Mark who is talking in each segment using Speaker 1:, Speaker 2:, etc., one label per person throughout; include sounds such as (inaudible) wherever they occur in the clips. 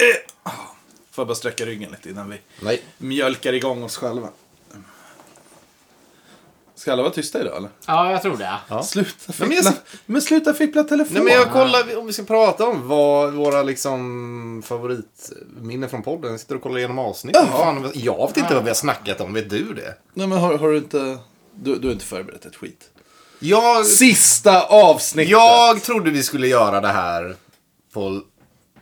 Speaker 1: Eh, ah. Får jag bara sträcka ryggen lite innan vi
Speaker 2: Nej.
Speaker 1: mjölkar igång oss själva. Ska alla vara tysta idag eller?
Speaker 3: Ja, jag tror det.
Speaker 2: Ja.
Speaker 1: Sluta fippla,
Speaker 2: men
Speaker 1: men,
Speaker 2: jag-
Speaker 1: sluta fippla telefon.
Speaker 2: Nej men jag kollar om vi ska prata om vad våra liksom favoritminnen från podden. Jag sitter och kollar igenom avsnitt. Fan, jag vet inte vad vi har snackat om. Vet du det?
Speaker 1: Nej, men har, har du inte... Du, du har inte förberett ett skit.
Speaker 2: Jag,
Speaker 1: Sista avsnittet!
Speaker 2: jag trodde vi skulle göra det här på l-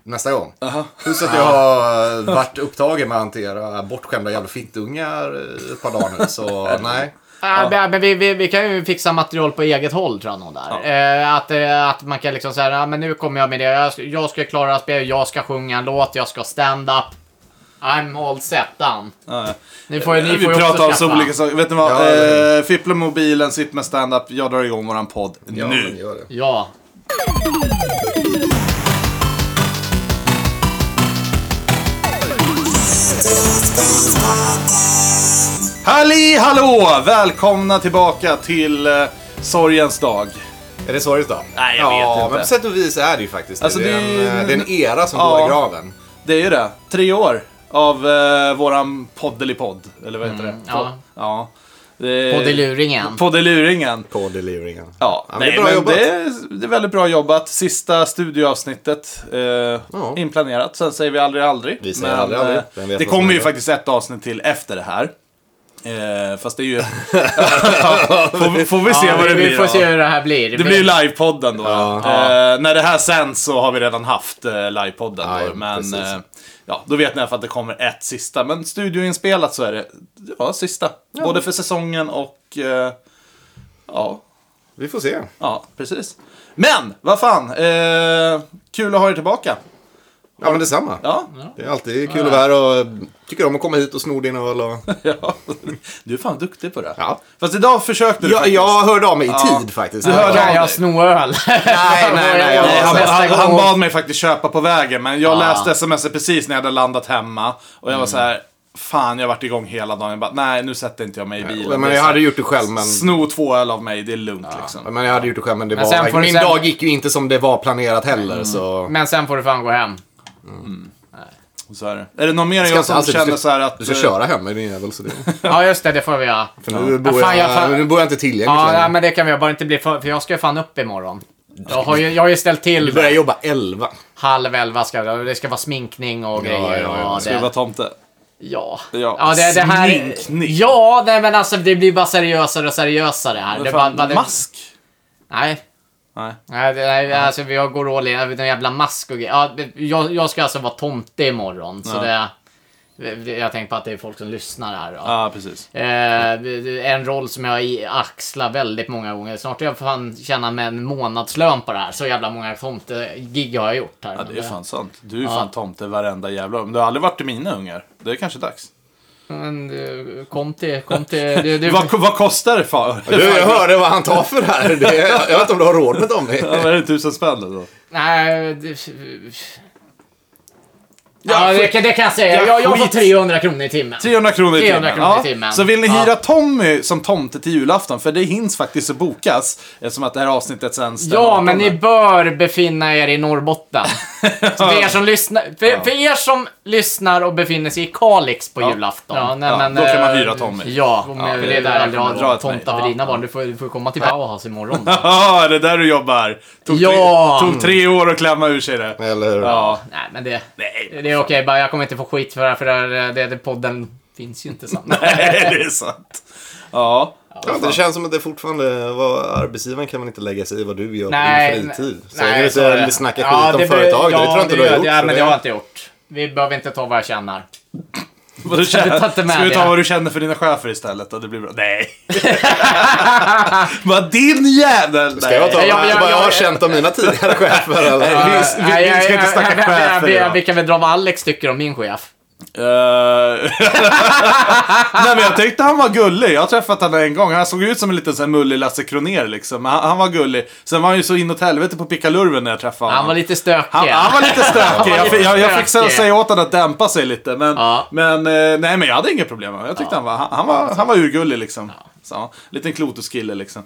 Speaker 2: nästa gång.
Speaker 1: Aha.
Speaker 2: Plus att jag har varit upptagen med att hantera bortskämda jävla fittungar eh, ett par dagar nu.
Speaker 1: (laughs)
Speaker 2: Så nej.
Speaker 3: Äh, men- Men vi, vi, vi kan ju fixa material på eget håll tror jag nog där. Eh, att, eh, att man kan liksom säga, ja men nu kommer jag med det. Jag ska, jag ska klara spel, jag ska sjunga en låt, jag ska stand up. I'm all set down.
Speaker 1: Ah, Ja.
Speaker 3: Ni får, ju- ni
Speaker 1: vi
Speaker 3: får ju
Speaker 1: pratar
Speaker 3: också
Speaker 1: om så
Speaker 3: skaffa.
Speaker 1: olika saker. Vet ni vad?
Speaker 2: Ja, ja, ja.
Speaker 1: Eh, fippla mobilen, sitt med stand-up. Jag drar igång våran podd
Speaker 2: Ja, men
Speaker 1: nu.
Speaker 2: gör det.
Speaker 3: Ja.
Speaker 1: Halli hallå! Välkomna tillbaka till eh, sorgens dag.
Speaker 2: Är det sorgligt då?
Speaker 1: Nej, jag vet
Speaker 2: ja,
Speaker 1: inte.
Speaker 2: Men på sätt och vis är det ju faktiskt
Speaker 1: Alltså,
Speaker 2: det. Det är,
Speaker 1: det är
Speaker 2: en,
Speaker 1: ju-
Speaker 2: eh, det är en era som
Speaker 1: Ja.
Speaker 2: går i graven.
Speaker 1: Det är ju det. Tre år av eh, våran poddelipodd. Eller vad heter det?
Speaker 3: Mm, ja.
Speaker 1: ja. Det-
Speaker 3: Poddeluringen.
Speaker 1: Poddeluringen.
Speaker 2: På deliveringen.
Speaker 1: Ja,
Speaker 2: Ja, men
Speaker 1: nej,
Speaker 2: det är bra
Speaker 1: men
Speaker 2: jobbat.
Speaker 1: Det, är, det är väldigt bra jobbat. Sista studioavsnittet eh, inplanerat. Sen säger vi aldrig aldrig. eh,
Speaker 2: Vi säger aldrig, aldrig. Vem vet
Speaker 1: det
Speaker 2: vad som
Speaker 1: kommer ju
Speaker 2: händer?
Speaker 1: faktiskt ett avsnitt till efter det här. Eh, fast det är ju...
Speaker 2: (laughs)
Speaker 1: (laughs) Ja, får, vi- får vi se
Speaker 3: ja,
Speaker 1: vad
Speaker 3: vi,
Speaker 1: det blir.
Speaker 3: vi får
Speaker 1: av.
Speaker 3: se hur det här blir.
Speaker 1: Det blir ju livepodden då.
Speaker 2: Ja.
Speaker 1: Eh, när det här sänds så har vi redan haft eh, livepodden.
Speaker 2: Ja,
Speaker 1: då.
Speaker 2: ja,
Speaker 1: Men
Speaker 2: precis.
Speaker 1: eh, ja, då vet ni i alla fall att det kommer ett sista. Men studioinspelat så är det ja, sista. Både för säsongen och... Eh, ja,
Speaker 2: Vi får se.
Speaker 1: ja, precis. Men, vad fan. Eh, kul att ha er tillbaka.
Speaker 2: Ja, men detsamma.
Speaker 1: Ja.
Speaker 2: Det är alltid kul att vara här och tycker om att komma hit och sno din öl. Och...
Speaker 1: (laughs) ja. Du är fan duktig på det.
Speaker 2: Ja.
Speaker 1: Fast idag försökte du
Speaker 2: Jag,
Speaker 1: faktiskt.
Speaker 2: jag hörde av mig i tid faktiskt.
Speaker 1: Du hörde av
Speaker 3: Kan
Speaker 1: dig.
Speaker 3: jag sno öl?
Speaker 2: Nej,
Speaker 3: (laughs)
Speaker 2: nej, nej,
Speaker 1: Nej, han,
Speaker 2: Nästa
Speaker 1: han, han bad mig faktiskt köpa på vägen, men jag
Speaker 3: Ah.
Speaker 1: läste sms precis när jag hade landat hemma. Och jag
Speaker 2: Mm.
Speaker 1: var så här, fan jag har varit igång hela dagen. Jag bara, nej nu sätter inte jag mig i bilen.
Speaker 2: Men
Speaker 1: Det är
Speaker 2: jag
Speaker 1: så här,
Speaker 2: hade gjort det själv. Men...
Speaker 1: Sno två öl av mig, det är lugnt liksom.
Speaker 2: Men jag hade gjort det själv, men det
Speaker 3: Men
Speaker 2: var...
Speaker 3: sen får du
Speaker 2: min
Speaker 3: sen-
Speaker 2: dag gick ju inte som det var planerat heller, så...
Speaker 3: Men sen får du fan gå hem.
Speaker 1: Så är, det. är det någon mer än
Speaker 2: Ska
Speaker 1: jag
Speaker 2: inte
Speaker 1: som
Speaker 2: alls- du ska-
Speaker 1: känner så här att...
Speaker 2: Du ska
Speaker 1: eh,
Speaker 2: köra hem med din jävel, (laughs) så det...
Speaker 3: Ja, just det, det får vi göra.
Speaker 2: För nu,
Speaker 3: Ja,
Speaker 2: bor
Speaker 3: fan, jag
Speaker 2: jag,
Speaker 3: fan-
Speaker 2: nu bor jag inte tillgängligt
Speaker 3: Ja, nej,
Speaker 2: längre.
Speaker 3: men det kan vi göra. Bara inte bli för, för jag ska ju fan upp imorgon. Jag har ju, jag har ju ställt
Speaker 2: Du
Speaker 3: till
Speaker 2: börjar jobba elva.
Speaker 3: halv elva. Ska, jag- det ska vara sminkning och grejer.
Speaker 2: ja, ja.
Speaker 3: och
Speaker 1: Ska vi vara
Speaker 3: det,
Speaker 1: tomte?
Speaker 3: ja.
Speaker 1: Ja,
Speaker 3: ja det, det här,
Speaker 1: sminkning.
Speaker 3: Ja, nej, men alltså det blir bara seriösare och seriösare här.
Speaker 1: Vad
Speaker 3: Det
Speaker 1: fan,
Speaker 3: bara- bara-
Speaker 1: Mask?
Speaker 3: Nej.
Speaker 1: Nej.
Speaker 3: Nej, det, nej alltså jag går all in. Den jävla mask och grejer. ja, det- jag, jag ska alltså vara tomte imorgon. Så
Speaker 1: Ja.
Speaker 3: det, det- jag tänker på att det är folk som lyssnar här. Då.
Speaker 1: Ja, precis.
Speaker 3: Eh, en roll som jag i- axlar väldigt många gånger. Snart har jag fan tjäna med en månadslön på det här. Så jävla många tomtegig har jag gjort här.
Speaker 1: Ja, det är fan sant. Du är ju
Speaker 3: Ja.
Speaker 1: fan tomte varenda jävla gång. Du har aldrig varit i mina ungar. Det är kanske dags.
Speaker 3: Men, eh, kom till, kom till. Du,
Speaker 1: (laughs)
Speaker 3: du,
Speaker 1: Vad, vad kostar det för?
Speaker 2: Du,
Speaker 1: (laughs)
Speaker 2: jag hörde vad han tar för det här. Det, jag vet inte om du har råd med dem.
Speaker 1: Ja, men är det tusen spänn eller? så?
Speaker 3: nej, det, ja, det, kan- det kan jag säga.
Speaker 1: ja,
Speaker 3: Jag, jag får
Speaker 1: skit.
Speaker 3: 300 kronor i timmen.
Speaker 1: 300 kronor i
Speaker 3: 300
Speaker 1: timmen.
Speaker 3: kronor i timmen.
Speaker 1: Så vill ni
Speaker 3: Ja.
Speaker 1: hyra Tommy som tomte till julafton, för det hinns faktiskt att bokas eftersom att det här avsnittet sänds den
Speaker 3: Ja, men
Speaker 1: 18.
Speaker 3: ni bör befinna er
Speaker 1: (laughs)
Speaker 3: i Norrbotten. Så för, er som lyssnar, för, för er som lyssnar och befinner sig i Kalix på julafton. Ja, nej,
Speaker 1: Ja,
Speaker 3: men,
Speaker 1: då kan man
Speaker 3: eh,
Speaker 1: hyra Tommy.
Speaker 3: Ja, om
Speaker 1: Ja,
Speaker 3: eh,
Speaker 1: det-
Speaker 3: det är
Speaker 1: det-
Speaker 3: där du
Speaker 1: dra
Speaker 3: har
Speaker 1: ett mig.
Speaker 3: tomtar för dina barn. Du får, du får komma till Bauhaus imorgon.
Speaker 1: (laughs) (laughs) Ja, det är där du jobbar. Tog,
Speaker 3: Ja.
Speaker 1: tre, tog tre år att klämma ur sig det.
Speaker 2: Eller hur?
Speaker 1: Ja. (laughs)
Speaker 3: nej, men det, det är
Speaker 1: Nej,
Speaker 3: okej. bara jag kommer inte få skit för det här, för det, här, eh, det, det podden finns ju
Speaker 1: (laughs)
Speaker 3: inte sant.
Speaker 1: det är sant. Ja.
Speaker 2: Ja, Alltså, det känns som att det fortfarande, vad, arbetsgivaren kan man inte lägga sig i vad du gör på din fritid. Så nej,
Speaker 3: så är
Speaker 2: du
Speaker 3: det.
Speaker 2: inte snacka skit
Speaker 3: Ja,
Speaker 2: om
Speaker 3: det bör-
Speaker 2: företag, det tror jag inte du har
Speaker 3: gör-
Speaker 2: gjort.
Speaker 3: Ja,
Speaker 2: så
Speaker 3: men det har jag inte gjort. Vi behöver inte ta vad jag känner.
Speaker 1: Vad du känner,
Speaker 3: tar inte med
Speaker 1: ska vi ta
Speaker 3: det.
Speaker 1: vad du känner för dina chefer istället? Och det blir bra.
Speaker 3: (laughs)
Speaker 1: Nej. Vad din jävel!
Speaker 2: Ska jag ta
Speaker 3: Nej,
Speaker 2: vad
Speaker 3: jag- jag-
Speaker 2: jag,
Speaker 3: jag-
Speaker 2: har känt om mina
Speaker 3: (laughs)
Speaker 2: tidigare chefer? Eller?
Speaker 1: Vi- vi- vi ska inte snacka
Speaker 3: jag- jag- jag-
Speaker 1: chefer
Speaker 3: jag-
Speaker 1: idag.
Speaker 3: Vi kan väl dra vad Alex tycker om min chef.
Speaker 1: Eh,
Speaker 3: (laughs)
Speaker 1: Nej men jag tyckte han var gullig. Jag har träffat honom en gång. Han såg ut som en liten sån här mullig Lasse Kronér liksom. Men han, han var gullig. Sen var han ju så inåt helvete på pickalurven när jag träffade honom.
Speaker 3: Han var lite stökig.
Speaker 1: han, han var lite stökig. Jag, fick- jag, jag fick så-
Speaker 3: Stökig.
Speaker 1: säga åt honom att dämpa sig lite. Men,
Speaker 3: Ja.
Speaker 1: men eh, nej men jag hade inga problem med honom. Jag tyckte han, var, han, han var Han var urgullig liksom. Så, liten klotuskille liksom.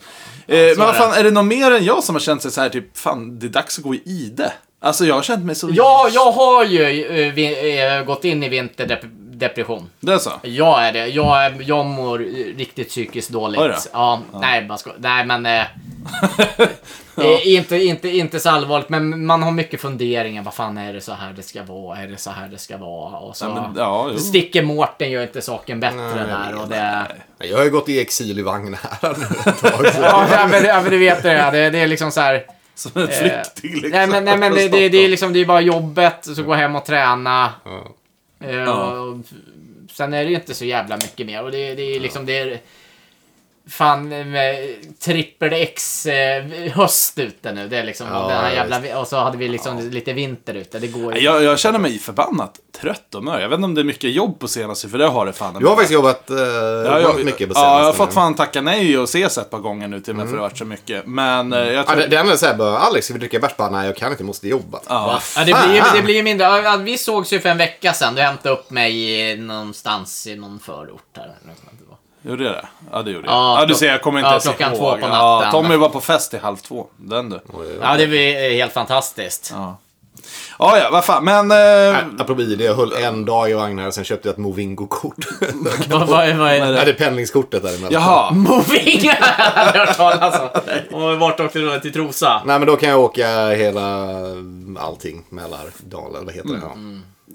Speaker 1: Eh, men vad
Speaker 3: är
Speaker 1: fan, är det någon mer än jag som har känt sig så här typ, fan det är dags att gå i ide? Alltså jag har känt mig så...
Speaker 3: Ja, jag har ju eh, vi- eh, gått in i vinterdepression.
Speaker 1: Det är så?
Speaker 3: Jag är det. Jag, är- jag mår eh, riktigt psykiskt dåligt.
Speaker 1: Oj då.
Speaker 3: Ja, Nej, man ska, nej, men...
Speaker 1: (laughs)
Speaker 3: Eh, eh, inte, inte, inte så allvarligt, men man har mycket funderingar. Vad fan är det så här det ska vara? Är det så här det ska vara? Och så,
Speaker 1: Ja, men, ja, jo.
Speaker 3: Sticker Mårten gör inte saken bättre
Speaker 2: Nej, jag
Speaker 3: där. Och det,
Speaker 2: Jag har ju gått i exil i vagn
Speaker 3: (laughs)
Speaker 2: här nu ett tag. så-
Speaker 3: ja, men, det- ja, men du vet det. ja. Det, det är liksom så här...
Speaker 1: (laughs) Som
Speaker 2: (laughs)
Speaker 1: en
Speaker 3: Eh,
Speaker 1: flykting liksom.
Speaker 3: Nej men, nej, men det, det, det är liksom det är bara jobbet, så gå hem och träna.
Speaker 2: Ja.
Speaker 3: Eh, och, och, sen är det ju inte så jävla mycket mer. Och det, det är liksom det är fan eh, trippel X eh, höst ute nu. Det är liksom
Speaker 2: Ja,
Speaker 3: den här
Speaker 2: ja,
Speaker 3: jävla, och så hade vi liksom lite vinter ute. Det går ju.
Speaker 1: Jag, jag känner mig förbannat trött och mör. Jag vet inte om det är mycket jobb på senaste, för det har det fan
Speaker 2: Du har faktiskt jobbat eh, ovanligt mycket på senaste
Speaker 1: Ja, jag har
Speaker 2: nu. Mm.
Speaker 1: fått fan tacka nej och ses ett par gånger nu till mig för det har varit så mycket. Men eh, jag
Speaker 2: Ja,
Speaker 1: tror...
Speaker 2: det, det enda är såhär bara, Alex, ska vi dricka bärs? Bara, Nej, jag kan inte, jag måste jobba.
Speaker 1: ja.
Speaker 3: Ja, det blir, ju,
Speaker 2: Fan.
Speaker 3: det blir ju mindre. Ja, vi sågs ju för en vecka sedan. Du hämtade upp mig i- någonstans i någon förort. Här.
Speaker 1: Gjorde jag det? Ja, det gjorde jag.
Speaker 3: Ja,
Speaker 1: Ja, du
Speaker 3: klock-
Speaker 1: ser, jag kommer inte
Speaker 3: ja,
Speaker 1: ens
Speaker 3: klockan
Speaker 1: ihåg.
Speaker 3: två på
Speaker 1: Ja,
Speaker 3: natten.
Speaker 1: Tommy var på fest till halv två. Den du.
Speaker 3: Ja, det blir eh, helt fantastiskt.
Speaker 1: Ja, ja, ja vad fan. Men... Eh,
Speaker 2: Äh, Apropå det, jag höll en dag i vagn här, sen köpte jag
Speaker 1: (laughs)
Speaker 2: ett Movingo-kort.
Speaker 3: (laughs)
Speaker 2: (laughs)
Speaker 3: Vad, vad, vad är det?
Speaker 2: Nej, det är pendlingskortet däremellan.
Speaker 1: jaha.
Speaker 3: Moving! Jag har aldrig hört talas om. Och vart åkte du då? Till Trosa?
Speaker 2: Nej, men då kan jag åka hela allting, Mälardalen, eller vad heter det? Ja,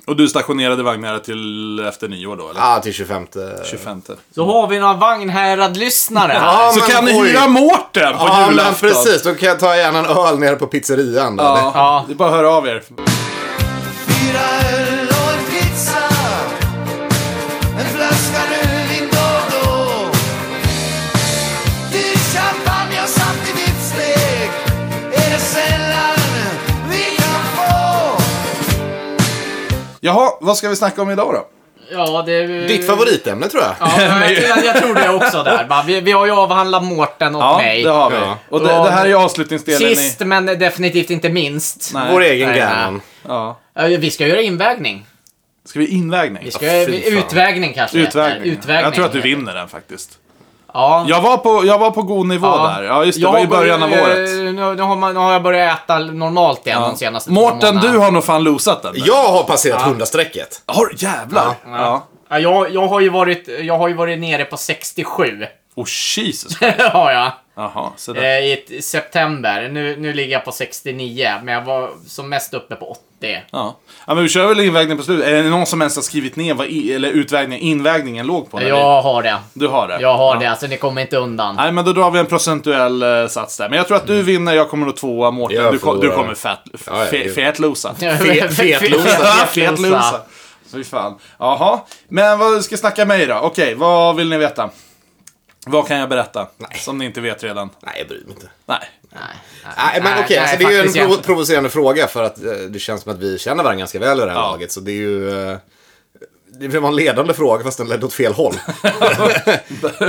Speaker 1: Och du stationerade vagnarna till efter nyår då, eller?
Speaker 2: ah, till 25.
Speaker 1: 25.
Speaker 3: Så har vi några Vagnhärad-lyssnare här.
Speaker 2: Ja,
Speaker 1: Så
Speaker 2: men
Speaker 1: kan ni
Speaker 2: oj.
Speaker 1: hyra Mårten på
Speaker 2: Ja, men
Speaker 1: julafton.
Speaker 2: precis. Då kan jag ta gärna en öl nere på pizzerian. Då.
Speaker 1: Ja,
Speaker 3: Ja.
Speaker 1: det är bara att höra av er.
Speaker 4: Fyra öl och en pizza En flaska rödvin då och då Till champagne och saftig dipstek Är det sällan vi kan få
Speaker 1: Jaha, vad ska vi snacka om idag då?
Speaker 3: Ja, det...
Speaker 2: Ditt favoritämne tror jag.
Speaker 3: Ja, jag, jag, jag tror det också där. Va? Vi, vi har ju avhandlat Mårten och
Speaker 1: Ja,
Speaker 3: mig.
Speaker 1: det har vi.
Speaker 2: Ja.
Speaker 1: Och det, det här är ju avslutningsdelen
Speaker 3: Sist,
Speaker 1: i...
Speaker 3: men definitivt inte minst.
Speaker 1: Nej.
Speaker 2: (laughs) Vår egen
Speaker 3: Nej, nej.
Speaker 2: Gannon.
Speaker 1: Ja.
Speaker 3: Ja, Vi ska göra invägning.
Speaker 1: Ska vi invägning?
Speaker 3: Vi ska
Speaker 2: Ja,
Speaker 3: göra
Speaker 2: fy fan.
Speaker 3: utvägning kanske det heter.
Speaker 1: Utvägning.
Speaker 3: utvägning.
Speaker 1: Jag tror att du vinner den faktiskt.
Speaker 3: Ja.
Speaker 1: Jag var på, jag var på god nivå där. Ja, just det. Det
Speaker 3: Jag
Speaker 1: var i
Speaker 3: har
Speaker 1: början av
Speaker 2: eh,
Speaker 3: börjat-
Speaker 1: året.
Speaker 3: Nu, nu, har man, nu har jag börjat äta normalt igen de
Speaker 1: Ja.
Speaker 3: senaste två
Speaker 1: Mårten,
Speaker 3: månaderna.
Speaker 1: du har nog fan losat den. där.
Speaker 2: Jag har passerat hundrastrecket.
Speaker 1: Har du? Jävlar! Ja.
Speaker 3: Ja, jag, jag, har ju varit, jag har ju varit nere på 67.
Speaker 1: Oh
Speaker 3: (laughs)
Speaker 1: Jesus.
Speaker 3: har jag.
Speaker 1: Jaha, så
Speaker 3: Eh,
Speaker 1: där.
Speaker 3: I ett- september. Nu, nu ligger jag på 69, men jag var som mest uppe på 80.
Speaker 1: Ja. ja, men vi kör väl invägning på slutet. Är det någon som ens har skrivit ner vad i, eller utvägning, invägningen låg på? när vi-
Speaker 3: Jag har det.
Speaker 1: Du har det?
Speaker 3: Jag har det, alltså ni kommer inte undan.
Speaker 1: Nej, men då drar vi en procentuell eh, sats där. Men jag tror att du vinner, jag kommer nog tvåa, Mårten.
Speaker 2: Mm. Jag
Speaker 1: Du, kom, du
Speaker 2: förlorar.
Speaker 1: kommer fat, f-
Speaker 2: Ja, ja,
Speaker 1: fe,
Speaker 2: gud.
Speaker 1: fetlosa.
Speaker 3: (laughs)
Speaker 2: Fet- fetlosa.
Speaker 1: Ja, Fetlosa. Fy fan. Jaha. Men vad ska jag snacka med mig då? Okej, vad vill ni veta? Vad kan jag berätta? Som ni inte vet redan.
Speaker 2: Nej, jag bryr mig inte.
Speaker 1: Nej.
Speaker 3: Nej,
Speaker 2: Nej, men okej, alltså, det är ju en
Speaker 3: faktiskt
Speaker 2: provo
Speaker 3: inte.
Speaker 2: provocerande fråga för att eh, det känns som att vi känner varandra ganska väl i det här
Speaker 1: Ja.
Speaker 2: laget. Så det är ju... Eh, det var en ledande fråga fast den ledde åt fel håll.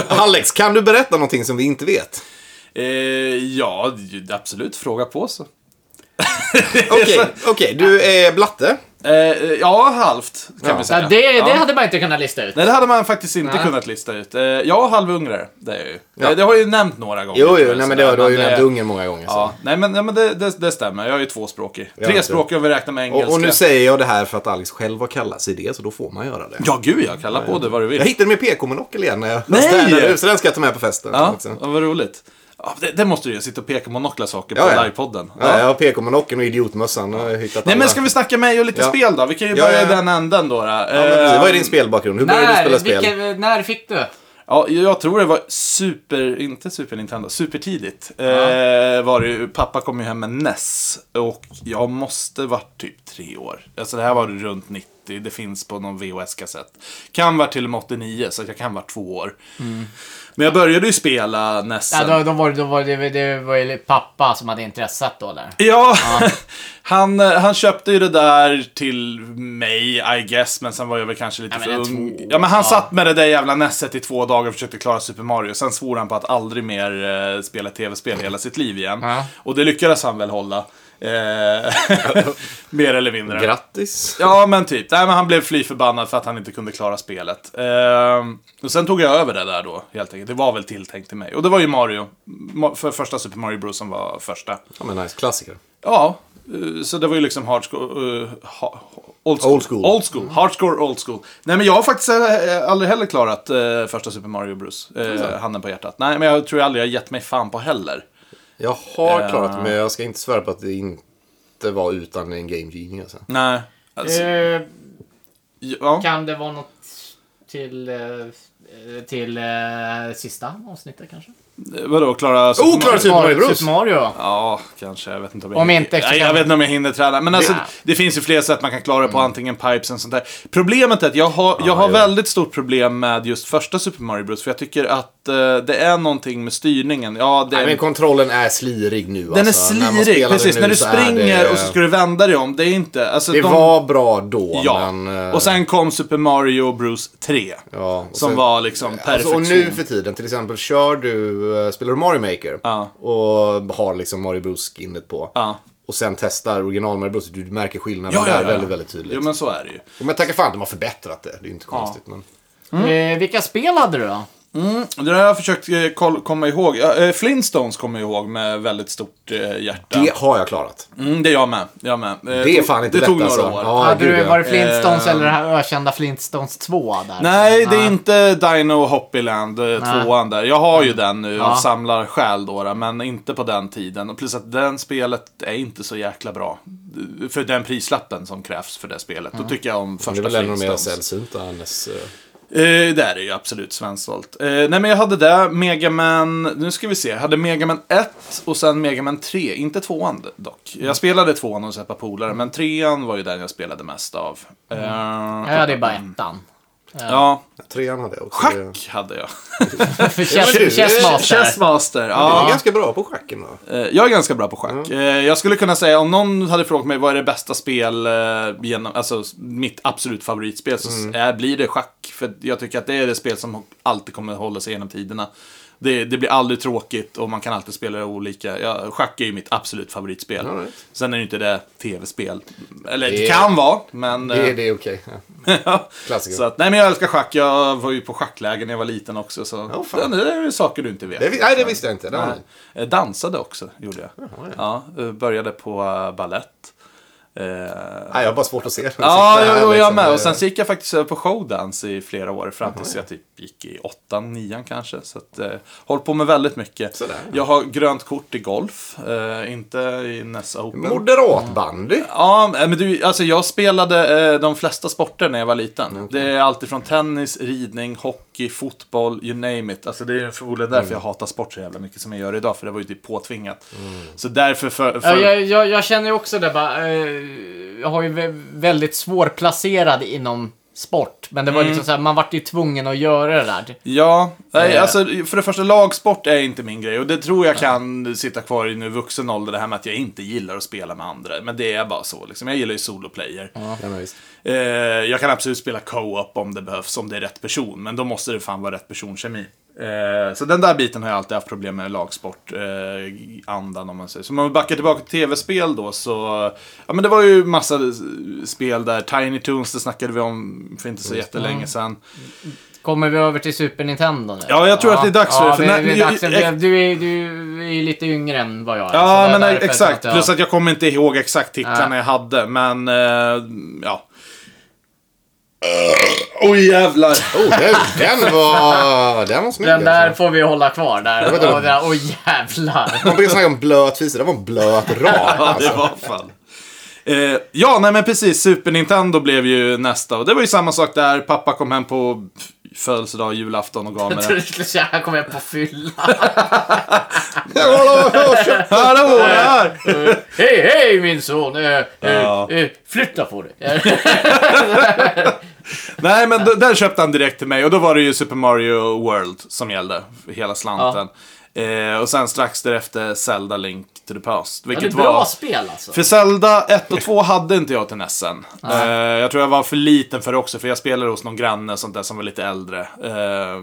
Speaker 2: Alex, kan du berätta någonting som vi inte vet?
Speaker 1: Eh, ja, ju- absolut. Fråga på så.
Speaker 2: Okej, okej, du är blatte.
Speaker 1: Eh, eh, ja, halvt kan
Speaker 2: Ja.
Speaker 1: vi
Speaker 3: Ja,
Speaker 1: säga.
Speaker 3: det, det
Speaker 1: Ja.
Speaker 3: hade man inte kunnat lista ut.
Speaker 1: Nej, det hade man faktiskt inte
Speaker 3: Nej.
Speaker 1: kunnat lista ut. Eh, jag är halvungrare, det är jag ju.
Speaker 2: Ja.
Speaker 1: Eh, Det har jag ju nämnt några gånger.
Speaker 2: Jo, jo,
Speaker 1: Sådär,
Speaker 2: nej, men det, har- du har ju
Speaker 1: men
Speaker 2: nämnt
Speaker 1: det-
Speaker 2: Ungern många gånger. Så.
Speaker 1: Ja, nej men, ja, men det, det, det stämmer. Jag är ju tvåspråkig.
Speaker 2: Ja,
Speaker 1: Trespråkig om vi räknar med engelska.
Speaker 2: Och, och nu säger jag det här för att Alex själv har kallat sig det, så då får man göra det.
Speaker 1: Ja, gud ja. Kalla på det vad du
Speaker 2: Jag
Speaker 1: vill.
Speaker 2: hittade min PK-monokel igen när jag
Speaker 1: Nej!
Speaker 2: städade ut, så den ska jag ta med på festen.
Speaker 1: Ja,
Speaker 2: också.
Speaker 1: ja, vad roligt. Ja, det, det måste du ju. Sitta och peka monokla saker
Speaker 2: Ja,
Speaker 1: på
Speaker 2: ja.
Speaker 1: livepodden.
Speaker 2: Ja, jag har PK-monokeln och idiotmössan. Jag har hittat
Speaker 1: Nej
Speaker 2: alla.
Speaker 1: men ska vi snacka mig och lite
Speaker 2: Ja.
Speaker 1: spel då? Vi kan ju
Speaker 2: Ja,
Speaker 1: börja i
Speaker 2: ja, ja.
Speaker 1: den änden då. då.
Speaker 2: Ja, men precis.
Speaker 1: Eh,
Speaker 2: Vad är din spelbakgrund? Hur började du
Speaker 3: När,
Speaker 2: spela spel?
Speaker 3: vilken, när fick du?
Speaker 1: Ja, jag tror det var super, inte super Nintendo, supertidigt. Eh, var det ju, pappa kom ju hem med NES och jag måste varit typ tre år. Alltså det här var runt 90, det finns på någon VHS-kassett. Kan vara till och med 89, så att jag kan vara två år.
Speaker 2: Mm.
Speaker 1: Men jag började ju spela E NES.
Speaker 3: Ja, då, då var, det- då var, det, det var ju pappa som hade intresset då där.
Speaker 1: Ja, (laughs) han, eh, han köpte ju det där till mig, I guess, men sen var jag väl kanske lite
Speaker 3: Ja,
Speaker 1: för
Speaker 3: men en
Speaker 1: ung.
Speaker 3: två-
Speaker 1: Ja, men han
Speaker 3: ja.
Speaker 1: satt med det där jävla nässet i två dagar och försökte klara Super Mario. Sen svor han på att aldrig mer eh, spela tv-spel i hela sitt liv igen.
Speaker 3: Ja.
Speaker 1: Och det lyckades han väl hålla. Eh, (laughs) mer eller mindre.
Speaker 2: Grattis.
Speaker 1: Ja, men typ. Nej, men han blev fly förbannad för att han inte kunde klara spelet. Ehm, och sen tog jag över det där då, helt enkelt. Det var väl tilltänkt till mig. Och det var ju Mario. Ma- För första Super Mario Bros som var första.
Speaker 2: Ja, men nice. Klassiker.
Speaker 1: Ja, eh, Så det var ju liksom hardscore, eh, ha, old school.
Speaker 2: Old school.
Speaker 1: Old school. Hardscore, old school. Nej men jag har faktiskt eh, aldrig heller klarat eh, första Super Mario Bros. Eh, handen på hjärtat. Nej men jag tror aldrig jag gett mig fan på heller.
Speaker 2: Jag har klarat det, men jag ska inte svära på att det inte var utan en Game Genie. Alltså.
Speaker 1: Nej. Alltså,
Speaker 3: Eh,
Speaker 1: ja.
Speaker 3: kan det vara något till, eh, till eh, sista avsnittet kanske?
Speaker 1: Eh, Vadå, klara Super
Speaker 2: Oh, klara Super Mario Bros.
Speaker 3: Super Mario.
Speaker 1: Ja, kanske. Jag vet inte om jag
Speaker 3: Om
Speaker 1: hinner-
Speaker 3: inte,
Speaker 1: Nej, jag vet inte om jag hinner träna. Men alltså,
Speaker 3: Ja.
Speaker 1: det finns ju flera sätt man kan klara det på. Antingen pipes och sånt där. Problemet är att jag har, jag har
Speaker 2: Mm. ja.
Speaker 1: väldigt stort problem med just första Super Mario Bros. För jag tycker att eh, det är någonting med styrningen. Ja, det
Speaker 2: Nej, men kontrollen är slirig nu.
Speaker 1: den är
Speaker 2: alltså. När man
Speaker 1: slirig.
Speaker 2: spelar den
Speaker 1: Precis,
Speaker 2: nu
Speaker 1: när du
Speaker 2: så är
Speaker 1: springer
Speaker 2: det-
Speaker 1: och så ska du vända dig om. Det är inte... Alltså,
Speaker 2: Det
Speaker 1: de-
Speaker 2: var bra då,
Speaker 1: Ja.
Speaker 2: men... eh,
Speaker 1: Och sen kom Super Mario Bros 3.
Speaker 2: Ja, och
Speaker 1: som
Speaker 2: sen-
Speaker 1: var liksom perfektion.
Speaker 2: Alltså, och nu för tiden, till exempel, kör du, eh, spelar du Mario Maker
Speaker 1: Ja.
Speaker 2: och har liksom Mario Bros-skinnet på.
Speaker 1: Ja.
Speaker 2: Och sen testar original Mario Bros. Du märker skillnaden
Speaker 1: Ja, ja,
Speaker 2: där
Speaker 1: ja.
Speaker 2: väldigt, väldigt tydligt.
Speaker 1: Jo, men så är det ju.
Speaker 2: men... tacka fan, de har förbättrat det. Det är ju inte konstigt. Men...
Speaker 1: Mm.
Speaker 3: Eh, vilka spel hade du då?
Speaker 1: Det där har jag försökt eh, koll- komma ihåg. Ja, eh, Flintstones kommer jag ihåg med väldigt stort eh, hjärta.
Speaker 2: Det har jag klarat.
Speaker 1: Mm, det är jag med. Jag med. Eh,
Speaker 2: Det är
Speaker 1: tog-
Speaker 2: fan inte
Speaker 1: Det
Speaker 2: lätt
Speaker 1: tog några
Speaker 2: alltså.
Speaker 1: år.
Speaker 2: Ja,
Speaker 3: hade
Speaker 2: gud,
Speaker 3: du
Speaker 2: ja.
Speaker 3: varit Flintstones
Speaker 1: Ehm.
Speaker 3: eller det här ökända Flintstones 2 där?
Speaker 1: Nej, det är inte Dino Hoppyland, eh, tvåan där. Jag har ju den nu
Speaker 3: Mm. Ja.
Speaker 1: och samlar själ då, då, men inte på den tiden. Och plus att den spelet är inte så jäkla bra. För den prislappen som krävs för det spelet.
Speaker 3: Mm.
Speaker 1: Då tycker jag om
Speaker 2: Det är
Speaker 1: första
Speaker 2: väl en av de mer
Speaker 1: Flintstones.
Speaker 2: sällsynta hennes... eh,
Speaker 1: Eh, det är det ju absolut, svensålt. Eh, nej men jag hade det, Megaman, nu ska vi se, jag hade Megaman 1 och sen Megaman 3, inte tvåan dock.
Speaker 3: Mm.
Speaker 1: Jag spelade tvåan hos ett par polare, men trean var ju den jag spelade mest av. Eh,
Speaker 3: Mm. Ja, det är
Speaker 1: (laughs)
Speaker 3: bara ettan.
Speaker 1: Ja,
Speaker 2: Trean hade jag också. Det-
Speaker 1: schack hade jag.
Speaker 3: För
Speaker 2: du-
Speaker 3: Chess-
Speaker 1: Chess
Speaker 3: Chessmaster.
Speaker 1: Master,
Speaker 2: Jag är
Speaker 1: ja.
Speaker 2: ganska bra på schacken då.
Speaker 1: Eh, Jag är ganska bra på schack. Eh, Jag skulle kunna säga, om någon hade frågat mig vad är det bästa spel, eh, genom, alltså mitt absolut favoritspel, så
Speaker 2: Mm.
Speaker 1: är, blir det schack. För jag tycker att det är det spel som alltid kommer att hålla sig genom tiderna. Det, det blir aldrig tråkigt och man kan alltid spela det olika. Ja, schack är ju mitt absolut favoritspel.
Speaker 2: All right.
Speaker 1: Sen är ju inte det tv-spel. Eller det,
Speaker 2: Det-
Speaker 1: kan vara, men...
Speaker 2: Det,
Speaker 1: eh, (laughs)
Speaker 2: är- det är okej. Ja.
Speaker 1: ja.
Speaker 2: Klassiker.
Speaker 1: Så att, nej men jag älskar schack. Jag var ju på schackläger när jag var liten också. Så
Speaker 2: Ja, fan.
Speaker 1: det, det är ju saker du inte vet.
Speaker 2: Det, vi- nej, det visste jag inte. Det var
Speaker 1: Nej.
Speaker 2: ny.
Speaker 1: Eh, Dansade också, gjorde jag. ja. eh, började på eh, ballett. Eh,
Speaker 2: nej, jag har bara svårt att se den. Så
Speaker 1: Ja,
Speaker 2: att det här
Speaker 1: jag, jag,
Speaker 2: liksom,
Speaker 1: med. Och
Speaker 2: eh,
Speaker 1: sen så gick jag faktiskt över på showdance i flera år. Fram tills jag typ gick i åttan, nian kanske. Så att, eh, håll på med väldigt mycket.
Speaker 2: Sådär.
Speaker 1: Jag har grönt kort i golf. Eh, inte i Ness Open.
Speaker 2: Moderat bandy.
Speaker 1: Ja, men du, alltså jag spelade eh, de flesta sporter när jag var liten. Det är allt ifrån tennis, ridning, hockey, fotboll, you name it. Alltså det är förmodligen därför jag hatar sport så jävla mycket som jag gör idag, för det var ju typ påtvingat. Så därför för...
Speaker 3: Ja,
Speaker 1: för
Speaker 3: jag, jag, jag känner ju också det bara. Eh, jag har ju vä- väldigt svårplacerad inom sport. Men det var
Speaker 1: Mm.
Speaker 3: liksom så här, man vart ju tvungen att göra det där.
Speaker 1: Ja, nej,
Speaker 3: Eh.
Speaker 1: alltså för det första, lagsport är inte min grej. Och det tror jag kan sitta kvar i nu vuxen ålder, det här med att jag inte gillar att spela med andra. Men det är bara så liksom. Jag gillar ju soloplayer.
Speaker 2: Ja, men visst.
Speaker 1: Eh, jag kan absolut spela co-op om det behövs, om det är rätt person. Men då måste det fan vara rätt personkemi. Eh, så den där biten har jag alltid haft problem med, lagsport, eh, andan om man säger. Så om man backar tillbaka till tv-spel då så, ja men det var ju massa eh, spel där. Tiny Toons, det snackade vi om för inte så jättelänge sedan.
Speaker 3: Kommer vi över till Super Nintendo nu?
Speaker 1: Ja, jag tror att det är dags för det,
Speaker 3: ja,
Speaker 1: för
Speaker 3: det.
Speaker 1: när-
Speaker 3: det är dags,
Speaker 1: jag-
Speaker 3: för- du, är, du är ju lite yngre än vad jag är.
Speaker 1: Ja,
Speaker 3: så det-
Speaker 1: men
Speaker 3: därför
Speaker 1: exakt.
Speaker 3: tänkte jag-
Speaker 1: Plus att jag kommer inte ihåg exakt titlarna
Speaker 3: Nej.
Speaker 1: jag hade, men eh, ja. Oj jävlar.
Speaker 2: Oh, den, den var... Den var snygg.
Speaker 3: Den där
Speaker 2: alltså.
Speaker 3: får vi hålla kvar där.
Speaker 2: vet inte.
Speaker 3: Åh där, oh, jävlar.
Speaker 2: Man brukar snacka om blöt fisa. Det var en blöt rad.
Speaker 1: Ja,
Speaker 2: Alltså.
Speaker 1: det var fan. Eh, ja, nej men precis. Super Nintendo blev ju nästa. Och det var ju samma sak där. Pappa kom hem på födelsedag, julafton och gav mig
Speaker 3: Jag (laughs) trodde
Speaker 1: den.
Speaker 3: du skulle säga här kommer jag på
Speaker 1: (laughs)
Speaker 3: fylla.
Speaker 1: Hallå, jag är här!
Speaker 3: Hej, hej min son! Eh,
Speaker 1: Ja.
Speaker 3: eh, eh, flytta på dig. Eh,
Speaker 1: Nej, men d- där köpte han direkt till mig och då var det ju Super Mario World som gällde. för Hela slanten. Eh, och sen strax därefter Zelda Link to the Past.
Speaker 3: Det är
Speaker 1: Vilket
Speaker 3: bra
Speaker 1: var...
Speaker 3: spel alltså.
Speaker 1: För Zelda 1 och 2 hade inte jag till Nessen. Eh, jag tror jag var för liten för det också, för jag spelade hos någon granne sånt där som var lite äldre. Eh,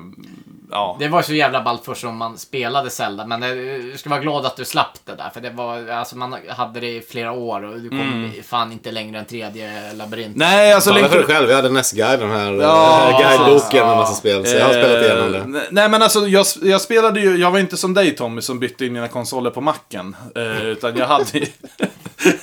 Speaker 1: ja.
Speaker 3: Det var så jävla ballt först som man spelade Zelda, men eh, du ska vara glad att du slapp det där. För det var, alltså man hade det i flera år och du kom fan inte längre än tredje labyrint.
Speaker 1: Mm. Nej, alltså
Speaker 2: Tala
Speaker 1: Link
Speaker 2: för dig
Speaker 1: to
Speaker 2: själv. Jag hade NES-guide, den
Speaker 1: Ja,
Speaker 2: här, den här guideboken
Speaker 1: ja.
Speaker 2: med massa spel. Så jag har spelat igenom det.
Speaker 1: Eh, Nej men alltså jag, jag spelade ju, (laughs) jag var inte som dig Tommy som bytte in mina konsoler på macken. Eh, utan jag hade ju-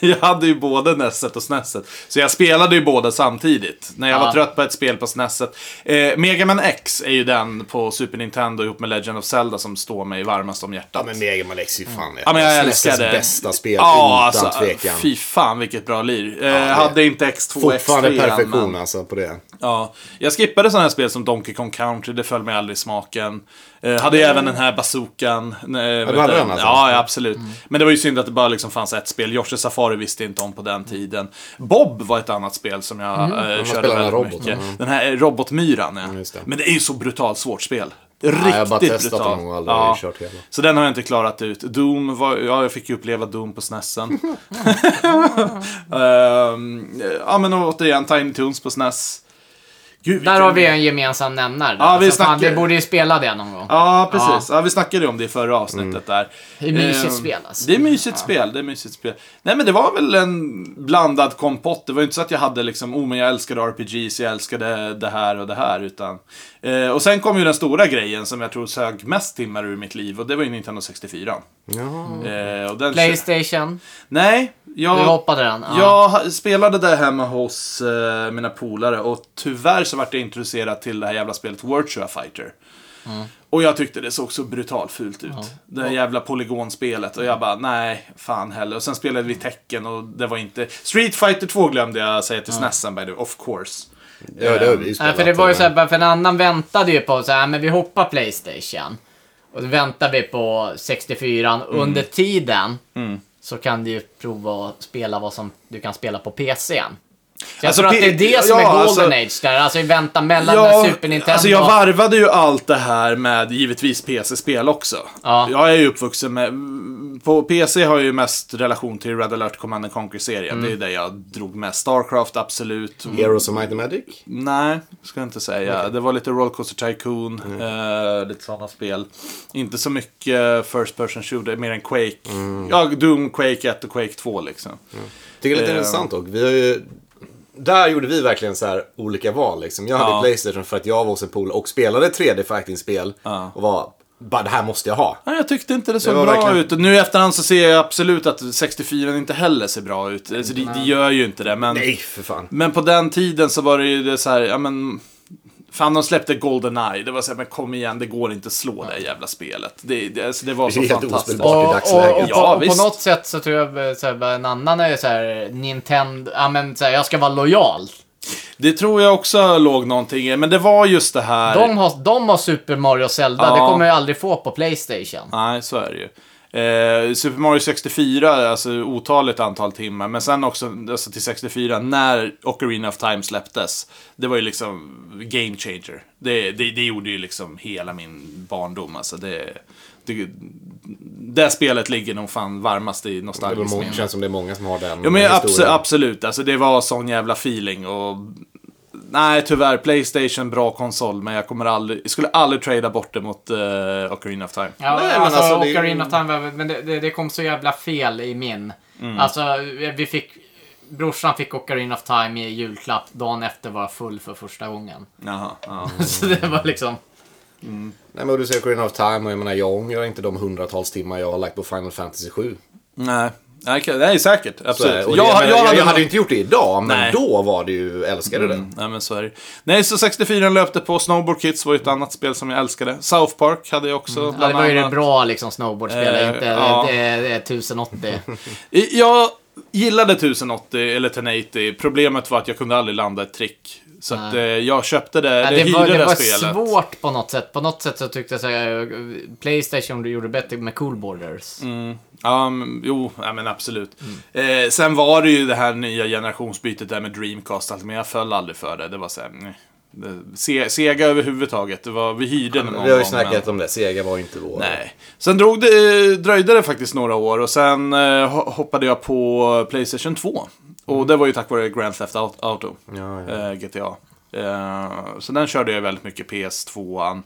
Speaker 1: jag hade ju både Nesset och Snesset. Så jag spelade ju båda samtidigt. När jag
Speaker 3: Ja.
Speaker 1: var trött på ett spel på Snesset. Eh, Mega Man X är ju den på Super Nintendo ihop med Legend of Zelda som står mig varmast om hjärtat.
Speaker 2: Ja, men Mega Man X är ju fan
Speaker 1: Ja, men jag
Speaker 2: SNES:es
Speaker 1: älskar det.
Speaker 2: bästa spel,
Speaker 1: Ja,
Speaker 2: utan
Speaker 1: alltså,
Speaker 2: tvekan.
Speaker 1: Fy fan vilket bra lir. Eh,
Speaker 2: det-
Speaker 1: hade inte X2 och
Speaker 2: Fortfarande
Speaker 1: X3.
Speaker 2: perfektion
Speaker 1: Men,
Speaker 2: alltså på det.
Speaker 1: ja. Jag skippade sådana här spel som Donkey Kong Country, det föll mig aldrig i smaken. Eh, hade ju även den här bazookan. Eh, ja,
Speaker 2: hade den alltså?
Speaker 1: ja, ja, absolut. Men det var ju synd att det bara liksom fanns ett spel. Yoshi Safari visste inte om på den tiden. Bob var ett annat spel som jag eh, körde
Speaker 2: Mm. spelade den här
Speaker 1: väldigt
Speaker 2: roboten,
Speaker 1: mycket.
Speaker 2: mm.
Speaker 1: Den här eh, robotmyran, ja.
Speaker 2: just det.
Speaker 1: Men det är ju så brutalt svårt spel. Riktigt
Speaker 2: jag har bara testat
Speaker 1: brutalt.
Speaker 2: den någon gång, aldrig kört hela.
Speaker 1: Så den har jag inte klarat ut. Doom, var, ja, jag fick ju uppleva Doom på snessen. (laughs) Ehm, ja men och återigen Tiny Toons på SNES. Gud,
Speaker 3: Där
Speaker 1: vilken-
Speaker 3: har vi en gemensam nämnare. där.
Speaker 1: Ja, vi
Speaker 3: Så fan,
Speaker 1: snackar-
Speaker 3: vi borde ju spela det någon gång.
Speaker 1: Ja, precis. Ja. vi snackade ju om det i förra avsnittet där.
Speaker 3: Det är mysigt
Speaker 1: Ehm,
Speaker 3: spel, alltså.
Speaker 1: Det är mysigt spel, det är mysigt spel. Nej men det var väl en blandad kompott. Det var ju inte så att jag hade liksom, oh men jag älskade RPGs, jag älskade det här och det här. Utan, eh, och sen kom ju den stora grejen som jag tror sög mest timmar ur mitt liv och det var ju Nintendo 64.
Speaker 2: Jaha.
Speaker 3: Mm.
Speaker 1: Eh, och den
Speaker 3: Playstation.
Speaker 1: Nej,
Speaker 3: Du
Speaker 1: jag,
Speaker 3: hoppade den. Ja.
Speaker 1: jag ha- spelade där hemma hos eh, mina polare och tyvärr så vart jag introducerad till det här jävla spelet Virtua Fighter. Och jag tyckte det såg så brutalt fult ut. Det här jävla polygonspelet. Och jag bara, nej, fan heller. Och sen spelade vi tecken och det var inte... Street Fighter 2 glömde jag säga till SNESen by the way, of course.
Speaker 2: Ja, det har vi ju
Speaker 3: Nej,
Speaker 2: spelat.
Speaker 3: för det var ju
Speaker 2: men-
Speaker 3: såhär, för en annan väntade ju på så här, "Ah, men vi hoppar Playstation. Och då väntar vi på 64
Speaker 1: Mm.
Speaker 3: Under tiden så kan du ju prova att spela vad som du kan spela på PCn. Så jag
Speaker 1: Alltså,
Speaker 3: tror att
Speaker 1: P-
Speaker 3: det är det som
Speaker 1: ja,
Speaker 3: är
Speaker 1: alltså-
Speaker 3: golden age där. Alltså i väntan mellan när Super Nintendo...
Speaker 1: Alltså jag varvade ju allt det här med givetvis PC-spel också.
Speaker 3: Ja.
Speaker 1: Jag är ju uppvuxen med... På PC har jag ju mest relation till Red Alert Command and Conquer-serien.
Speaker 3: Mm.
Speaker 1: Det är ju där jag drog mest. Starcraft, absolut.
Speaker 2: Heroes of Might and Magic?
Speaker 1: Nej, ska jag inte säga. Det var lite Rollcoaster Tycoon,
Speaker 3: Mm.
Speaker 1: eh, lite sådana spel. Inte så mycket First Person Shooter, mer än Quake.
Speaker 3: Mm.
Speaker 1: Ja, Doom, Quake 1 och Quake 2 liksom.
Speaker 2: Tycker det är lite
Speaker 1: Eh.
Speaker 2: intressant dock. Vi har ju... Där gjorde vi verkligen så här olika val. Liksom. Jag hade
Speaker 1: Ja.
Speaker 2: Playstation för att jag var hos en pool och spelade 3D fighting-spel. Och var bara det här måste jag ha.
Speaker 1: Nej, jag tyckte inte det såg
Speaker 2: Det var
Speaker 1: bra
Speaker 2: verkligen-
Speaker 1: ut. Och nu i efterhand så ser jag absolut att 64 inte heller ser bra ut. Alltså, det, det gör ju inte det, men...
Speaker 2: Nej, för fan.
Speaker 1: Men på den tiden så var det ju det så här, ja men... Fan, de släppte Goldeneye. Det var så här, men kom igen, det går inte att slå det här jävla spelet. Det, det, alltså, det var
Speaker 2: Det är
Speaker 1: så
Speaker 2: helt
Speaker 1: fantastiskt.
Speaker 2: ospelbart. i dagsläget.
Speaker 3: Och, och,
Speaker 1: Ja,
Speaker 3: och, på, och
Speaker 1: visst.
Speaker 3: på något sätt så tror jag eh, så här, bara en annan är ju såhär Nintendo, ja men så här, jag ska vara lojal.
Speaker 1: Det tror jag också låg någonting i, men det var just det här...
Speaker 3: De har, de har Super Mario och Zelda,
Speaker 1: Ja.
Speaker 3: det kommer jag aldrig få på Playstation.
Speaker 1: Nej, så är det ju. Eh, Super Mario 64, alltså otaligt antal timmar, men sen också alltså, till 64, när Ocarina of Time släpptes, det var ju liksom game changer. Det, det, det gjorde ju liksom hela min barndom, alltså det... Det, det spelet ligger nog fan varmast i
Speaker 2: Det är väl
Speaker 1: nostalgiskt
Speaker 2: många,
Speaker 1: minne.
Speaker 2: känns som det är många som har den
Speaker 1: Ja men
Speaker 2: historien.
Speaker 1: abso- absolut, alltså det var sån jävla feeling och... Nej tyvärr, Playstation bra konsol men jag kommer aldrig, jag skulle aldrig trada bort det mot uh, Ocarina of Time.
Speaker 3: Ja,
Speaker 2: Nej, men
Speaker 3: alltså,
Speaker 2: alltså, det är ju-
Speaker 3: Ocarina of Time, var- men det, det, det kom så jävla fel i min.
Speaker 1: Mm.
Speaker 3: Alltså, vi fick... Brorsan fick Ocarina of Time i julklapp. Dagen efter var jag full för första gången. (laughs)
Speaker 1: Jaha, ja.
Speaker 3: Så det var liksom...
Speaker 2: Nej, men du säger Green of Time och jag menar jag ångrar inte de hundratals timmar jag har lagt på Final Fantasy 7.
Speaker 1: Nej. Nej, kan- nej, säkert.
Speaker 2: Så, är det.
Speaker 1: Absolut.
Speaker 2: och jag, jag, menar, jag, jag hade ju
Speaker 1: nog-
Speaker 2: inte gjort det idag, men
Speaker 1: Nej. Mm.
Speaker 2: då var det ju, älskade det.
Speaker 1: Nej, men så är det. Nej, så 64 löpte på. Snowboard Kids var ju ett annat spel som jag älskade. South Park hade jag också.
Speaker 3: Mm. Ja, det
Speaker 1: bland
Speaker 3: var ju det
Speaker 1: annat.
Speaker 3: bra liksom, snowboardspel,
Speaker 1: Eh,
Speaker 3: inte eh,
Speaker 1: ja.
Speaker 3: det,
Speaker 1: (laughs)
Speaker 3: det, 1080.
Speaker 1: I- Jag gillade 1080 eller 1080. Problemet var att jag kunde aldrig landa ett trick. Så att, eh, jag köpte det,
Speaker 3: Ja,
Speaker 1: eller
Speaker 3: det var,
Speaker 1: hyrde
Speaker 3: det
Speaker 1: det,
Speaker 3: var
Speaker 1: spelet.
Speaker 3: svårt på något sätt. På något sätt så tyckte jag så här, eh, Playstation gjorde bättre med Cool Borders.
Speaker 1: Mm. Ja, men, jo, ja, men absolut.
Speaker 3: Mm.
Speaker 1: Eh, sen var det ju det här nya generationsbytet där med Dreamcast, och allt, men jag föll aldrig för det. Det var såhär, nej. Det- Se, Sega överhuvudtaget. Det var, vi hyrde den någon
Speaker 2: Vi har ju
Speaker 1: gång, men-
Speaker 2: snackat om det, Sega var ju inte vår.
Speaker 1: Nej. Sen drog det, eh, dröjde det faktiskt några år och sen eh, ho- hoppade jag på Playstation 2. Och det var ju tack vare Grand Theft Au- Auto,
Speaker 2: Mm. Ja, ja.
Speaker 1: Eh, GTA. Eh, så den körde jag väldigt mycket, PS2an.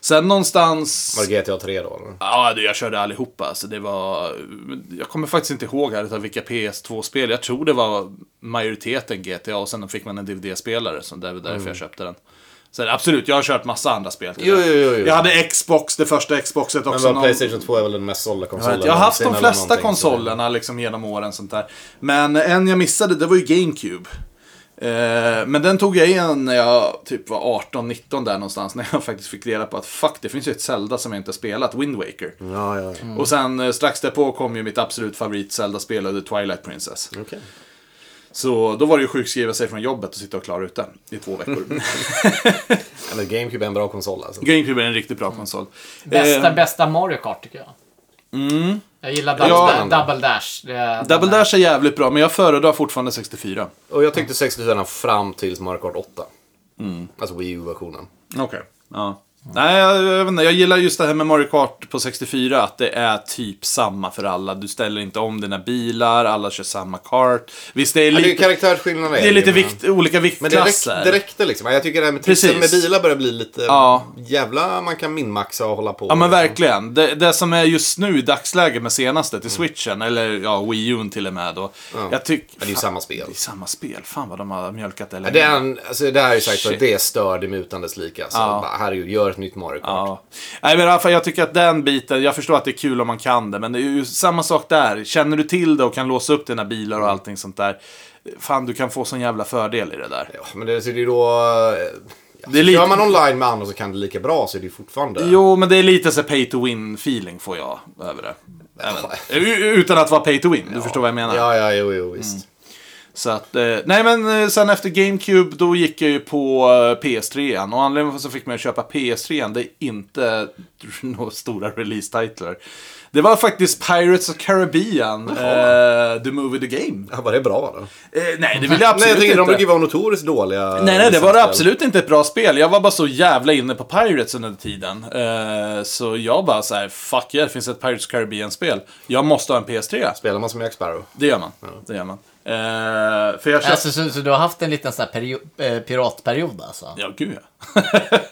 Speaker 1: Sen någonstans...
Speaker 2: Var det GTA 3 då? eller?
Speaker 1: Ja, det, jag körde allihopa. Så det var... Jag kommer faktiskt inte ihåg här utav vilka PS2-spel. Jag tror det var majoriteten GTA och sen fick man en DVD-spelare. Så det var därför jag köpte den. Så är det, absolut, jag har kört massa andra spel. till
Speaker 2: Mm. Jo,
Speaker 1: det.
Speaker 2: jo, jo, jo.
Speaker 1: Jag hade Xbox, det första Xboxet
Speaker 2: Men
Speaker 1: också.
Speaker 2: väl
Speaker 1: någon-
Speaker 2: Playstation 2 är väl den mest sålda
Speaker 1: jag,
Speaker 2: konsolen.
Speaker 1: vet, jag har haft de
Speaker 2: någonsin eller
Speaker 1: flesta
Speaker 2: någonting, så-
Speaker 1: konsolerna liksom genom åren. Sånt där. Men en jag missade, det var ju GameCube. Eh, men den tog jag igen när jag typ var 18-19 där någonstans. När jag faktiskt fick reda på att fuck, det finns ju ett Zelda som jag inte har spelat, Wind Waker.
Speaker 2: Ja, ja, ja.
Speaker 1: Och sen eh, strax därpå kom ju mitt absolut favorit Zelda-spel, The Twilight Princess.
Speaker 2: Okej.
Speaker 1: Så då var det ju sjukskriva sig från jobbet och sitta och klara ut den i två
Speaker 2: (laughs)
Speaker 1: veckor.
Speaker 2: Ja, men GameCube är en bra konsol alltså.
Speaker 1: GameCube är en riktigt bra konsol.
Speaker 3: Bästa,
Speaker 1: Eh, Mm.
Speaker 3: bästa Mario Kart tycker jag. Jag gillar Double,
Speaker 1: Ja.
Speaker 3: Da- Double Dash. Det,
Speaker 1: Double
Speaker 3: den är-
Speaker 1: Dash är jävligt bra, men jag föredrar fortfarande 64.
Speaker 2: Och jag tyckte 64 fram tills Mario Kart 8.
Speaker 1: Mm.
Speaker 2: Alltså Wii U-versionen.
Speaker 1: Okej. Ja. Nej, jag, jag, vet inte. jag gillar just det här med Mario Kart på 64, att det är typ samma för alla. Du ställer inte om dina bilar, alla kör samma kart. Visst, det är
Speaker 2: Ja, det är ju
Speaker 1: lite,
Speaker 2: karaktärsskillnader.
Speaker 1: det är lite
Speaker 2: men-
Speaker 1: vikt, olika
Speaker 2: Men det, räck,
Speaker 1: viktklasser.
Speaker 2: det räckte liksom. Jag tycker det här med tricksen med
Speaker 1: Precis.
Speaker 2: bilar börjar bli lite...
Speaker 1: Ja.
Speaker 2: Jävla man kan minmaxa och hålla på.
Speaker 1: Ja men verkligen. Det, det som är just nu i dagsläget med senaste till switchen, eller ja, Wii U till och med då. Jag tycker...
Speaker 2: Men Mm. det är ju samma spel.
Speaker 1: Det är samma spel. Fan vad de har mjölkat det.
Speaker 2: Ja,
Speaker 1: länge.
Speaker 2: Det, är en, alltså, det här är ju sagt att
Speaker 1: Shit.
Speaker 2: det störde mig utan dess lika. Så
Speaker 1: Ja.
Speaker 2: bara, herregud, gör ett nytt Mario Kart.
Speaker 1: Ja. Nej, men i alla fall, jag tycker att den biten, jag förstår att det är kul om man kan det, men det är ju samma sak där. Känner du till det och kan låsa upp dina bilar
Speaker 2: Mm.
Speaker 1: och allting sånt där, fan du kan få sån jävla fördel i det där.
Speaker 2: Ja, men det, så det är ju då... eh, Ja,
Speaker 1: Det är
Speaker 2: så
Speaker 1: lite-
Speaker 2: Kör man online med andra så kan det lika bra så är det ju fortfarande...
Speaker 1: Jo, men det är lite så pay to win feeling får jag över det. Även. U- Utan att vara pay to win, du förstår vad jag menar.
Speaker 2: Ja, ja, jo, jo, visst.
Speaker 1: Mm. Så att, eh, nej men eh, sen efter GameCube då gick jag ju på eh, PS3 och anledningen för att jag fick mig att köpa PS3 det är inte (laughs) några stora release-titlar. Det var faktiskt Pirates of Caribbean, eh, The Movie The Game.
Speaker 2: Ja, var det bra då?
Speaker 1: Eh, nej, det vill jag
Speaker 2: Nej,
Speaker 1: absolut
Speaker 2: jag tycker de
Speaker 1: inte.
Speaker 2: brukar ju vara notoriskt dåliga.
Speaker 1: Nej, nej, det var
Speaker 2: licenser.
Speaker 1: absolut inte ett bra spel. Jag var bara så jävla inne på Pirates under tiden. Eh, så jag bara så här, fuck yeah, det finns ett Pirates of Caribbean-spel. Jag måste ha en PS3.
Speaker 2: Spelar man som Jack Sparrow?
Speaker 1: Det gör man. Det gör man. Eh, för jag köpte...
Speaker 3: Alltså, så, så du har haft en liten sån här perio- eh, piratperiod alltså?
Speaker 1: Ja, gud ja. (laughs)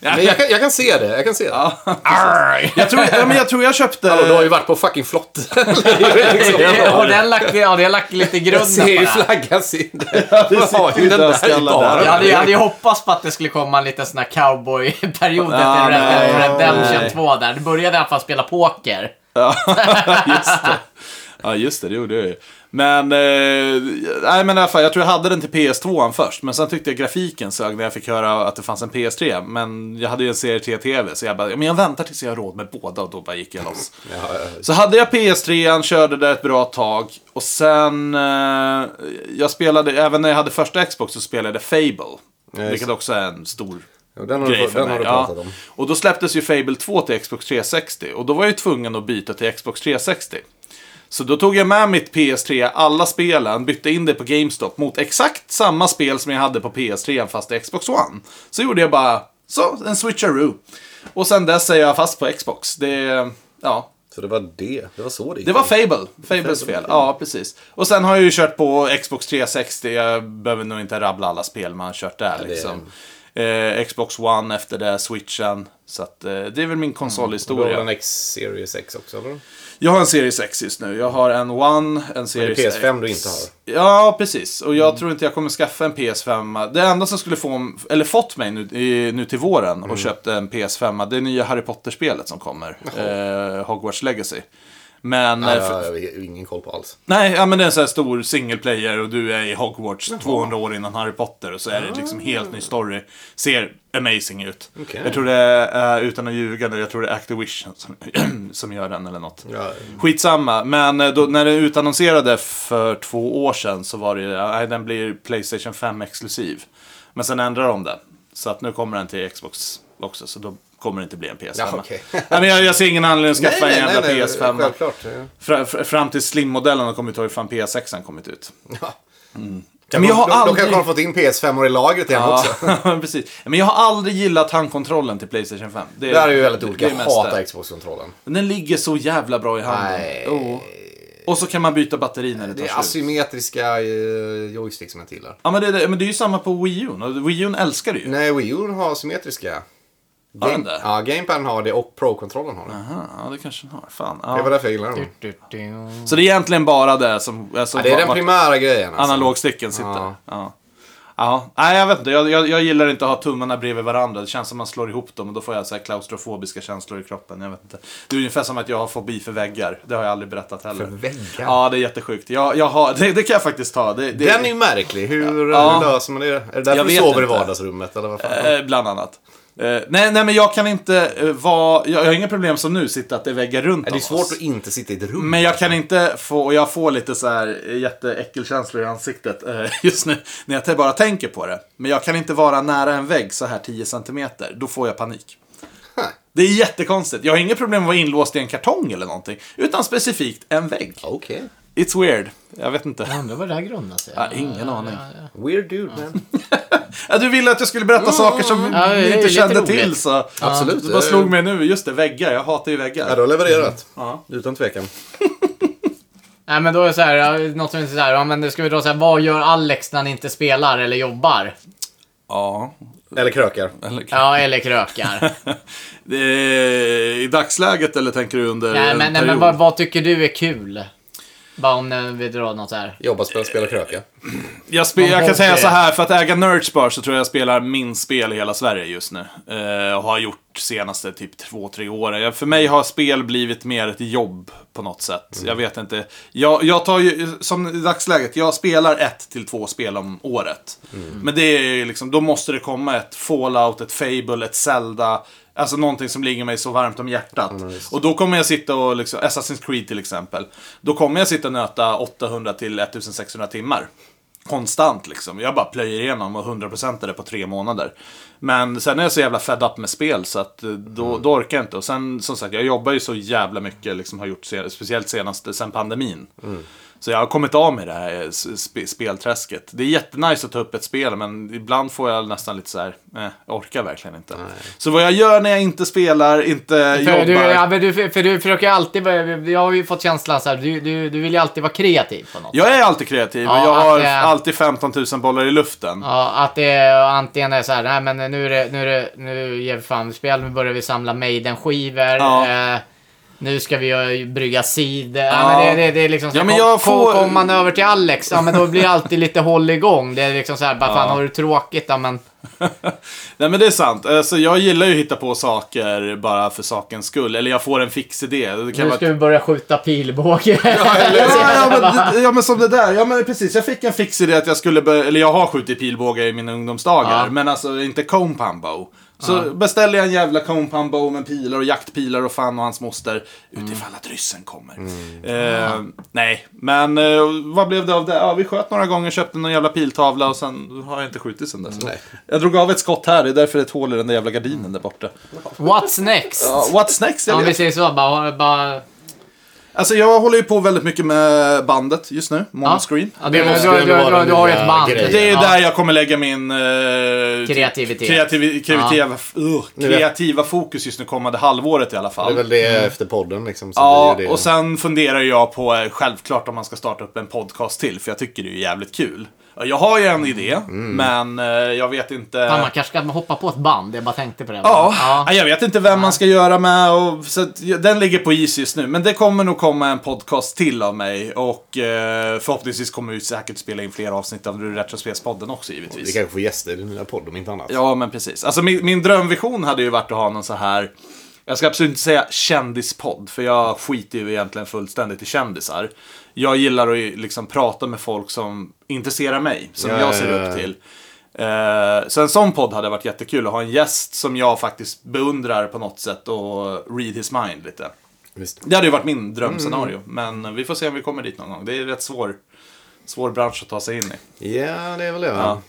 Speaker 2: Men jag kan, jag kan se det, jag kan se det.
Speaker 1: (laughs) Jag tror, ja, men jag tror jag köpte...
Speaker 2: Hallå, du
Speaker 1: (laughs)
Speaker 2: har ju varit på fucking flott. (laughs) liksom,
Speaker 3: Har den lagt, ja, det har lagt lite
Speaker 2: jag
Speaker 3: grunden
Speaker 2: ser
Speaker 3: på
Speaker 2: ju
Speaker 3: det. här.
Speaker 2: flaggan synda. (laughs) Du har ju den där i
Speaker 1: dödskallar
Speaker 2: baren.
Speaker 1: där.
Speaker 3: Jag hade, jag hade ju hoppats på att det skulle komma en liten sån här cowboy-period
Speaker 1: Ah,
Speaker 3: efter Red Dead
Speaker 1: nej.
Speaker 3: Redemption 2 där. Du började i alla fall spela poker.
Speaker 1: just det. Ja, just det, det gjorde jag ju. Men, eh, nej men i alla fall, jag tror jag hade den till PS2 först. Men sen tyckte jag grafiken sög när jag fick höra att det fanns en PS3. Men jag hade ju en CRT-TV, så jag bara, "Ja, men jag väntar tills jag har råd med båda. Och då bara gick jag loss.
Speaker 2: Ja, ja, ja.
Speaker 1: Så hade jag PS3, körde det ett bra tag. Och sen, eh, jag spelade, även när jag hade första Xbox så spelade jag Fable.
Speaker 2: just
Speaker 1: vilket också är en stor
Speaker 2: Ja, Den har du,
Speaker 1: grej för
Speaker 2: den har
Speaker 1: mig.
Speaker 2: du pratat
Speaker 1: ja.
Speaker 2: om.
Speaker 1: Och då släpptes ju Fable 2 till Xbox 360 och då var jag ju tvungen att byta till Xbox 360. Så då tog jag med mitt PS3, alla spelen, bytte in det på GameStop mot exakt samma spel som jag hade på PS3 fast i Xbox One. Så gjorde jag bara, så, en switcheroo. Och sen dess är jag fast på Xbox. Det, ja,
Speaker 2: Så det var det. Det var så det gick.
Speaker 1: det var Fable. Fables fel. Ja, precis. Och sen har jag ju kört på Xbox 360. Jag behöver nog inte rabbla alla spel man har kört där
Speaker 2: det-
Speaker 1: liksom. Eh, Xbox One efter det, switchen. Så att, eh, det är väl min
Speaker 2: Du Mm, har väl
Speaker 1: konsolhistoria.
Speaker 2: en X-Series X också, eller?
Speaker 1: Jag har en Series X just nu. Jag har en One, en Series X.
Speaker 2: PS5 du inte har. Mm.
Speaker 1: Ja, precis. Och jag tror inte jag kommer skaffa en PS5. Det enda som skulle få, eller fått mig nu, i, nu till våren
Speaker 2: Mm.
Speaker 1: och köpt en PS5, det är nya Harry Potter-spelet som kommer. Eh, Hogwarts Legacy. Men
Speaker 2: Nej,
Speaker 1: eh, för-
Speaker 2: jag har ingen koll på alls.
Speaker 1: Nej, ja, men det är en sån här stor single player och du är i Hogwarts 200 år innan Harry Potter och så är det liksom helt ny story. Ser amazing ut.
Speaker 2: Ah. Okej.
Speaker 1: Jag tror det är, eh, utan att ljuga, nu, jag tror det är Activision som, (clears throat) som gör den eller något.
Speaker 2: Ja.
Speaker 1: Skitsamma, men eh, då, när den utannonserade för två år sedan så var det ju, nej den blir Playstation 5 exklusiv. Men sen ändrar de den. Så att nu kommer den till Xbox också, så då kommer det inte bli en PS5.
Speaker 2: Ja, okej.
Speaker 1: nej, men jag, jag ser ingen anledning att skaffa en jävla PS5.
Speaker 2: självklart.
Speaker 1: Fra- fr- Fram till slim-modellen har kommit ut, fan PS6 kommit ut.
Speaker 2: Ja.
Speaker 1: Men jag har
Speaker 2: de, de
Speaker 1: aldrig...
Speaker 2: kanske har fått in PS5 or i lagret igen också.
Speaker 1: ja, (laughs) precis. Men jag har aldrig gillat handkontrollen till Playstation 5. Det,
Speaker 2: Det här är ju väldigt
Speaker 1: det-
Speaker 2: olika.
Speaker 1: det
Speaker 2: Jag
Speaker 1: är mest
Speaker 2: hatar
Speaker 1: det.
Speaker 2: Xbox-kontrollen.
Speaker 1: Men den ligger så jävla bra i handen.
Speaker 2: Nej.
Speaker 1: Jo. Och så kan man byta batteri när det tar
Speaker 2: Det är
Speaker 1: slut.
Speaker 2: asymmetriska eh, joystick som jag inte gillar.
Speaker 1: Ja, men det, det, men det är ju samma på Wii U. och Wii U älskar det ju.
Speaker 2: Nej, Wii U har symmetriska.
Speaker 1: Har den det?
Speaker 2: Ja, Gamepaden har det och Pro-kontrollen har det.
Speaker 1: Aha, ja, det kanske den har. Fan.
Speaker 2: Det var
Speaker 1: Ja.
Speaker 2: därför jag gillar dem.
Speaker 3: Du, du,
Speaker 1: Så det är egentligen bara det som... Alltså,
Speaker 2: Ja, det är den
Speaker 1: vart
Speaker 2: primära grejen. Alltså.
Speaker 1: Analogsticken sitter.
Speaker 2: Ja.
Speaker 1: Ja. Ja. Ja, nej jag vet inte. Jag, jag, jag gillar inte att ha tummarna bredvid varandra. Det känns som man slår ihop dem och då får jag så här klaustrofobiska känslor i kroppen. Jag vet inte. Det är ungefär som att jag har fobi för väggar. Det har jag aldrig berättat heller.
Speaker 2: För väggar?
Speaker 1: Ja, det är jättesjukt. Jag, jag har, det, det kan jag faktiskt ta. Det, det,
Speaker 2: Den är ju märklig. Hur,
Speaker 1: Ja.
Speaker 2: hur löser man det? Är det därför
Speaker 1: Jag
Speaker 2: du
Speaker 1: vet
Speaker 2: sover i
Speaker 1: inte.
Speaker 2: vardagsrummet? Eller vad fan?
Speaker 1: Eh, bland annat. Eh, nej, nej, men jag kan inte eh, vara... Jag, jag har inga problem som nu, sitta att det är väggar runt
Speaker 2: det är
Speaker 1: om
Speaker 2: ju svårt
Speaker 1: oss.
Speaker 2: att inte sitta i ett rum.
Speaker 1: Men jag kan inte få, och jag får lite så här eh, jätteäckelkänslor i ansiktet eh, (laughs) just nu. När jag t- bara tänker på det. Men jag kan inte vara nära en vägg så här 10 centimeter. Då får jag panik. Det är jättekonstigt. Jag har inget problem med att vara inlåst i en kartong eller någonting. Utan specifikt en vägg.
Speaker 2: Okej.
Speaker 1: It's weird. Jag vet inte.
Speaker 3: Undrar vad det här grundar sig.
Speaker 1: Ja, ingen aning.
Speaker 2: Weird dude man.
Speaker 1: Ja, du ville att jag skulle berätta saker som
Speaker 3: Ja, det
Speaker 1: du
Speaker 3: är
Speaker 1: inte
Speaker 3: lite
Speaker 1: kände
Speaker 3: roligt.
Speaker 1: till så.
Speaker 2: Absolut.
Speaker 1: Det bara slog mig nu. Just det, väggar. Jag hatar ju väggar.
Speaker 2: Ja, du har levererat.
Speaker 1: Ja.
Speaker 2: Utan tvekan.
Speaker 3: Nej men då är det så här, ja, något som är så här, ja men det ska vi dra så här, vad gör Alex när han inte spelar eller jobbar?
Speaker 1: Ja.
Speaker 2: Eller krökar.
Speaker 1: Eller,
Speaker 3: Ja, eller krökar.
Speaker 1: Det är- I dagsläget eller tänker du under
Speaker 3: nej
Speaker 1: en
Speaker 3: men, nej,
Speaker 1: period?
Speaker 3: men vad, vad tycker du är kul? Bara om eh, vi drar något så här.
Speaker 2: Jobba, spela, spela, kröka.
Speaker 1: Jag, spe- jag kan
Speaker 3: hobby.
Speaker 1: säga så här, för att äga Nerdspar så tror jag jag spelar min spel i hela Sverige just nu. Eh, och har gjort senaste typ två, tre åren. Jag, för mig har spel blivit mer ett jobb på något sätt. Jag vet inte. Jag, jag tar ju, som i dagsläget, jag spelar ett till två spel om året. Men det är ju liksom, då måste det komma ett Fallout, ett Fable, ett Zelda. Alltså någonting som ligger mig så varmt om hjärtat. och då kommer jag sitta och, liksom, Assassin's Creed till exempel. Då kommer jag sitta och nöta 800 till 1600 timmar konstant liksom. Jag bara plöjer igenom och 100% är det på tre månader. Men sen är jag så jävla fed up med spel så att eh, då,
Speaker 3: Mm.
Speaker 1: då orkar jag inte. Och sen som sagt, jag jobbar ju så jävla mycket, liksom, har gjort se, speciellt senaste, sen pandemin.
Speaker 3: Mm.
Speaker 1: Så jag har kommit av med det här eh, s- sp- spelträsket. Det är jättenice att ta upp ett spel men ibland får jag nästan lite så här, eh, jag orkar verkligen inte. Så vad jag gör när jag inte spelar, inte
Speaker 3: För
Speaker 1: jobbar.
Speaker 3: du, ja, men du, för du försöker ju alltid, vara- jag har ju fått känslan så här, du, du, du vill ju alltid vara kreativ på något sätt.
Speaker 1: Jag är alltid kreativ och
Speaker 3: Ja,
Speaker 1: jag har
Speaker 3: att, eh,
Speaker 1: alltid 15 000 bollar i luften.
Speaker 3: Ja, att det är- antingen är så här, nej men nu är det, nu är det, nu ger vi fan spel, nu börjar vi samla Maiden-skivor.
Speaker 1: Ja.
Speaker 3: Eh, nu ska vi ju brygga cider. Ja. men det, det, det är liksom så
Speaker 1: Ja,
Speaker 3: här,
Speaker 1: men
Speaker 3: kom-
Speaker 1: jag får-
Speaker 3: kom, kom man över till Alex, ja men då blir det alltid lite håll igång. Det är liksom så här, bara fan har du tråkigt? Ja men,
Speaker 1: Nej men det är sant. Alltså, jag gillar ju att hitta på saker bara för sakens skull. Eller jag får en fix idé. Det kan
Speaker 3: nu
Speaker 1: vara...
Speaker 3: ska vi börja skjuta pilbåge. Ja,
Speaker 1: Ja, ja, men, ja men som det där. Ja men precis, jag fick en fix idé att jag skulle börja, eller jag har skjutit pilbåge i mina ungdomsdagar.
Speaker 3: Ja.
Speaker 1: Men alltså inte cone pumbo. Så beställer jag en jävla cone pumbo med pilar och jaktpilar och fan och hans moster. Utifall att ryssen kommer. Eh, Nej, men eh, vad blev det av det? Ja, vi sköt några gånger, köpte någon jävla piltavla och sen har jag inte skjutit sen dess.
Speaker 2: Nej.
Speaker 1: Jag drog av ett skott här, det är därför det är ett hål i den där jävla gardinen där borta.
Speaker 3: (laughs) What's next?
Speaker 1: Ja, what's next? Jag
Speaker 3: Om vi
Speaker 1: vet.
Speaker 3: säger så, bara, bara
Speaker 1: Alltså jag håller ju på väldigt mycket med bandet just nu, Monoscreen.
Speaker 3: Ja, det,
Speaker 2: måste
Speaker 3: du,
Speaker 2: ju
Speaker 3: du,
Speaker 2: ändå vara
Speaker 3: du, du,
Speaker 2: den
Speaker 3: du har ju
Speaker 2: nya
Speaker 3: ett band.
Speaker 2: grejen.
Speaker 1: Det är ju
Speaker 3: ja.
Speaker 1: där jag kommer lägga min... Eh,
Speaker 3: Kreativitet.
Speaker 1: kreativi- kreativa, ugh, kreativa fokus just nu kommande halvåret i alla
Speaker 2: Det är
Speaker 1: fall.
Speaker 2: väl det efter podden liksom. Så
Speaker 1: Mm. Ja,
Speaker 2: blir det.
Speaker 1: och sen funderar jag på eh, självklart om man ska starta upp en podcast till, för jag tycker det är jävligt kul. Jag har ju en idé,
Speaker 2: Mm.
Speaker 1: men eh, jag vet inte...
Speaker 3: Fan, man kanske ska hoppa på ett band, jag bara tänkte på det.
Speaker 1: Ja, Nej, jag vet inte vem man ska göra med. Och, så att, ja, den ligger på is just nu. Men det kommer nog komma en podcast till av mig. Och eh, förhoppningsvis kommer vi säkert spela in fler avsnitt av Retrospelspodden också
Speaker 2: Vi
Speaker 1: givetvis.
Speaker 2: kanske får gäster i den nya podden om inte annat.
Speaker 1: Ja, men precis. Alltså min, min drömvision hade ju varit att ha någon så här... Jag ska absolut inte säga kändispodd, för jag skiter ju egentligen fullständigt i kändisar. Jag gillar att ju liksom prata med folk som intresserar mig, som
Speaker 2: Ja,
Speaker 1: jag ser
Speaker 2: ja,
Speaker 1: upp
Speaker 2: ja.
Speaker 1: till. Eh, så en sån podd hade varit jättekul, att ha en gäst som jag faktiskt beundrar på något sätt och read his mind lite.
Speaker 2: Visst.
Speaker 1: Det hade ju varit min drömscenario,
Speaker 2: Mm.
Speaker 1: men vi får se om vi kommer dit någon gång. Det är rätt svår, svår bransch att ta sig in i.
Speaker 2: Ja, det är väl det. va?
Speaker 1: Ja.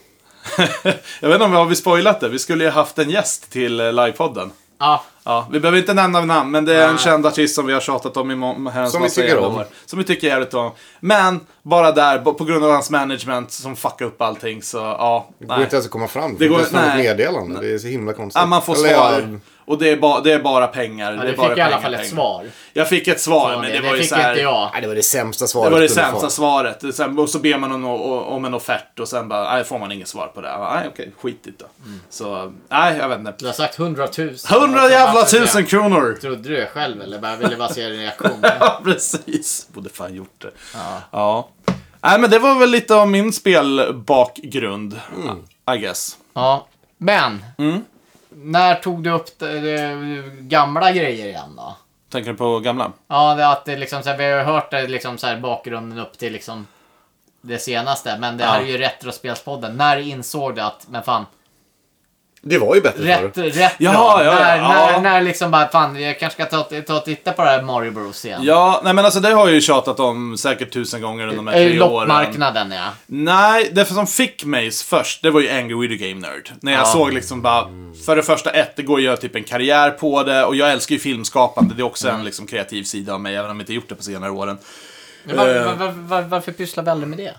Speaker 1: jag vet inte om vi har vi spoilat det. Vi skulle ju haft en gäst till eh, livepodden.
Speaker 3: Ja.
Speaker 1: Ja, vi behöver inte nämna namn, men det är en känd artist som vi har tjatat om i må- herrans
Speaker 2: Som vi
Speaker 1: massa
Speaker 2: tycker
Speaker 1: jävla
Speaker 2: om.
Speaker 1: år. Som vi tycker jävligt om. Men bara där, bo- på grund av hans management som fuckade upp allting, så ja.
Speaker 2: Det går
Speaker 1: Nej.
Speaker 2: inte ens att komma fram.
Speaker 1: Det
Speaker 2: Det
Speaker 1: går-
Speaker 2: går inte ens
Speaker 1: nej.
Speaker 2: ett meddelande. Det är så himla konstigt.
Speaker 1: Ja, man får
Speaker 2: Eller, ja,
Speaker 1: svar. Och det är, ba- det är bara pengar.
Speaker 3: Ja,
Speaker 1: det
Speaker 3: du
Speaker 1: är
Speaker 3: fick
Speaker 1: bara
Speaker 3: i alla
Speaker 1: pengar,
Speaker 3: fall ett
Speaker 1: pengar.
Speaker 3: svar.
Speaker 1: Jag fick ett svar,
Speaker 3: Ja,
Speaker 1: men det,
Speaker 3: det,
Speaker 1: var ju
Speaker 3: fick
Speaker 1: så här,
Speaker 3: inte jag.
Speaker 2: Nej, det var det sämsta svaret
Speaker 1: Det var det
Speaker 2: du kunde
Speaker 1: sämsta
Speaker 2: få.
Speaker 1: svaret. Det är så här- Och så ber man om, om en offert och sen bara, nej, får man inget svar på det. Ja, Nej, okej, skitigt då.
Speaker 3: Mm.
Speaker 1: Så, nej, jag vet inte.
Speaker 3: Du har sagt hundratusen.
Speaker 1: Hundra jävla tusen kronor!
Speaker 3: Trodde du det
Speaker 1: (laughs)
Speaker 3: själv eller bara ville bara se din reaktion?
Speaker 1: Ja, precis. Borde fan gjort det. Ja. Nej, men det var väl lite av min spelbakgrund.
Speaker 3: Mm.
Speaker 1: I guess.
Speaker 3: Ja. Men.
Speaker 1: Mm.
Speaker 3: När tog du upp det, det, gamla grejer igen då?
Speaker 1: Tänker du på gamla?
Speaker 3: Ja, det, att det liksom, så här, vi har ju hört det, liksom, så här, bakgrunden upp till liksom, det senaste. Men det här är ju Retrospelspodden. När insåg du att, men fan,
Speaker 2: Det var ju bättre förr.
Speaker 3: rätt, rätt
Speaker 1: Ja, ja,
Speaker 3: bra.
Speaker 1: ja,
Speaker 3: när,
Speaker 1: ja.
Speaker 3: När, när liksom bara, fan, jag kanske ska ta, ta och titta på det här Mario Bros igen.
Speaker 1: Ja, nej men alltså det har jag ju tjatat om säkert tusen gånger under de här
Speaker 3: Ö,
Speaker 1: tre åren.
Speaker 3: Loppmarknaden ja.
Speaker 1: Nej, det som fick mig först, det var ju Angry Video Game Nerd. När jag
Speaker 3: Ja.
Speaker 1: såg liksom bara, för det första ett, det går ju att göra typ en karriär på det och jag älskar ju filmskapande, det är också
Speaker 3: Mm.
Speaker 1: en liksom kreativ sida av mig, även om jag inte gjort det på senare åren.
Speaker 3: Var, var, var, var, varför pysslar vi aldrig med det?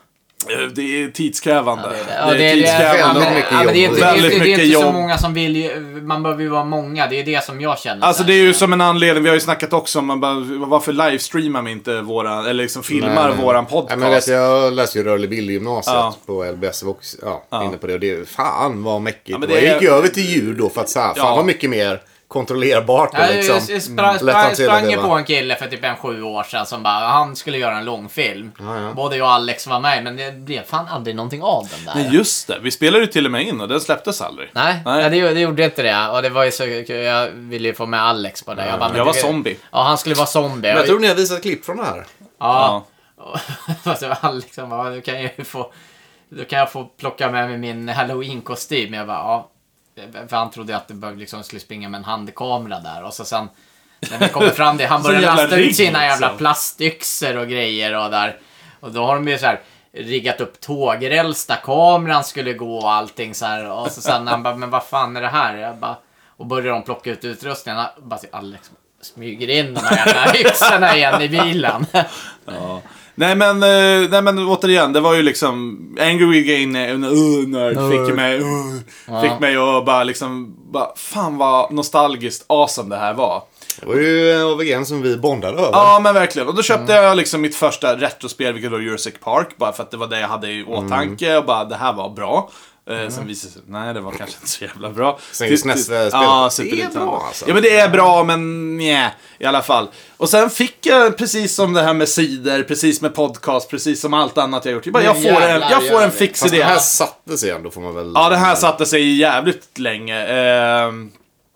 Speaker 1: Eh, Det är tidskrävande.
Speaker 3: Ja, det-
Speaker 1: det, är
Speaker 3: ja,
Speaker 1: tidskrävande.
Speaker 3: men-
Speaker 2: mycket
Speaker 3: ja, men Det är
Speaker 2: jobb.
Speaker 3: inte, det är
Speaker 1: Väldigt
Speaker 3: inte, det är
Speaker 1: mycket
Speaker 3: inte så
Speaker 1: jobb.
Speaker 3: många som vill ju, man behöver ju vara många. Det är det som jag känner.
Speaker 1: Alltså
Speaker 3: så
Speaker 1: det
Speaker 3: här.
Speaker 1: är ju som en anledning, vi har ju snackat också om man bara, varför livestreamar vi inte våran, eller liksom filmar
Speaker 2: Nej, nej.
Speaker 1: våran
Speaker 2: Nej,
Speaker 1: podcast?
Speaker 2: men vet, jag läste ju rörlig bild i gymnasiet
Speaker 1: Ja.
Speaker 2: på LBS. och Också, ja, Inne på det. Och det fan vad mäckigt.
Speaker 1: men
Speaker 2: det var.
Speaker 1: det är-
Speaker 2: Jag gick ju över till ljud då för att så här,
Speaker 1: Ja.
Speaker 2: fan vad mycket mer kontrollerbart. och
Speaker 3: Ja, jag-
Speaker 2: liksom,
Speaker 3: jag jag sprang,
Speaker 2: lätt
Speaker 3: sprang,
Speaker 2: hanterat
Speaker 3: sprang
Speaker 2: det,
Speaker 3: ju
Speaker 2: va?
Speaker 3: på en kille för typ en sju år sedan som bara, han skulle göra en långfilm.
Speaker 2: ja.
Speaker 3: Både jag och Alex var med, men det blev fan aldrig någonting av den där.
Speaker 1: Nej just det, vi spelade ju till och med in och den släpptes aldrig.
Speaker 3: Nej,
Speaker 1: Nej.
Speaker 3: nej. Det, det gjorde inte det. Och det var ju så kul. Jag ville ju få med Alex på det. Jag, bara, men
Speaker 1: Jag
Speaker 3: det-
Speaker 1: var zombie.
Speaker 3: Ja, han skulle vara zombie.
Speaker 2: Men jag tror ni har visat klipp från det här.
Speaker 3: Ja. (laughs) Fast det var Alex som Alltså, liksom bara, du kan ju få, du kan jag få plocka med mig min halloween-kostym. Jag bara, ja. För han trodde att det bara liksom skulle springa med en handkamera där. Och så sen när vi kommer fram det,
Speaker 1: (laughs)
Speaker 3: han
Speaker 1: Så
Speaker 3: börjar
Speaker 1: jävla
Speaker 3: lasta
Speaker 1: rigg,
Speaker 3: ut sina jävla
Speaker 1: liksom.
Speaker 3: plastyxor och grejer och där. Och då har de ju så här riggat upp tågräls där kameran skulle gå och allting så här. Och så sen han bara, men vad fan är det här? Jag bara, och börjar de plocka ut utrustningen. Jag Bara, Alex smyger in de här jävla (laughs) yxorna igen i bilen.
Speaker 1: Ja. Nej men, eh, nej men återigen, det var ju liksom Angry Game uh, nerd fick ju mig, uh, fick mig att bara liksom, bara, fan vad nostalgiskt awesome det här var.
Speaker 2: Det var ju eh, AVG'n som vi bondade över.
Speaker 1: Ja men verkligen, och då köpte
Speaker 2: Mm.
Speaker 1: jag liksom mitt första retrospel, vilket var Jurassic Park, bara för att det var det jag hade i
Speaker 2: Mm.
Speaker 1: åtanke och bara det här var bra. Eh, Sen visade det sig, nej det var kanske inte så jävla bra.
Speaker 2: Sen
Speaker 1: Till-
Speaker 2: just nästa
Speaker 1: till-
Speaker 2: spel.
Speaker 1: Ja,
Speaker 2: Det är
Speaker 1: Super Nintendo.
Speaker 2: bra, alltså.
Speaker 1: Ja men det är bra men nja, i alla fall. Och sen fick jag, precis som det här med sidor, precis med podcast, precis som allt annat jag gjort. Jag, bara, jag,
Speaker 3: Nu
Speaker 1: får, en,
Speaker 3: jävlar
Speaker 1: jag får
Speaker 3: gör
Speaker 1: en
Speaker 3: vi.
Speaker 1: fix
Speaker 2: Fast
Speaker 1: idé.
Speaker 2: det här satte sig ändå får man väl...
Speaker 1: Ja, det här satte sig jävligt länge. Ehm,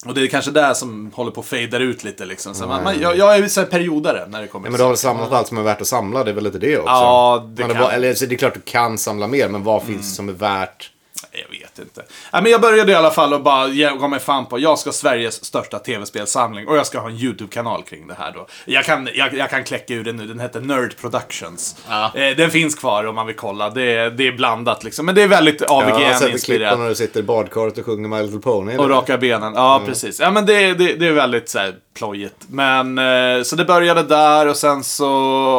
Speaker 1: och det är kanske där som håller på att fejdar ut lite liksom. Så man, man, jag, jag är så här periodare när det kommer
Speaker 2: Mm. Ja,
Speaker 1: till
Speaker 2: men du har väl samlat allt som är värt att samla, det är väl lite det också?
Speaker 1: Ja, det
Speaker 2: Men
Speaker 1: kan- Mm.
Speaker 2: var, eller, så det är klart du kan samla mer, men vad finns som är värt?
Speaker 1: Jag vet inte. Nej, men jag började i alla fall och bara ge- gav mig fan på jag ska ha Sveriges största tv-spelssamling och jag ska ha en YouTube-kanal kring det här då. Jag kan, jag, jag kan kläcka ur den nu, den heter Nerd Productions.
Speaker 3: Ja.
Speaker 1: Eh, den finns kvar om man vill kolla, det, är- det är blandat liksom. Men det är väldigt
Speaker 2: jag har sett klippen
Speaker 1: AVGN-inspirerat.
Speaker 2: när du sitter i badkaret och sjunger My Little Pony.
Speaker 1: Och raka benen. Ja, precis. Ja, men det, det, det är väldigt så här, plojigt. Men, eh, så det började där och sen så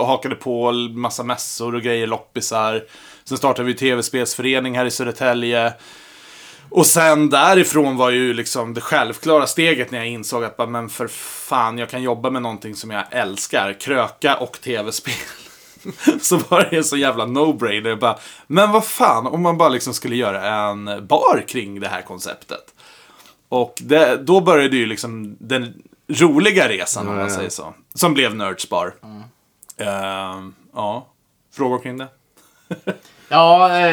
Speaker 1: hakade på l- massa mässor och grejer, loppisar. Sen startade vi tv-spelsförening här i Södertälje. Och sen därifrån var ju liksom det självklara steget när jag insåg att bara, men för fan, jag kan jobba med någonting som jag älskar. Kröka och tv-spel. (laughs) Så var det en så jävla no-brainer. Jag bara, Men vad fan om man bara liksom skulle göra en bar kring det här konceptet. Och det, då började ju liksom den roliga resan om man säger så. Som blev Nerds bar.
Speaker 3: Mm.
Speaker 1: Ehm, ja, frågor kring det?
Speaker 3: Ja, eh,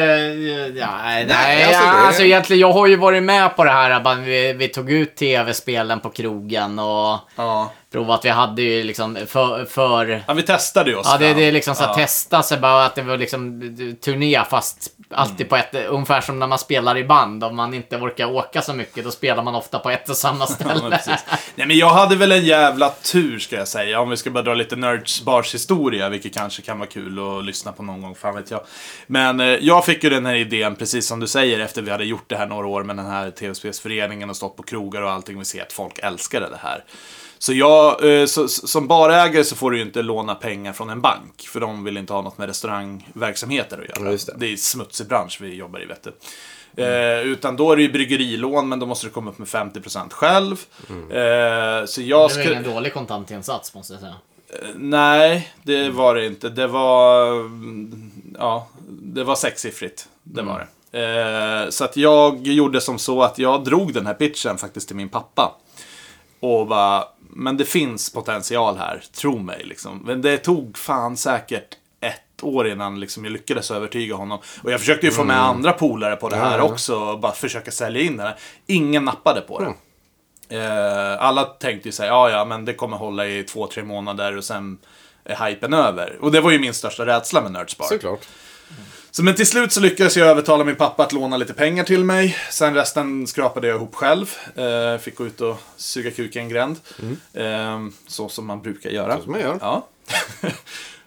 Speaker 3: ja nej, nej
Speaker 2: alltså
Speaker 3: alltså,
Speaker 2: det-
Speaker 3: egentligen, jag har ju varit med på det här, bara vi, vi tog ut tv-spelen på krogen och
Speaker 1: Ja.
Speaker 3: provat, vi hade ju liksom för... för
Speaker 1: vi testade ju oss
Speaker 3: ja, det,
Speaker 1: fram.
Speaker 3: det är liksom så att
Speaker 1: Ja.
Speaker 3: testa sig bara, att det var liksom turné fast alltid på ett, ungefär som när man spelar i band, om man inte orkar åka så mycket, då spelar man ofta på ett och samma
Speaker 1: (laughs) Ja, men
Speaker 3: ställe.
Speaker 1: precis. Nej men jag hade väl en jävla tur ska jag säga. Om vi ska bara dra lite Nerds Bars historia, vilket kanske kan vara kul att lyssna på någon gång, fan vet jag. Men eh, jag fick ju den här idén, precis som du säger, efter vi hade gjort det här några år med den här tv-spelsföreningen och stått på krogar och allting. Vi ser att folk älskade det här. Så jag, eh, så, så- som barägare så får du ju inte låna pengar från en bank, för de vill inte ha något med restaurangverksamheter att göra.
Speaker 2: Ja, just det.
Speaker 1: det är smutsig bransch vi jobbar i, vet du. Eh, utan då är det ju bryggerilån, men då måste du komma upp med 50% själv. Eh, så jag
Speaker 3: Mm. Det var ingen
Speaker 1: skulle...
Speaker 3: dålig kontantinsats, måste jag säga.
Speaker 1: Nej,
Speaker 2: Mm.
Speaker 1: det var det inte. Det var... mm, Ja, det var sexsiffrigt. Det
Speaker 2: Mm.
Speaker 1: var det. Eh, så att jag gjorde som så att jag drog den här pitchen faktiskt till min pappa. Och bara, men det finns potential här, tro mig liksom. Men det tog fan säkert ett år innan liksom jag lyckades övertyga honom. Och jag försökte ju få med andra polare på det här
Speaker 2: Mm. Ja, ja.
Speaker 1: också och bara försöka sälja in det här. Ingen nappade på det.
Speaker 2: Mm.
Speaker 1: Eh, alla tänkte ju såhär, ja ja men det kommer hålla i två, tre månader och sen är hypen över. Och det var ju min största rädsla med Nerdspar.
Speaker 2: Såklart.
Speaker 1: Så men till slut så lyckades jag övertala min pappa att låna lite pengar till mig. Sen resten skrapade jag ihop själv. Eh, fick gå ut och suga kuk i en gränd. Eh, så som man brukar göra.
Speaker 2: Mm. Så som man gör.
Speaker 1: Ja. (laughs)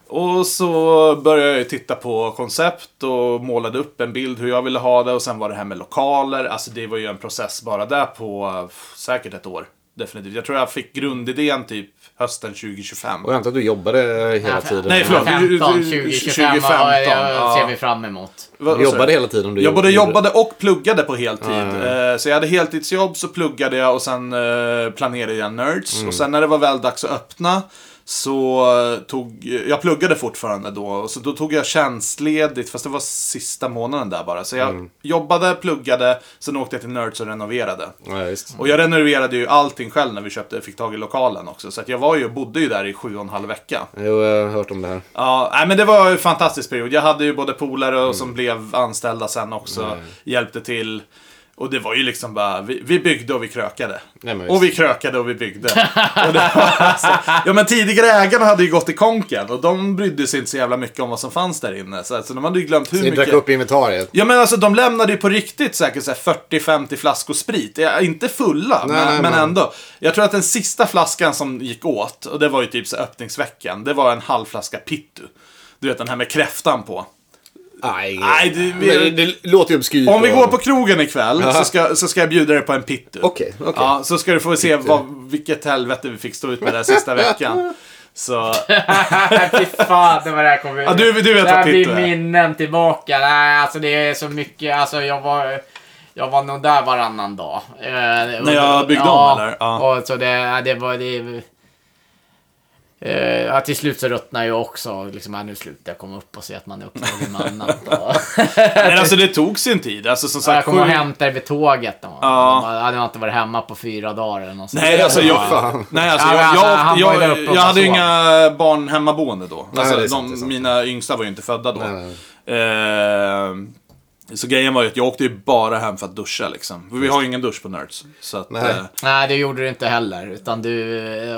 Speaker 1: och så började jag ju titta på koncept och målade upp en bild hur jag ville ha det. Och sen var det här med lokaler. Alltså det var ju en process bara där på eh, säkert ett år. Definitivt. Jag tror jag fick grundidén typ hösten 2025.
Speaker 2: Och jag antar att du jobbade hela tiden?
Speaker 1: Nej, förlåt.
Speaker 3: 15, 20, 25
Speaker 1: 20,
Speaker 3: ja, det
Speaker 1: ja.
Speaker 3: ser vi fram emot.
Speaker 1: Vad-
Speaker 2: Du
Speaker 1: vad sa
Speaker 2: jobbade hela tiden? Du
Speaker 1: jag både
Speaker 2: gjorde-
Speaker 1: jobbade och pluggade på heltid.
Speaker 2: Ja,
Speaker 1: Eh, Så jag hade heltidsjobb, så pluggade jag och sen eh, planerade jag Nerds.
Speaker 2: Mm.
Speaker 1: Och sen när det var väl dags att öppna så eh, tog, jag pluggade fortfarande då, och så då tog jag tjänstledigt, fast det var sista månaden där bara. Så jag
Speaker 2: Mm.
Speaker 1: jobbade, pluggade, sen åkte jag till Nerds och renoverade.
Speaker 2: Ja, visst.
Speaker 1: Och jag renoverade ju allting själv när vi köpte, fick tag i lokalen också. Så att jag var ju, bodde ju där i sju och en halv vecka.
Speaker 2: Jo, jag har hört om det här.
Speaker 1: Ja, nej, men det var en fantastisk period. Jag hade ju både polare och
Speaker 2: Mm.
Speaker 1: som blev anställda sen också. Hjälpte till. Och det var ju liksom bara, vi, vi byggde och vi krökade.
Speaker 2: Nej, men
Speaker 1: och vi
Speaker 2: visst.
Speaker 1: krökade och vi byggde. och det var (laughs) alltså, ja men tidigare ägarna hade ju gått i konken och de brydde sig inte så jävla mycket om vad som fanns där inne. Så alltså, de hade ju glömt hur
Speaker 2: Ni
Speaker 1: mycket...
Speaker 2: drack upp inventariet?
Speaker 1: Ja men alltså de lämnade ju på riktigt säkert så här 40-50 flaskor sprit. Ja, Inte fulla,
Speaker 2: Nej,
Speaker 1: men,
Speaker 2: nej,
Speaker 1: men
Speaker 2: men-
Speaker 1: ändå. Jag tror att den sista flaskan som gick åt, och det var ju typ så här öppningsveckan, det var en halv flaska pittu. Du vet den här med kräftan på.
Speaker 2: Nej,
Speaker 1: Nej, det- vi-
Speaker 2: Men det, det låter ju obskyrt.
Speaker 1: Om vi
Speaker 2: och-
Speaker 1: går på krogen ikväll så
Speaker 2: Aha.
Speaker 1: ska, så ska jag bjuda dig på en pittu.
Speaker 2: Okej, okej.
Speaker 1: Ja, så ska du få se vad, vilket helvete vi fick stå ut med den här sista
Speaker 2: (laughs)
Speaker 1: veckan. Så,
Speaker 3: Fy fan, det var det här kommer
Speaker 1: Ja, du- du vet
Speaker 3: Det här
Speaker 1: vad Pitto
Speaker 3: blir
Speaker 1: är.
Speaker 3: minnen tillbaka. Nej, alltså det är så mycket. Alltså jag var... Jag var nog där varannan dag. När
Speaker 1: jag byggde om, eller? Ja.
Speaker 3: Och så det, ja, det var... Det, Eh, ja, till slut så ruttnade jag också. Liksom, ja, nu slutar jag komma upp och se att man är upptagen med annat.
Speaker 1: (laughs)
Speaker 3: Och,
Speaker 1: men alltså det tog sin tid. Alltså som
Speaker 3: jag
Speaker 1: sagt,
Speaker 3: kom och
Speaker 1: sju-
Speaker 3: hämtade vid tåget. Då.
Speaker 1: Ja.
Speaker 3: De bara, hade jag inte varit hemma på fyra dagar eller något sånt.
Speaker 1: Nej, alltså jag...
Speaker 2: Fan.
Speaker 1: Nej, alltså,
Speaker 3: Ja,
Speaker 1: jag,
Speaker 3: men alltså,
Speaker 1: jag,
Speaker 3: han var ju där
Speaker 1: jag,
Speaker 3: uppe och
Speaker 1: jag hade ju
Speaker 3: sov.
Speaker 1: inga barn hemmaboende då. Alltså,
Speaker 2: det är
Speaker 1: de,
Speaker 2: sant, det är sant.
Speaker 1: Mina yngsta var ju inte födda då.
Speaker 2: Nej, nej.
Speaker 1: Ehm, så grejen var ju att jag åkte ju bara hem för att duscha liksom. Vi har ju ingen dusch på Nerds. Så att,
Speaker 2: Nej.
Speaker 1: eh,
Speaker 3: Nej, det gjorde du inte heller. Utan du, eh,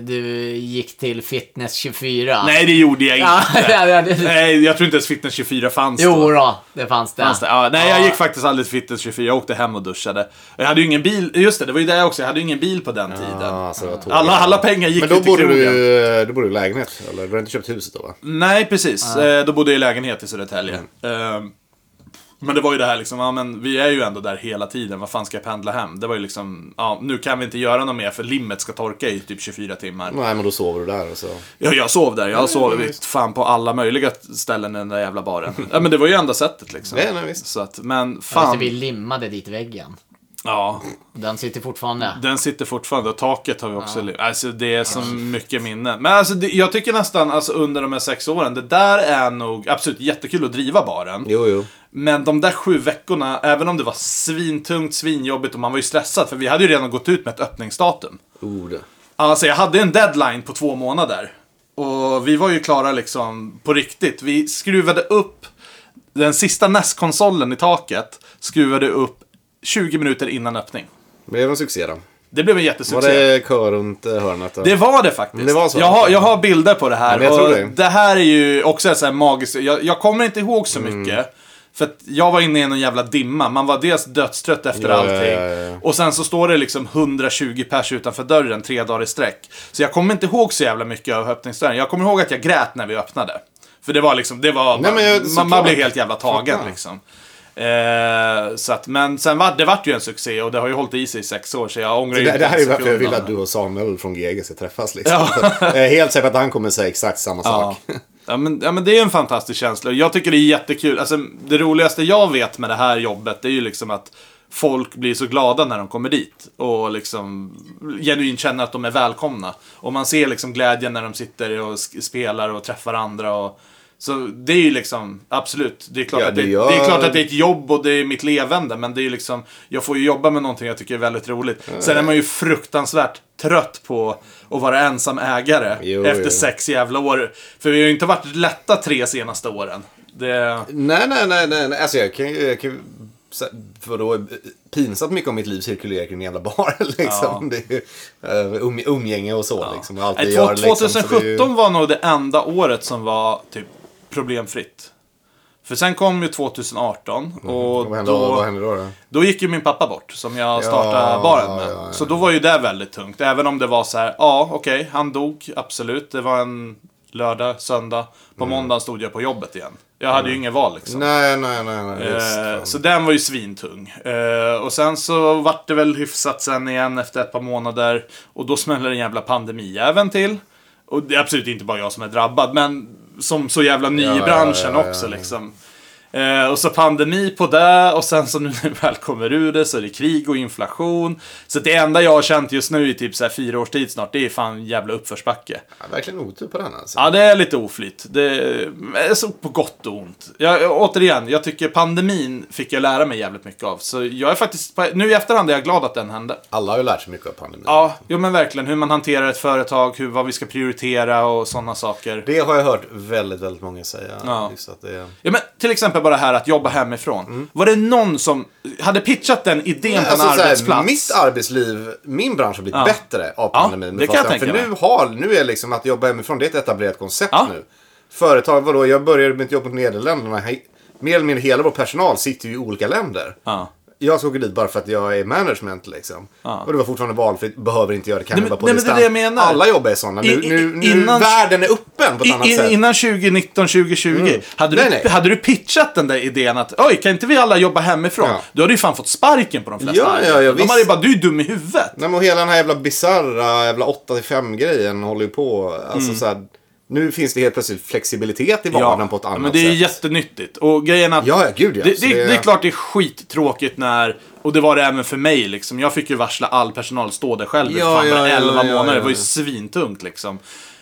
Speaker 3: du gick till Fitness 24.
Speaker 1: nej, det gjorde jag
Speaker 3: Ja, (laughs)
Speaker 1: inte.
Speaker 3: ja, ja, det,
Speaker 1: nej, jag tror inte ens Fitness 24 fanns då.
Speaker 3: jo då, det fanns det.
Speaker 1: Fanns det? Ja, nej, jag gick faktiskt aldrig till Fitness 24. Jag åkte hem och duschade. Jag hade ju ingen bil. Just det, det var ju det också. Jag hade ju ingen bil på den
Speaker 2: Ja,
Speaker 1: tiden.
Speaker 2: alltså, det var tåligt.
Speaker 1: Alla, alla pengar gick
Speaker 2: Men
Speaker 1: ju
Speaker 2: då
Speaker 1: till
Speaker 2: bor
Speaker 1: krogen.
Speaker 2: du, då bor du i lägenhet, eller? Du har inte köpt huset då va?
Speaker 1: Nej, precis. Eh, då bodde jag i lägenhet i Södertälje. Eh, men det var ju det här liksom, ja men vi är ju ändå där hela tiden, vad fan ska jag pendla hem? Det var ju liksom, ja nu kan vi inte göra något mer för limmet ska torka i typ 24 timmar.
Speaker 2: Nej, men då sover du där och så.
Speaker 1: Ja, jag sov där, jag har sovit fan på alla möjliga ställen i den där jävla (laughs) baren. ja men det var ju enda sättet liksom.
Speaker 2: Nej, nej, visst.
Speaker 1: Så att, men
Speaker 3: Fast Alltså, vi
Speaker 1: fan.
Speaker 3: limmade dit väggen.
Speaker 1: Ja,
Speaker 3: Den sitter fortfarande.
Speaker 1: den sitter fortfarande och taket har vi också lim- Alltså det är så mycket minnen. Men alltså det, jag tycker nästan, alltså under de här sex åren, det där är nog, absolut jättekul att driva baren.
Speaker 2: Jo, jo.
Speaker 1: Men de där sju veckorna, även om det var svintungt, svinjobbigt och man var ju stressad för vi hade ju redan gått ut med ett öppningsdatum.
Speaker 2: Oh, det.
Speaker 1: Alltså jag hade en deadline på två månader. Och vi var ju klara liksom på riktigt. Vi skruvade upp den sista NES-konsolen i taket, skruvade upp 20 minuter innan öppning.
Speaker 2: Blev en succé då?
Speaker 1: Det blev en
Speaker 2: Var
Speaker 1: jättesuccé.
Speaker 2: det kör runt eh, hörnet? Då?
Speaker 1: Det var det faktiskt.
Speaker 2: Men det var så.
Speaker 1: jag, har, jag har bilder på det här.
Speaker 2: men jag tror
Speaker 1: och
Speaker 2: det.
Speaker 1: det här är ju också en sån här magisk... Jag, jag kommer inte ihåg så mycket.
Speaker 2: Mm.
Speaker 1: För att jag var inne i någon jävla dimma. Man var dels dödstrött efter
Speaker 2: Ja,
Speaker 1: allting.
Speaker 2: ja, ja, ja.
Speaker 1: Och sen så står det liksom 120 pers utanför dörren tre dagar i sträck. Så jag kommer inte ihåg så jävla mycket av öppningsdörren. Jag kommer ihåg att jag grät när vi öppnade. För det var liksom, det var...
Speaker 2: Nej, men jag-
Speaker 1: man, man
Speaker 2: såklart.
Speaker 1: blev helt jävla tagen
Speaker 2: Såklart.
Speaker 1: liksom. Eh, så att, men sen var, det vart ju en succé och det har ju hållit i sig i sex år så jag ångrar ju
Speaker 2: Det,
Speaker 1: inte
Speaker 2: det här är
Speaker 1: en
Speaker 2: ju varför jag vill
Speaker 1: sekund.
Speaker 2: att du och Samuel från GG ska träffas liksom. Jag är helt säker på att han kommer säga exakt samma
Speaker 1: Ja.
Speaker 2: sak.
Speaker 1: Ja, men, ja men det är en fantastisk känsla. Jag tycker det är jättekul. Alltså, det roligaste jag vet med det här jobbet det är ju liksom att folk blir så glada när de kommer dit. Och liksom genuint känner att de är välkomna. Och man ser liksom glädjen när de sitter och sk- spelar och träffar andra. Och Så det är ju liksom, absolut. Det är, klart
Speaker 2: Ja,
Speaker 1: att det,
Speaker 2: det gör-
Speaker 1: det är klart att det är ett jobb och det är mitt levande. Men det är ju liksom, jag får ju jobba med någonting jag tycker är väldigt roligt. Sen är man ju fruktansvärt trött på att vara ensam ägare
Speaker 2: Jo,
Speaker 1: efter
Speaker 2: jo.
Speaker 1: sex jävla år. För vi har ju inte varit lätta tre senaste åren. Det...
Speaker 2: Nej, nej, nej, nej. nej. Alltså jag kan ju... Jag kan ju sä- för då är pinsamt mycket om mitt liv cirkulerar kring en jävla bar. (laughs) Liksom. Det är ju, eh, um, umgänge och så. Liksom, och allt
Speaker 1: Nej,
Speaker 2: vi
Speaker 1: två-
Speaker 2: gör, liksom. Så det är ju-
Speaker 1: 2017 var nog det enda året som var typ problemfritt. För sen kom ju 2018 och
Speaker 2: Mm. Vad hände
Speaker 1: då,
Speaker 2: då? Vad hände då? då?
Speaker 1: då gick ju min pappa bort som jag startade
Speaker 2: Ja,
Speaker 1: baren med.
Speaker 2: ja, ja.
Speaker 1: Så då var ju det väldigt tungt. Även om det var så här, ja okej, han dog, absolut. Det var en lördag, söndag. På
Speaker 2: Mm.
Speaker 1: måndagen stod jag på jobbet igen. Jag hade ju inget val liksom.
Speaker 2: Nej, nej, nej. nej just,
Speaker 1: Eh,
Speaker 2: fan.
Speaker 1: så den var ju svintung. Eh, och sen så vart det väl hyfsat sen igen efter ett par månader. Och då smäller den jävla pandemijäveln till. Och det är absolut inte bara jag som är drabbad, men som så jävla ny
Speaker 2: Ja,
Speaker 1: i
Speaker 2: ja,
Speaker 1: branschen
Speaker 2: ja, ja,
Speaker 1: också
Speaker 2: ja.
Speaker 1: liksom. Eh, och så pandemi på det och sen så nu (laughs) när vi väl kommer ur det så är det krig och inflation. Så det enda jag har känt just nu i typ så här fyra års tid snart, det är fan jävla uppförsbacke.
Speaker 2: Ja, verkligen otur på den alltså.
Speaker 1: Ja, det är lite oflyt. Det är så på gott och ont. Jag, återigen, jag tycker pandemin fick jag lära mig jävligt mycket av. Så jag är faktiskt, nu i efterhand är jag glad att den hände.
Speaker 2: Alla har ju lärt sig mycket av pandemin.
Speaker 1: Ja, jo men verkligen. Hur man hanterar ett företag, hur, vad vi ska prioritera och sådana saker.
Speaker 2: Det har jag hört väldigt, väldigt många säga.
Speaker 1: Ja.
Speaker 2: Just att det...
Speaker 1: Ja, men till exempel bara här att jobba hemifrån. Var det någon som hade pitchat den idén på en
Speaker 2: Mm. Alltså, så
Speaker 1: arbetsplats?
Speaker 2: här, mitt arbetsliv, min bransch har blivit
Speaker 1: Ja.
Speaker 2: bättre av pandemin.
Speaker 1: det
Speaker 2: med
Speaker 1: kan jag
Speaker 2: fasta-
Speaker 1: tänka
Speaker 2: För nu, har, nu är liksom att jobba hemifrån, det är ett etablerat koncept
Speaker 1: Ja.
Speaker 2: nu. Företag, vadå, jag började mitt jobb på Nederländerna. He- Mer eller mindre hela vår personal sitter ju i olika länder.
Speaker 1: Ja.
Speaker 2: Jag ska åka dit bara för att jag är management liksom. Och det var fortfarande valfritt, behöver inte göra det, kan
Speaker 1: Nej,
Speaker 2: jobba
Speaker 1: men-
Speaker 2: på
Speaker 1: nej, men det är
Speaker 2: distans.
Speaker 1: det jag menar.
Speaker 2: Alla jobb är sådana.
Speaker 1: I-
Speaker 2: Nu,
Speaker 1: i-
Speaker 2: nu, nu
Speaker 1: innan-
Speaker 2: världen är öppen på ett annat
Speaker 1: I,
Speaker 2: sätt. Mm.
Speaker 1: i, innan 2019, 2020, hade, du,
Speaker 2: Nej, nej.
Speaker 1: hade du pitchat den där idén att oj, kan inte vi alla jobba hemifrån?
Speaker 2: Ja.
Speaker 1: Då hade du ju fan fått sparken på de flesta
Speaker 2: Ja, ja,
Speaker 1: arbeten.
Speaker 2: ja,
Speaker 1: De
Speaker 2: visst.
Speaker 1: hade ju bara, du är dum i huvudet.
Speaker 2: Nej, men och hela den här jävla bisarra jävla 8-5 grejen håller ju på. Alltså,
Speaker 1: Mm.
Speaker 2: så här, nu finns det helt plötsligt flexibilitet i vardagen på ett annat
Speaker 1: men det är
Speaker 2: sätt.
Speaker 1: jättenyttigt. Och grejen att...
Speaker 2: Ja, ja, gud, ja.
Speaker 1: Det,
Speaker 2: Så
Speaker 1: det,
Speaker 2: det-
Speaker 1: det är klart det är skittråkigt när... Och det var det även för mig liksom. Jag fick ju varsla all personal, stå där själv
Speaker 2: Ja,
Speaker 1: ja, fan,
Speaker 2: ja,
Speaker 1: bara
Speaker 2: ja,
Speaker 1: 11
Speaker 2: ja,
Speaker 1: månader.
Speaker 2: ja,
Speaker 1: Det var ju
Speaker 2: ja.
Speaker 1: svintungt liksom.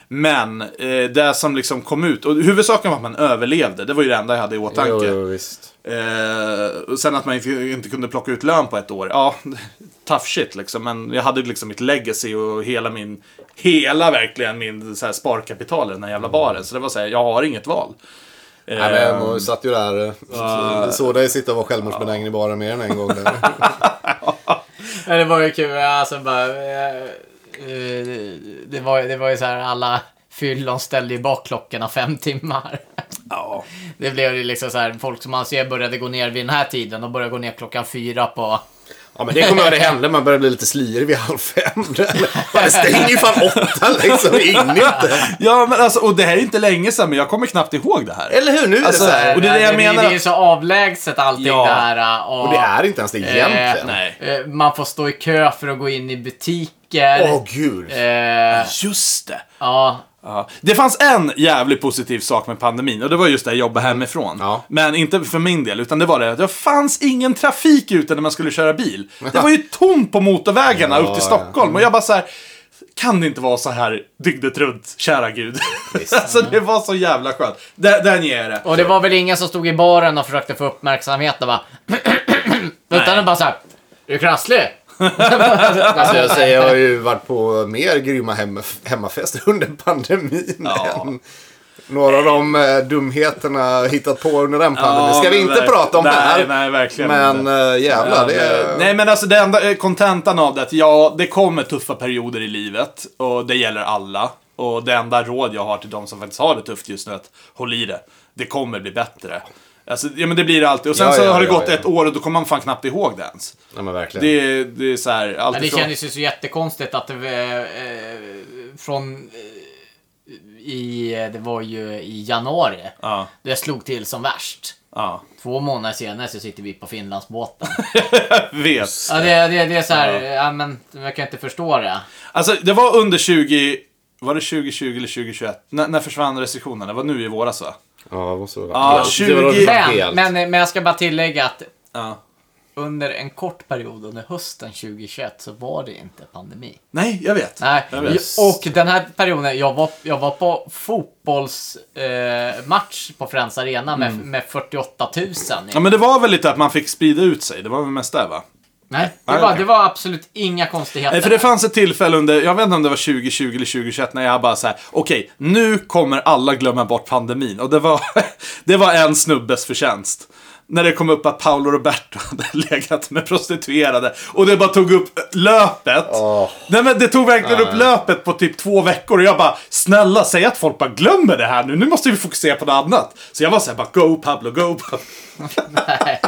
Speaker 1: Men eh, det som liksom kom ut, och huvudsaken var att man överlevde. Det var ju det enda jag hade i åtanke.
Speaker 2: Jo, jo, visst.
Speaker 1: Eh, och sen att man inte, inte kunde plocka ut lön på ett år. Ja, (laughs) tough shit liksom. Men jag hade liksom mitt legacy och hela min, hela verkligen min så här, sparkapital i den här jävla baren. Så det var så här, jag har inget val. Eh,
Speaker 2: Mm. Nej, men jag satt ju där. eh, så- Såg dig sitta och vara självmordsbenägen i baren mer än en gång. Där.
Speaker 3: Ja, det var ju kul. Alltså bara... eh, eh, Det var, det var ju så här alla fyllon ställde ju bak klockorna fem timmar. (laughs)
Speaker 1: ja.
Speaker 3: Det blev ju liksom så här, folk som man ser började gå ner vid den här tiden, de började gå ner klockan fyra på...
Speaker 2: (laughs) Ja, men det kommer jag ihåg, det hände. Man började bli lite slirig vid halv fem. Fan, Det stänger ju fan åtta liksom. Det
Speaker 1: (laughs)
Speaker 2: är inte.
Speaker 1: ja, men alltså, och det här är inte länge sedan, men jag kommer knappt ihåg det här.
Speaker 2: Eller hur? Nu är
Speaker 1: Alltså,
Speaker 2: det så här.
Speaker 1: och det är det jag
Speaker 3: Eh, det,
Speaker 1: menar.
Speaker 3: är ju så avlägset allting
Speaker 1: Ja.
Speaker 3: det här. eh, Och,
Speaker 2: Och det är inte ens det egentligen.
Speaker 1: nej.
Speaker 3: eh, Man får stå i kö för att gå in i butiker.
Speaker 2: Åh, gud.
Speaker 3: Eh,
Speaker 1: Just det!
Speaker 3: ja,
Speaker 1: Ja. Det fanns en jävligt positiv sak med pandemin och det var just det här jobba hemifrån.
Speaker 2: Ja.
Speaker 1: Men inte för min del, utan det var det att det fanns ingen trafik ute när man skulle köra bil. Det var ju tomt på motorvägarna
Speaker 2: Ja,
Speaker 1: upp till Stockholm och jag bara så här. Kan det inte vara så här dygnet runt, kära gud? (laughs) alltså det var så jävla skönt. Där, där ger jag det.
Speaker 3: och det var väl ingen som stod i baren och försökte få uppmärksamhet och bara... (clears throat) Utan det bara såhär, är du krasslig?
Speaker 2: Alltså jag säger, jag har ju varit på mer grymma hem, hemmafester under pandemin.
Speaker 1: Ja.
Speaker 2: Än några av de eh, dumheterna jag hittat på under den pandemin.
Speaker 1: Ja,
Speaker 2: Ska vi
Speaker 1: men
Speaker 2: inte
Speaker 1: verk-
Speaker 2: prata om
Speaker 1: nej,
Speaker 2: här.
Speaker 1: nej, verkligen
Speaker 2: Men
Speaker 1: inte.
Speaker 2: eh, jävlar, det
Speaker 1: Eh,
Speaker 2: är...
Speaker 1: Nej men alltså det enda eh, kontentan av det är att ja, det kommer tuffa perioder i livet och det gäller alla. Och det enda råd jag har till de som faktiskt har det tufft just nu är att håll i det. Det kommer bli bättre. Alltså, ja men det blir det alltid. Och sen
Speaker 2: Ja,
Speaker 1: så
Speaker 2: ja,
Speaker 1: har det
Speaker 2: ja,
Speaker 1: gått
Speaker 2: ja.
Speaker 1: ett år och då kommer man fan knappt ihåg det ens.
Speaker 2: Nej, men verkligen.
Speaker 1: Det, är- det är så här,
Speaker 3: Men det
Speaker 1: alltifrån...
Speaker 3: kändes ju så jättekonstigt att det var, eh, från... eh, I, det var ju i januari.
Speaker 1: Ja.
Speaker 3: Det slog till som värst.
Speaker 1: Ja,
Speaker 3: Två månader senare så sitter vi på (laughs) Finlandsbåten.
Speaker 1: vet.
Speaker 3: ja, det, det, det är så här, ja, men jag kan inte förstå det.
Speaker 1: Alltså det var under 20... Var det 2020 eller 2021? När, när försvann restriktionerna? Det var nu i våras va?
Speaker 2: Ja, det måste vara.
Speaker 1: Ja,
Speaker 2: det var då det
Speaker 1: 20
Speaker 2: var
Speaker 3: Men,
Speaker 2: helt.
Speaker 3: men, men jag ska bara tillägga att
Speaker 1: Ja.
Speaker 3: under en kort period under hösten 2021 så var det inte pandemi.
Speaker 1: Nej, jag vet.
Speaker 3: Nej,
Speaker 1: Jag vet.
Speaker 3: jag- och den här perioden, jag var, jag var på fotbollsmatch eh, match på Friends Arena med,
Speaker 2: Mm.
Speaker 3: med 48 000.
Speaker 1: Ja, men det var väl lite att man fick sprida ut sig. Det var väl mest det, va?
Speaker 3: Nej, det,
Speaker 1: Nej,
Speaker 3: var,
Speaker 1: okej.
Speaker 3: det var absolut inga konstigheter.
Speaker 1: Nej, för det fanns ett tillfälle under, jag vet inte om det var 2020 eller 2021, när jag bara så här: okej, nu kommer alla glömma bort pandemin. Och det var, (laughs) det var en snubbes förtjänst. När det kom upp att Paolo Roberto (laughs) hade legat med prostituerade. Och det bara tog upp löpet. Nej men det tog verkligen upp löpet på typ två veckor. Och jag bara, snälla säg att folk bara glömmer det här nu. Nu måste vi fokusera på något annat. Så jag var såhär bara, go Pablo, go Pablo.
Speaker 3: (laughs) Nej.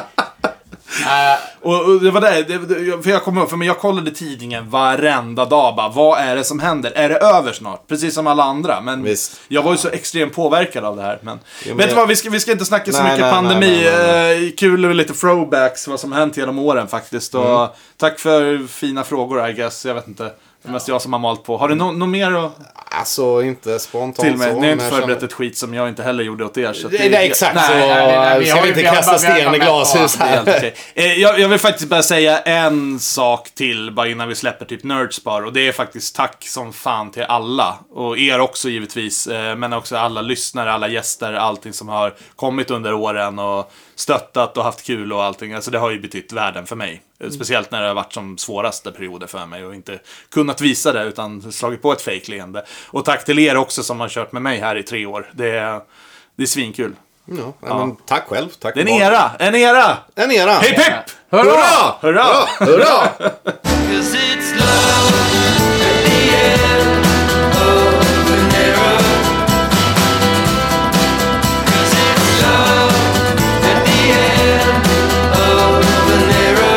Speaker 3: Eh,
Speaker 1: Och, och det var det, det, det för jag kom upp, för men jag kollade tidningen varenda dag bara, vad är det som händer? Är det över snart? Precis som alla andra. Men
Speaker 2: Visst.
Speaker 1: jag var ju så extremt påverkad av det här. Men,
Speaker 2: men
Speaker 1: vet du
Speaker 2: jag-
Speaker 1: vad, vi ska, vi ska inte snacka så
Speaker 2: Nej,
Speaker 1: mycket
Speaker 2: nej,
Speaker 1: pandemi.
Speaker 2: nej, nej,
Speaker 1: Eh, Kul med lite throwbacks, vad som hänt genom åren faktiskt. Och
Speaker 2: Mm.
Speaker 1: Tack för fina frågor, I guess. Jag vet inte. Det är mest jag som har malt på. Har du något mer att
Speaker 2: Alltså inte spontant
Speaker 1: till mig? Ni
Speaker 2: så.
Speaker 1: har
Speaker 2: men
Speaker 1: inte
Speaker 2: jag
Speaker 1: förberett
Speaker 2: känner-
Speaker 1: ett skit som jag inte heller gjorde åt er. Så att
Speaker 2: Nej, nej, exakt så.
Speaker 1: Nej,
Speaker 3: nej, nej, vi
Speaker 2: ska
Speaker 3: har
Speaker 2: vi
Speaker 3: ju-
Speaker 2: inte
Speaker 3: vi har
Speaker 2: kasta
Speaker 3: bara- vi har
Speaker 2: sten i
Speaker 3: bara-
Speaker 2: glashus
Speaker 1: Det är
Speaker 2: här.
Speaker 1: helt okej. Eh, jag, jag vill faktiskt bara säga en sak till bara innan vi släpper typ Nerdspar. Och det är faktiskt tack som fan till alla. Och er också givetvis. eh, Men också alla lyssnare, alla gäster, allting som har kommit under åren och stöttat och haft kul och allting. Alltså det har ju betytt världen för mig. Eh, Speciellt när det har varit som svåraste perioder för mig och inte kunnat visa det utan slagit på ett fake leende. Och tack till er också som har kört med mig här i tre år. Det är, det är svinkul.
Speaker 2: Ja, ja. Men, tack själv. Tack
Speaker 1: Det är en
Speaker 2: för-
Speaker 1: era! En era!
Speaker 2: En era!
Speaker 1: Hipp hipp!
Speaker 3: Hurra!
Speaker 1: Hurra!
Speaker 2: Hurra!
Speaker 4: Cause it's love at the end of an era. 'Cause it's love at the end of an era.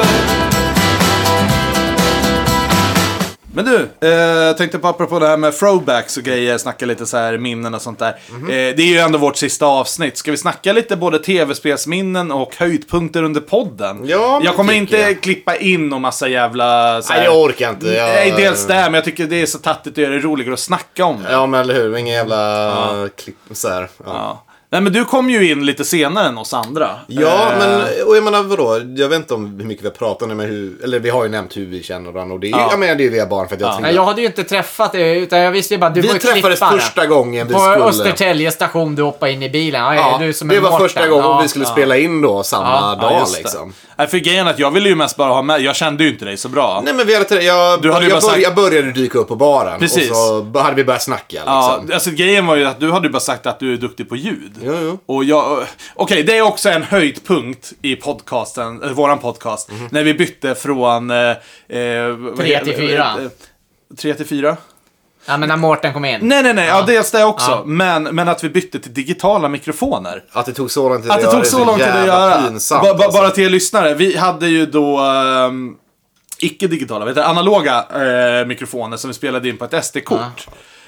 Speaker 1: Men du, eh, jag tänkte på apropå det här med throwbacks och grejer, snacka lite så här minnen och sånt där.
Speaker 2: Mhm.
Speaker 1: eh, det är ju ändå vårt sista avsnitt. Ska vi snacka lite både tv-spelsminnen och höjdpunkter under podden?
Speaker 2: Ja, men
Speaker 1: jag kommer inte
Speaker 2: tycker jag.
Speaker 1: klippa in och massa jävla... Så här,
Speaker 2: Nej, jag orkar inte. Jag...
Speaker 1: Nej, dels det, här, men jag tycker det är så tattigt och gör det roligare att snacka om det.
Speaker 2: Ja, men eller hur. Ingen jävla klipp så här. Ja,
Speaker 1: Ja. Nej, men du kom ju in lite senare än oss andra.
Speaker 2: ja
Speaker 1: Eh,
Speaker 2: men och jag menar vadå? Jag vet inte om hur mycket vi har pratat om, men hur, eller vi har ju nämnt hur vi känner varandra. Och det är,
Speaker 1: Ja.
Speaker 2: ja. jag menar, det är via barn för att jag
Speaker 3: nej,
Speaker 2: tänkte...
Speaker 3: jag hade ju inte träffat dig, utan jag visste ju bara du var
Speaker 2: Vi
Speaker 3: ju
Speaker 2: träffades
Speaker 3: klippare.
Speaker 2: första gången vi
Speaker 3: På
Speaker 2: skulle...
Speaker 3: Östertälje station, du hoppade in i bilen. Ja,
Speaker 2: Ja,
Speaker 3: du är som
Speaker 2: det
Speaker 3: en
Speaker 2: var
Speaker 3: Mårten.
Speaker 2: första gången
Speaker 3: Ja.
Speaker 2: vi skulle spela in då samma
Speaker 3: Ja,
Speaker 1: ja,
Speaker 2: dag
Speaker 1: just det.
Speaker 2: liksom.
Speaker 1: Nej, för grejen är att jag ville ju mest bara ha med, jag kände ju inte dig så bra.
Speaker 2: Nej men vi hade, jag,
Speaker 1: Du hade ju bara
Speaker 2: jag, började,
Speaker 1: sagt-
Speaker 2: jag började dyka upp på baren
Speaker 1: Precis.
Speaker 2: och så b- hade vi börjat snacka
Speaker 1: Ja,
Speaker 2: liksom.
Speaker 1: alltså grejen var ju att du hade ju bara sagt att du är duktig på ljud.
Speaker 2: Jo, jo.
Speaker 1: Och jag... Okej, det är också en höjdpunkt i podcasten, eh, våran podcast,
Speaker 2: Mhm.
Speaker 1: när vi bytte från... Eh, eh, vad
Speaker 3: Tre
Speaker 1: heter-
Speaker 3: till fyra.
Speaker 1: eh, Tre till fyra?
Speaker 3: Ja, men när Mårten kom in.
Speaker 1: Nej, nej, nej. Ja, dels det också. Men, men att vi bytte till digitala mikrofoner.
Speaker 2: Att det tog så lång tid
Speaker 1: Att det
Speaker 2: göra
Speaker 1: tog så
Speaker 2: är
Speaker 1: lång tid att
Speaker 2: jävla
Speaker 1: göra.
Speaker 2: Pinsamt,
Speaker 1: Ba- ba-
Speaker 2: alltså.
Speaker 1: Bara till er lyssnare. Vi hade ju då ehm, icke-digitala, vet du, analoga eh, mikrofoner som vi spelade in på ett SD-kort.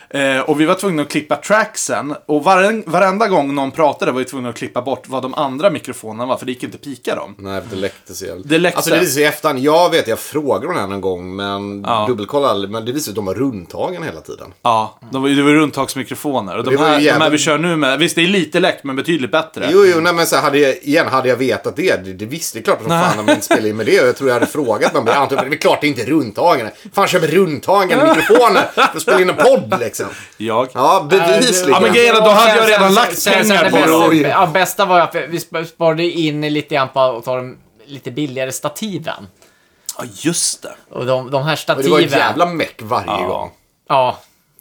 Speaker 1: Eh, och vi var tvungna att klippa tracksen. Och varen, varenda gång någon pratade var vi tvungna att klippa bort vad de andra mikrofonerna var, för det gick inte att pika dem.
Speaker 2: Nej, det läckte så jävligt.
Speaker 1: Det läckte.
Speaker 2: Alltså det visade sig i efterhand. Jag vet, jag frågade hon henne någon gång, men
Speaker 1: Ja.
Speaker 2: dubbelkollade aldrig. Men det visade sig att de var rundtagen hela tiden.
Speaker 1: Ja, de var, ju- det var ju rundtagsmikrofoner. Och de
Speaker 2: Det var ju
Speaker 1: här, de här vi
Speaker 2: jävligt-
Speaker 1: kör nu med, visst det är lite läckt men betydligt bättre.
Speaker 2: Jo, jo, nej men så här, hade jag, igen, hade jag vetat det, det, det visste det är klart som fan om man inte spelade in med det. Och jag tror jag hade frågat någon, men jag antar- det är klart det inte är rundtagen. Fan, köper rundtagen mikrofoner för att spela in en podd liksom.
Speaker 1: Jag.
Speaker 2: Ja, liksom. bevisligen.
Speaker 1: Ja, men grejen är att då hade jag redan lagt pengar på
Speaker 2: det.
Speaker 3: det.
Speaker 2: Oj.
Speaker 3: bästa- Ja, bästa var ju att vi sp- sparade in lite grann på att ta de lite billigare stativen.
Speaker 1: Ja, just det.
Speaker 3: Och de, de här
Speaker 2: Och
Speaker 3: stativen.
Speaker 2: det var ett jävla meck varje gång.
Speaker 3: Ja.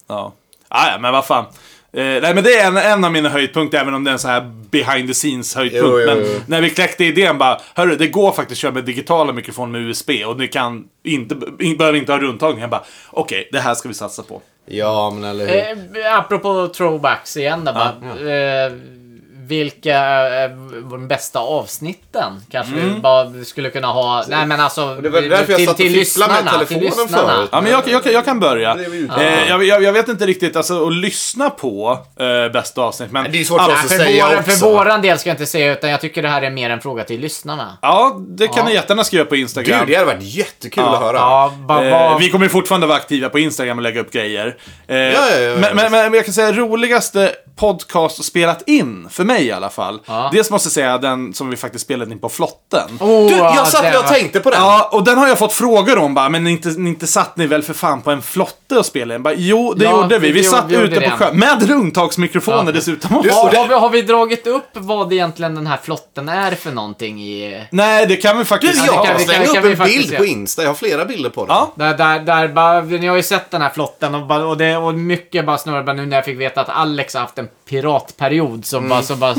Speaker 1: Ja. Ah, ja, men vad fan. Eh, nej, men det är en, en av mina höjdpunkter, även om det är en så här behind the scenes höjdpunkt.
Speaker 2: Jo, jo,
Speaker 1: men
Speaker 2: jo.
Speaker 1: när vi kläckte idén bara, hörru, det går faktiskt att köra med digitala mikrofoner med USB och ni kan inte, in, behöver inte ha rundtagning. Jag bara, okej, det här ska vi satsa på.
Speaker 2: Ja, men eller hur.
Speaker 3: Eh, apropå throwbacks igen då, bara, eh, Vilka eh, var de bästa avsnitten? Kanske vi bara skulle kunna ha. Nej men alltså.
Speaker 2: det var
Speaker 3: till-
Speaker 2: därför jag satt Mm. och
Speaker 3: till
Speaker 2: fipplade med
Speaker 3: lyssnarna, till
Speaker 2: telefonen
Speaker 3: lyssnarna.
Speaker 2: förut.
Speaker 1: Ja, men jag, jag, jag kan börja.
Speaker 2: Det är vi ute.
Speaker 1: Eh, jag, jag, jag vet inte riktigt, alltså att lyssna på eh, bästa avsnitt, men...
Speaker 2: Det är ju svårt för
Speaker 1: Ja,
Speaker 2: oss att
Speaker 3: För,
Speaker 2: säga
Speaker 3: våra,
Speaker 2: också.
Speaker 3: för våran del ska jag inte säga utan jag tycker det här är mer en fråga till lyssnarna.
Speaker 1: Ja, det kan
Speaker 3: Ja.
Speaker 1: ni jättegärna skriva på Instagram.
Speaker 2: Du, det hade varit jättekul att höra.
Speaker 3: Ja, bara,
Speaker 1: Eh,
Speaker 3: vad-
Speaker 1: vi kommer ju fortfarande vara aktiva på Instagram och lägga upp grejer. Eh,
Speaker 2: ja, ja, ja.
Speaker 1: men, men, men jag kan säga roligaste podcast spelat in för mig mig i alla fall.
Speaker 3: Ja.
Speaker 1: Dels måste jag säga den som vi faktiskt spelade in på flotten.
Speaker 3: Åh, oh,
Speaker 2: Du, jag satt
Speaker 3: den
Speaker 2: och jag
Speaker 3: var-
Speaker 2: tänkte på den.
Speaker 1: Ja, och den har jag fått frågor om bara, men inte, inte satt ni väl för fan på en flotte och spelade in? Bara, jo, det
Speaker 3: Ja,
Speaker 1: gjorde vi.
Speaker 3: vi
Speaker 1: Vi
Speaker 3: gjorde-
Speaker 1: satt
Speaker 3: vi gjorde
Speaker 1: ute på
Speaker 3: det.
Speaker 1: sjön. Med rundtagsmikrofoner
Speaker 3: Ja.
Speaker 1: dessutom.
Speaker 2: Du-
Speaker 1: Ja.
Speaker 2: och det-
Speaker 3: Har vi, har vi dragit upp vad egentligen den här flotten är för någonting i...
Speaker 1: Nej, det kan vi faktiskt
Speaker 2: Du,
Speaker 1: inte
Speaker 3: det
Speaker 2: jag
Speaker 1: ha.
Speaker 3: kan
Speaker 2: kan,
Speaker 3: vi-
Speaker 2: slängde
Speaker 3: kan
Speaker 2: upp
Speaker 3: vi
Speaker 2: en
Speaker 3: faktiskt
Speaker 2: bild
Speaker 3: se.
Speaker 2: på Insta. Jag har flera bilder på den.
Speaker 1: Ja.
Speaker 3: Där, där, där bara, ni har ju sett den här flotten och, bara, och, det, och mycket bara snurrar bara nu när jag fick veta att Alex har haft en piratperiod som bara, som bara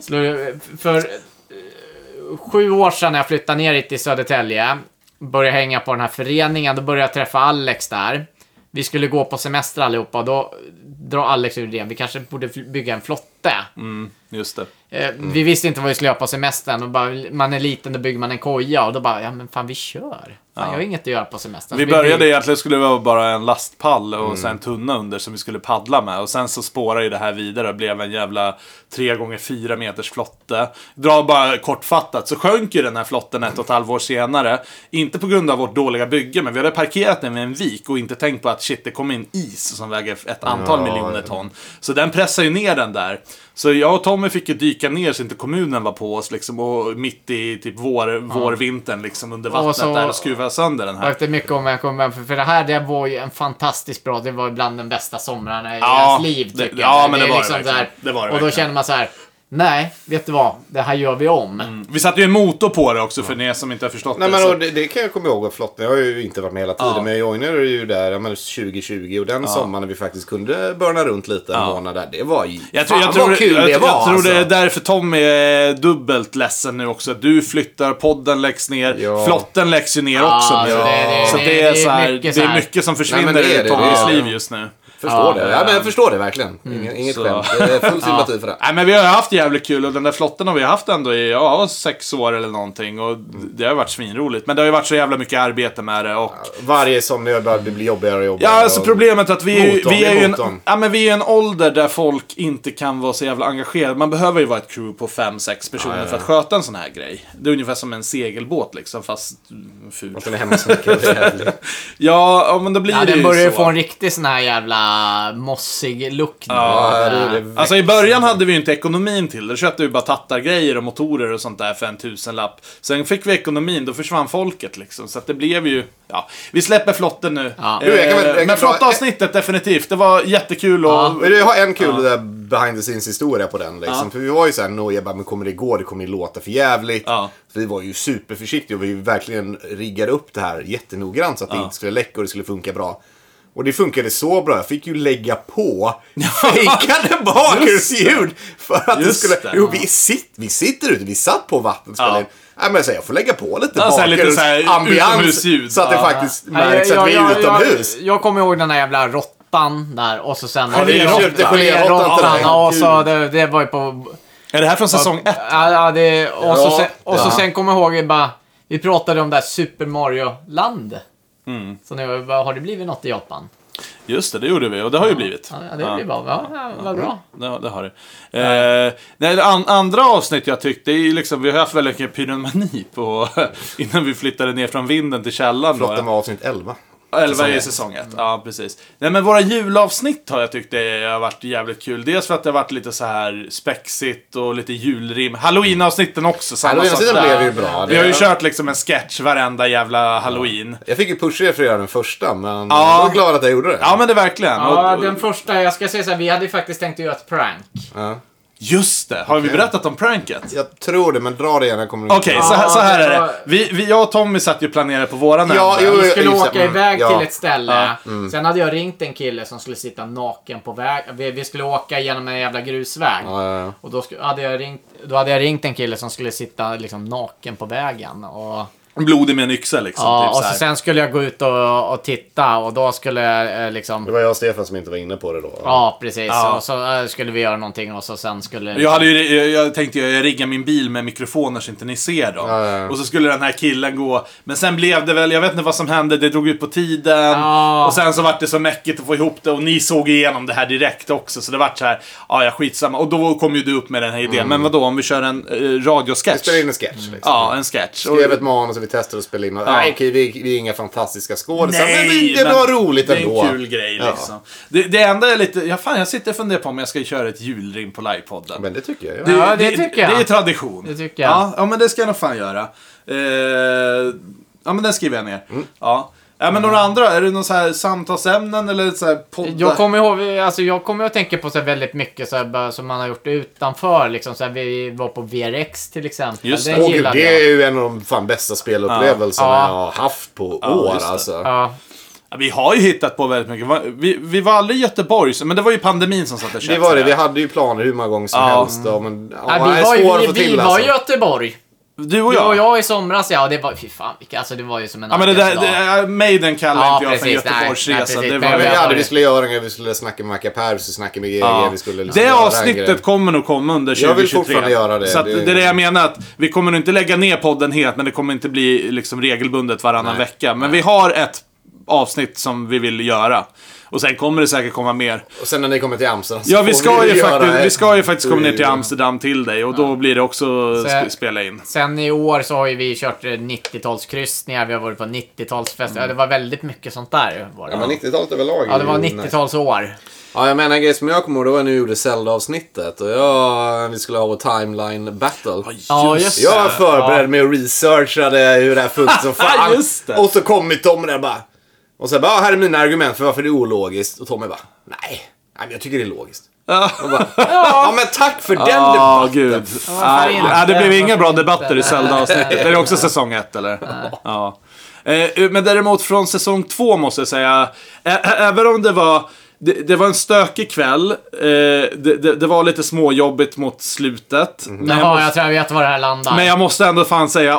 Speaker 3: slår, För eh, sju år sedan när jag flyttade ner hit till Södertälje, började hänga på den här föreningen, då började jag träffa Alex där. Vi skulle gå på semester allihopa och då drar Alex ur det. Vi kanske borde fly- bygga en flotte.
Speaker 1: Mm, just det.
Speaker 3: Eh,
Speaker 1: Mm.
Speaker 3: Vi visste inte vad vi skulle göra på semestern och bara, man är liten, då bygger man en koja och då bara, ja men fan vi kör. Fan, Jag har inget att göra på semestern.
Speaker 1: Vi
Speaker 3: Så
Speaker 1: började egentligen skulle det vara bara en lastpall och sen en tunna under som vi skulle paddla med. Och sen så spårar ju det här vidare och blev en jävla 3x4 meters flotte. Dra bara kortfattat så sjönk ju den här flotten ett och ett halvår senare. Inte på grund av vårt dåliga bygge, men vi hade parkerat den vid en vik och inte tänkt på att shit, det kom in is som väger ett antal miljoner ton. Så den pressar ju ner den där. Så jag och Tommy fick ju dyka ner så inte kommunen var på oss liksom, och mitt i typ vår, vårvintern liksom under vattnet
Speaker 3: så-
Speaker 1: där och skruva sönder den här.
Speaker 3: Jag vet inte mycket om jag kommer ihåg, för, för det här det var ju en fantastiskt bra, det var ju bland den bästa somrarna i
Speaker 1: Ja,
Speaker 3: ens liv
Speaker 1: det-
Speaker 3: tycker
Speaker 1: ja,
Speaker 3: jag.
Speaker 1: men det
Speaker 3: är
Speaker 1: var det verkligen.
Speaker 3: såhär-
Speaker 1: Det var det
Speaker 3: Och då
Speaker 1: verkligen.
Speaker 3: känner man så här. nej, vet du vad, det här gör vi om.
Speaker 1: Vi satte ju en motor på det också för er som inte har förstått
Speaker 2: Nej,
Speaker 1: det.
Speaker 2: men,
Speaker 1: så-
Speaker 2: och det, det kan jag komma ihåg var flott. Jag har ju inte varit med hela tiden.
Speaker 1: Ja.
Speaker 2: Men jag joinade ju där ja, men 2020 och den sommaren när vi faktiskt kunde burna runt lite en månad där. Det var ju...
Speaker 1: Jag tror, jag
Speaker 2: fan,
Speaker 1: tror,
Speaker 2: vad kul
Speaker 1: jag,
Speaker 2: det var
Speaker 1: jag tror det är
Speaker 2: alltså.
Speaker 1: därför Tom är dubbelt ledsen nu också. Du flyttar, podden läggs ner,
Speaker 2: Ja. alltså,
Speaker 1: flotten läggs ju ner
Speaker 3: Ja,
Speaker 1: också nu.
Speaker 3: så det- det-
Speaker 1: så
Speaker 3: det-
Speaker 1: det är
Speaker 3: det är
Speaker 1: så här,
Speaker 3: mycket
Speaker 1: det
Speaker 3: så
Speaker 1: är
Speaker 3: här.
Speaker 1: mycket som försvinner
Speaker 2: Nej, men det är
Speaker 1: i
Speaker 2: det,
Speaker 1: Tommys
Speaker 2: det är-
Speaker 1: liv just nu.
Speaker 2: Förstår
Speaker 3: Ja,
Speaker 2: det. Ja, men jag förstår det verkligen. Ingen, inget
Speaker 1: Mm. så.
Speaker 2: skämt. Det
Speaker 1: (laughs)
Speaker 2: är full sympati för det.
Speaker 1: Nej men vi har haft jävligt kul och den där flotten har vi haft ändå i, ja, sex år eller någonting. Och det har ju varit svinroligt. Men det har ju varit så jävla mycket arbete med det och
Speaker 2: Varje somning börjar bli jobbigare och jobbigare.
Speaker 1: Ja, alltså
Speaker 2: och-
Speaker 1: problemet är att vi, är ju-
Speaker 2: Motorn,
Speaker 1: vi,
Speaker 2: det
Speaker 1: är
Speaker 2: är
Speaker 1: ju en,
Speaker 2: motorn.
Speaker 1: ja, men vi är en ålder där folk inte kan vara så jävla engagerade. Man behöver ju vara ett crew på fem sex personer för att sköta en sån här grej. Det är ungefär som en segelbåt liksom, fast mm, ful.
Speaker 2: Man kunde
Speaker 1: (laughs)
Speaker 2: hemsnickra och det här.
Speaker 1: Ja, ja, men då blir
Speaker 3: Ja,
Speaker 1: det
Speaker 3: den
Speaker 1: ju
Speaker 3: börjar ju
Speaker 1: så.
Speaker 3: få en riktig sån här jävla mossig look nu.
Speaker 2: Ja, det är det.
Speaker 1: Alltså i början hade vi ju inte ekonomin till det. Då köpte vi bara tattargrejer och motorer och sånt där för en tusenlapp. Sen fick vi ekonomin, då försvann folket liksom. Så att det blev ju... Ja, vi släpper flotten nu.
Speaker 3: Ja.
Speaker 1: Eh,
Speaker 2: Du, jag kan väl- jag kan
Speaker 1: men
Speaker 2: dra-
Speaker 1: flottavsnittet definitivt. Det var jättekul och...
Speaker 3: Ja.
Speaker 2: Men jag har en kul där behind the scenes historia på den. Liksom. För vi var ju såhär noja, bara, men kommer det gå? Det kommer ju låta för jävligt.
Speaker 1: Ja.
Speaker 2: Vi var ju superförsiktiga och vi verkligen riggade upp det här jättenoggrant så att det inte skulle läcka och det skulle funka bra. Och det funkade så bra, jag fick ju lägga
Speaker 1: (laughs)
Speaker 2: på fejkade bakgrundsljud för att
Speaker 1: Just
Speaker 2: det skulle...
Speaker 1: det.
Speaker 2: Jo, vi, sit, vi sitter ute, vi satt på vattnet och spelade
Speaker 1: Ja.
Speaker 2: in. Nej, men så här, jag får lägga på lite
Speaker 1: Ja, så här lite så här
Speaker 2: bakgrundsambians
Speaker 1: utomhusljud.
Speaker 2: så att det
Speaker 1: Ja.
Speaker 2: faktiskt
Speaker 3: Nej, jag-
Speaker 2: märks att vi
Speaker 3: jag-
Speaker 2: är utomhus.
Speaker 3: Jag, jag kommer ihåg den där jävla råttan där och så sen...
Speaker 1: Geléråttan.
Speaker 2: köpte geléråttan till dig.
Speaker 3: Ja, och så det, det var ju på...
Speaker 1: Är det här från säsong ett?
Speaker 3: Ja, ja, det, och, så
Speaker 2: Ja.
Speaker 3: sen, och så
Speaker 2: Ja.
Speaker 3: sen kommer jag ihåg bara, vi pratade om det här Super Mario-land.
Speaker 2: Mm.
Speaker 3: Så nu, bara, har det blivit något i Japan?
Speaker 1: Just det, det gjorde vi och det har ju blivit.
Speaker 3: Ja, ja, det blir bra. Ja, ja, vad bra.
Speaker 1: det, det har det. Eh, nej, det an, andra avsnitt jag tyckte, det är ju liksom, vi har haft väldigt mycket pyromani på (laughs) innan vi flyttade ner från vinden till källaren. då.
Speaker 2: Flotten var avsnitt 11.
Speaker 1: Elva i säsong
Speaker 2: Mm.
Speaker 1: ett, ja precis. Nej men våra julavsnitt har jag tyckt det har varit jävligt kul. Dels för att det har varit lite så här spexigt och lite julrim. Halloween-avsnitten också, samma
Speaker 2: Halloween
Speaker 1: sak
Speaker 2: sidan
Speaker 1: där.
Speaker 2: blev ju bra.
Speaker 1: Vi har ju
Speaker 2: Det-
Speaker 1: kört liksom en sketch varenda jävla halloween.
Speaker 2: Jag fick ju pusha er för att göra den första, men
Speaker 1: Ja.
Speaker 2: jag är glad att jag gjorde det.
Speaker 1: Ja men det är verkligen.
Speaker 3: Ja,
Speaker 1: Och- och-
Speaker 3: den första, jag ska säga så här, vi hade ju faktiskt tänkt att göra ett prank.
Speaker 2: Ja.
Speaker 1: Just det, har vi berättat om pranket?
Speaker 2: Jag tror det, men dra det igen. Jag kommer
Speaker 1: Okej, så, här- så här
Speaker 3: Ja,
Speaker 1: är
Speaker 3: det
Speaker 1: det.
Speaker 3: var-
Speaker 1: Vi, vi, jag och Tommy satt ju och planerade på våran
Speaker 2: Ja,
Speaker 1: ända.
Speaker 2: jo,
Speaker 3: Vi skulle
Speaker 2: just det.
Speaker 3: åka
Speaker 2: Mm,
Speaker 3: iväg
Speaker 2: ja.
Speaker 3: till ett ställe.
Speaker 1: Mm.
Speaker 3: Sen hade jag ringt en kille som skulle sitta naken på väg. Vi, vi skulle åka genom en jävla grusväg.
Speaker 2: Ja, ja, ja.
Speaker 3: Och då, sku, hade jag ringt, då hade jag ringt en kille som skulle sitta liksom naken på vägen. Och...
Speaker 1: Blodig med en yxa liksom.
Speaker 3: Ja,
Speaker 1: typ
Speaker 3: och
Speaker 1: så
Speaker 3: så
Speaker 1: här.
Speaker 3: sen skulle jag gå ut och, och titta och då skulle jag eh,
Speaker 2: Det
Speaker 3: liksom...
Speaker 2: var jag och Stefan som inte var inne på det då.
Speaker 3: Ja, precis.
Speaker 1: Ja.
Speaker 3: Och så eh, skulle vi göra någonting och så sen skulle...
Speaker 1: jag, hade ju, jag, jag tänkte ju, jag riggar min bil med mikrofoner så inte ni ser dem.
Speaker 2: Ja, ja, ja.
Speaker 1: Och så skulle den här killen gå. Men sen blev det väl, jag vet inte vad som hände, det drog ut på tiden.
Speaker 3: Ja.
Speaker 1: Och sen så vart det så mäckigt att få ihop det och ni såg igenom det här direkt också. Så det vart så här, ja ja skitsamma. Och då kom ju du upp med den här idén. Men vad då om vi kör en eh, radiosketch?
Speaker 2: Mm. Vi spelade in en sketch. Liksom.
Speaker 1: Ja, en sketch. Och-
Speaker 2: Skrev ett manus och vi testade att spela in. Och, Nej, okej, vi, vi är inga fantastiska skådisar,
Speaker 1: Nej,
Speaker 2: men vi- det
Speaker 1: men
Speaker 2: var roligt ändå.
Speaker 1: Det är en kul grej liksom. Det, det enda är lite, ja, fan jag sitter och funderar på om jag ska köra ett julrim på livepodden.
Speaker 2: Men det tycker jag. Ja.
Speaker 3: Ja, det tycker jag.
Speaker 1: Det är tradition.
Speaker 3: Det tycker jag.
Speaker 1: Ja, ja men det ska jag nog fan göra. Eh, ja, men den skriver jag ner.
Speaker 2: Mm.
Speaker 1: Ja. ja, men några andra? Är det någon så här samtalsämnen eller så här poddar?
Speaker 3: Mm. Jag kommer ihåg, alltså jag kommer att tänka på så här väldigt mycket så här, bara som man har gjort utanför. Liksom, så här, vi var på VRX till exempel.
Speaker 1: Just
Speaker 3: det.
Speaker 1: det.
Speaker 2: Åh, gud,
Speaker 3: gillade
Speaker 2: det
Speaker 3: jag.
Speaker 2: är ju en av de fan bästa spelupplevelserna
Speaker 3: Ja.
Speaker 2: jag har haft på år
Speaker 1: just det.
Speaker 2: alltså.
Speaker 3: Ja.
Speaker 1: Ja, vi har ju hittat på väldigt mycket. Va- Vi, vi var aldrig i Göteborg, så- men det var ju pandemin som satte käpp
Speaker 2: Det
Speaker 1: i
Speaker 2: var det, vi hade ju planer hur många gånger som
Speaker 1: Ja.
Speaker 2: helst. Då, men, ja,
Speaker 3: Ja,
Speaker 2: det
Speaker 3: vi
Speaker 2: är
Speaker 3: var,
Speaker 2: svårt att
Speaker 3: ju,
Speaker 2: få
Speaker 3: vi
Speaker 2: till
Speaker 3: var
Speaker 2: alltså.
Speaker 3: i Göteborg.
Speaker 1: Du och
Speaker 3: Du
Speaker 1: jag.
Speaker 3: och jag i somras, ja. Det var, fy fan, vilka- alltså, det var ju som en
Speaker 1: Oh, Ja, men det där,
Speaker 3: arbetsdag.
Speaker 1: det, äh, Maiden kallar
Speaker 3: Ja,
Speaker 1: inte jag för en
Speaker 3: precis. Nej, nej,
Speaker 1: Göteborgsresa.
Speaker 3: precis.
Speaker 1: Det
Speaker 3: Men
Speaker 2: Ja,
Speaker 1: var
Speaker 2: vi,
Speaker 3: jag-
Speaker 2: hade, vi skulle göra grejer, vi skulle snacka med Maca Per, vi skulle snacka med GG,
Speaker 1: Ja.
Speaker 2: vi skulle liksom
Speaker 1: Det
Speaker 2: göra grejer.
Speaker 1: avsnittet kommer nog komma under 2023.
Speaker 2: Jag vill fortfarande göra det.
Speaker 1: Så att
Speaker 2: Det- liksom-
Speaker 1: det är det jag menar. Att vi kommer nog inte lägga ner podden helt, men det kommer inte bli liksom regelbundet varannan
Speaker 2: Nej.
Speaker 1: vecka. Men vi har ett avsnitt som vi vill göra. Och sen kommer det säkert komma mer.
Speaker 2: Och sen när ni kommer till Amsterdam så
Speaker 1: Ja, vi
Speaker 2: får
Speaker 1: ska, ju,
Speaker 2: göra
Speaker 1: faktiskt,
Speaker 2: ett-
Speaker 1: vi ska ju faktiskt komma ner till Amsterdam till dig och då blir det också sp-
Speaker 3: jag-
Speaker 1: spela in.
Speaker 3: Sen i år så har ju vi kört eh, 90-talskryssningar, vi har varit på 90-talsfest. Ja, det var väldigt mycket sånt där. Var det.
Speaker 2: Ja, men 90-talet överlag.
Speaker 3: ja, det var
Speaker 2: är ju nice.
Speaker 3: 90-talsår.
Speaker 2: Ja, jag menar en grej som jag kommer ihåg, det var när vi gjorde Zelda-avsnittet. Och jag, vi skulle ha vår timeline battle.
Speaker 3: Ja, just
Speaker 2: Jag var
Speaker 3: det.
Speaker 2: förberedd med och researchade hur det här funkar
Speaker 1: (laughs)
Speaker 2: som fan.
Speaker 1: Just det.
Speaker 2: Och så kom Tommy där bara. Och så bara, "Ja, här är mina argument för varför det är ologiskt. Och Tommy bara, nej, nej men jag tycker det är logiskt.
Speaker 1: (laughs)
Speaker 2: Och bara, ja men tack för den
Speaker 1: Ja,
Speaker 2: debatten.
Speaker 1: gud.
Speaker 3: varför
Speaker 1: Nej,
Speaker 3: inte?
Speaker 1: nej, det blev inga bra
Speaker 3: Varför
Speaker 1: debatter i
Speaker 3: inte?
Speaker 1: Zelda-avsnittet. Är det också säsong ett, eller? Ja. Eh, Men däremot från säsong två måste jag säga, ä- ä- även om det var det, det var en stökig kväll. eh, Det, det, det var lite småjobbigt mot slutet.
Speaker 2: Mhm.
Speaker 1: Men, jag
Speaker 3: Jaha, jag
Speaker 1: måste,
Speaker 3: tror jag vet var det här landar.
Speaker 1: men jag måste ändå fan säga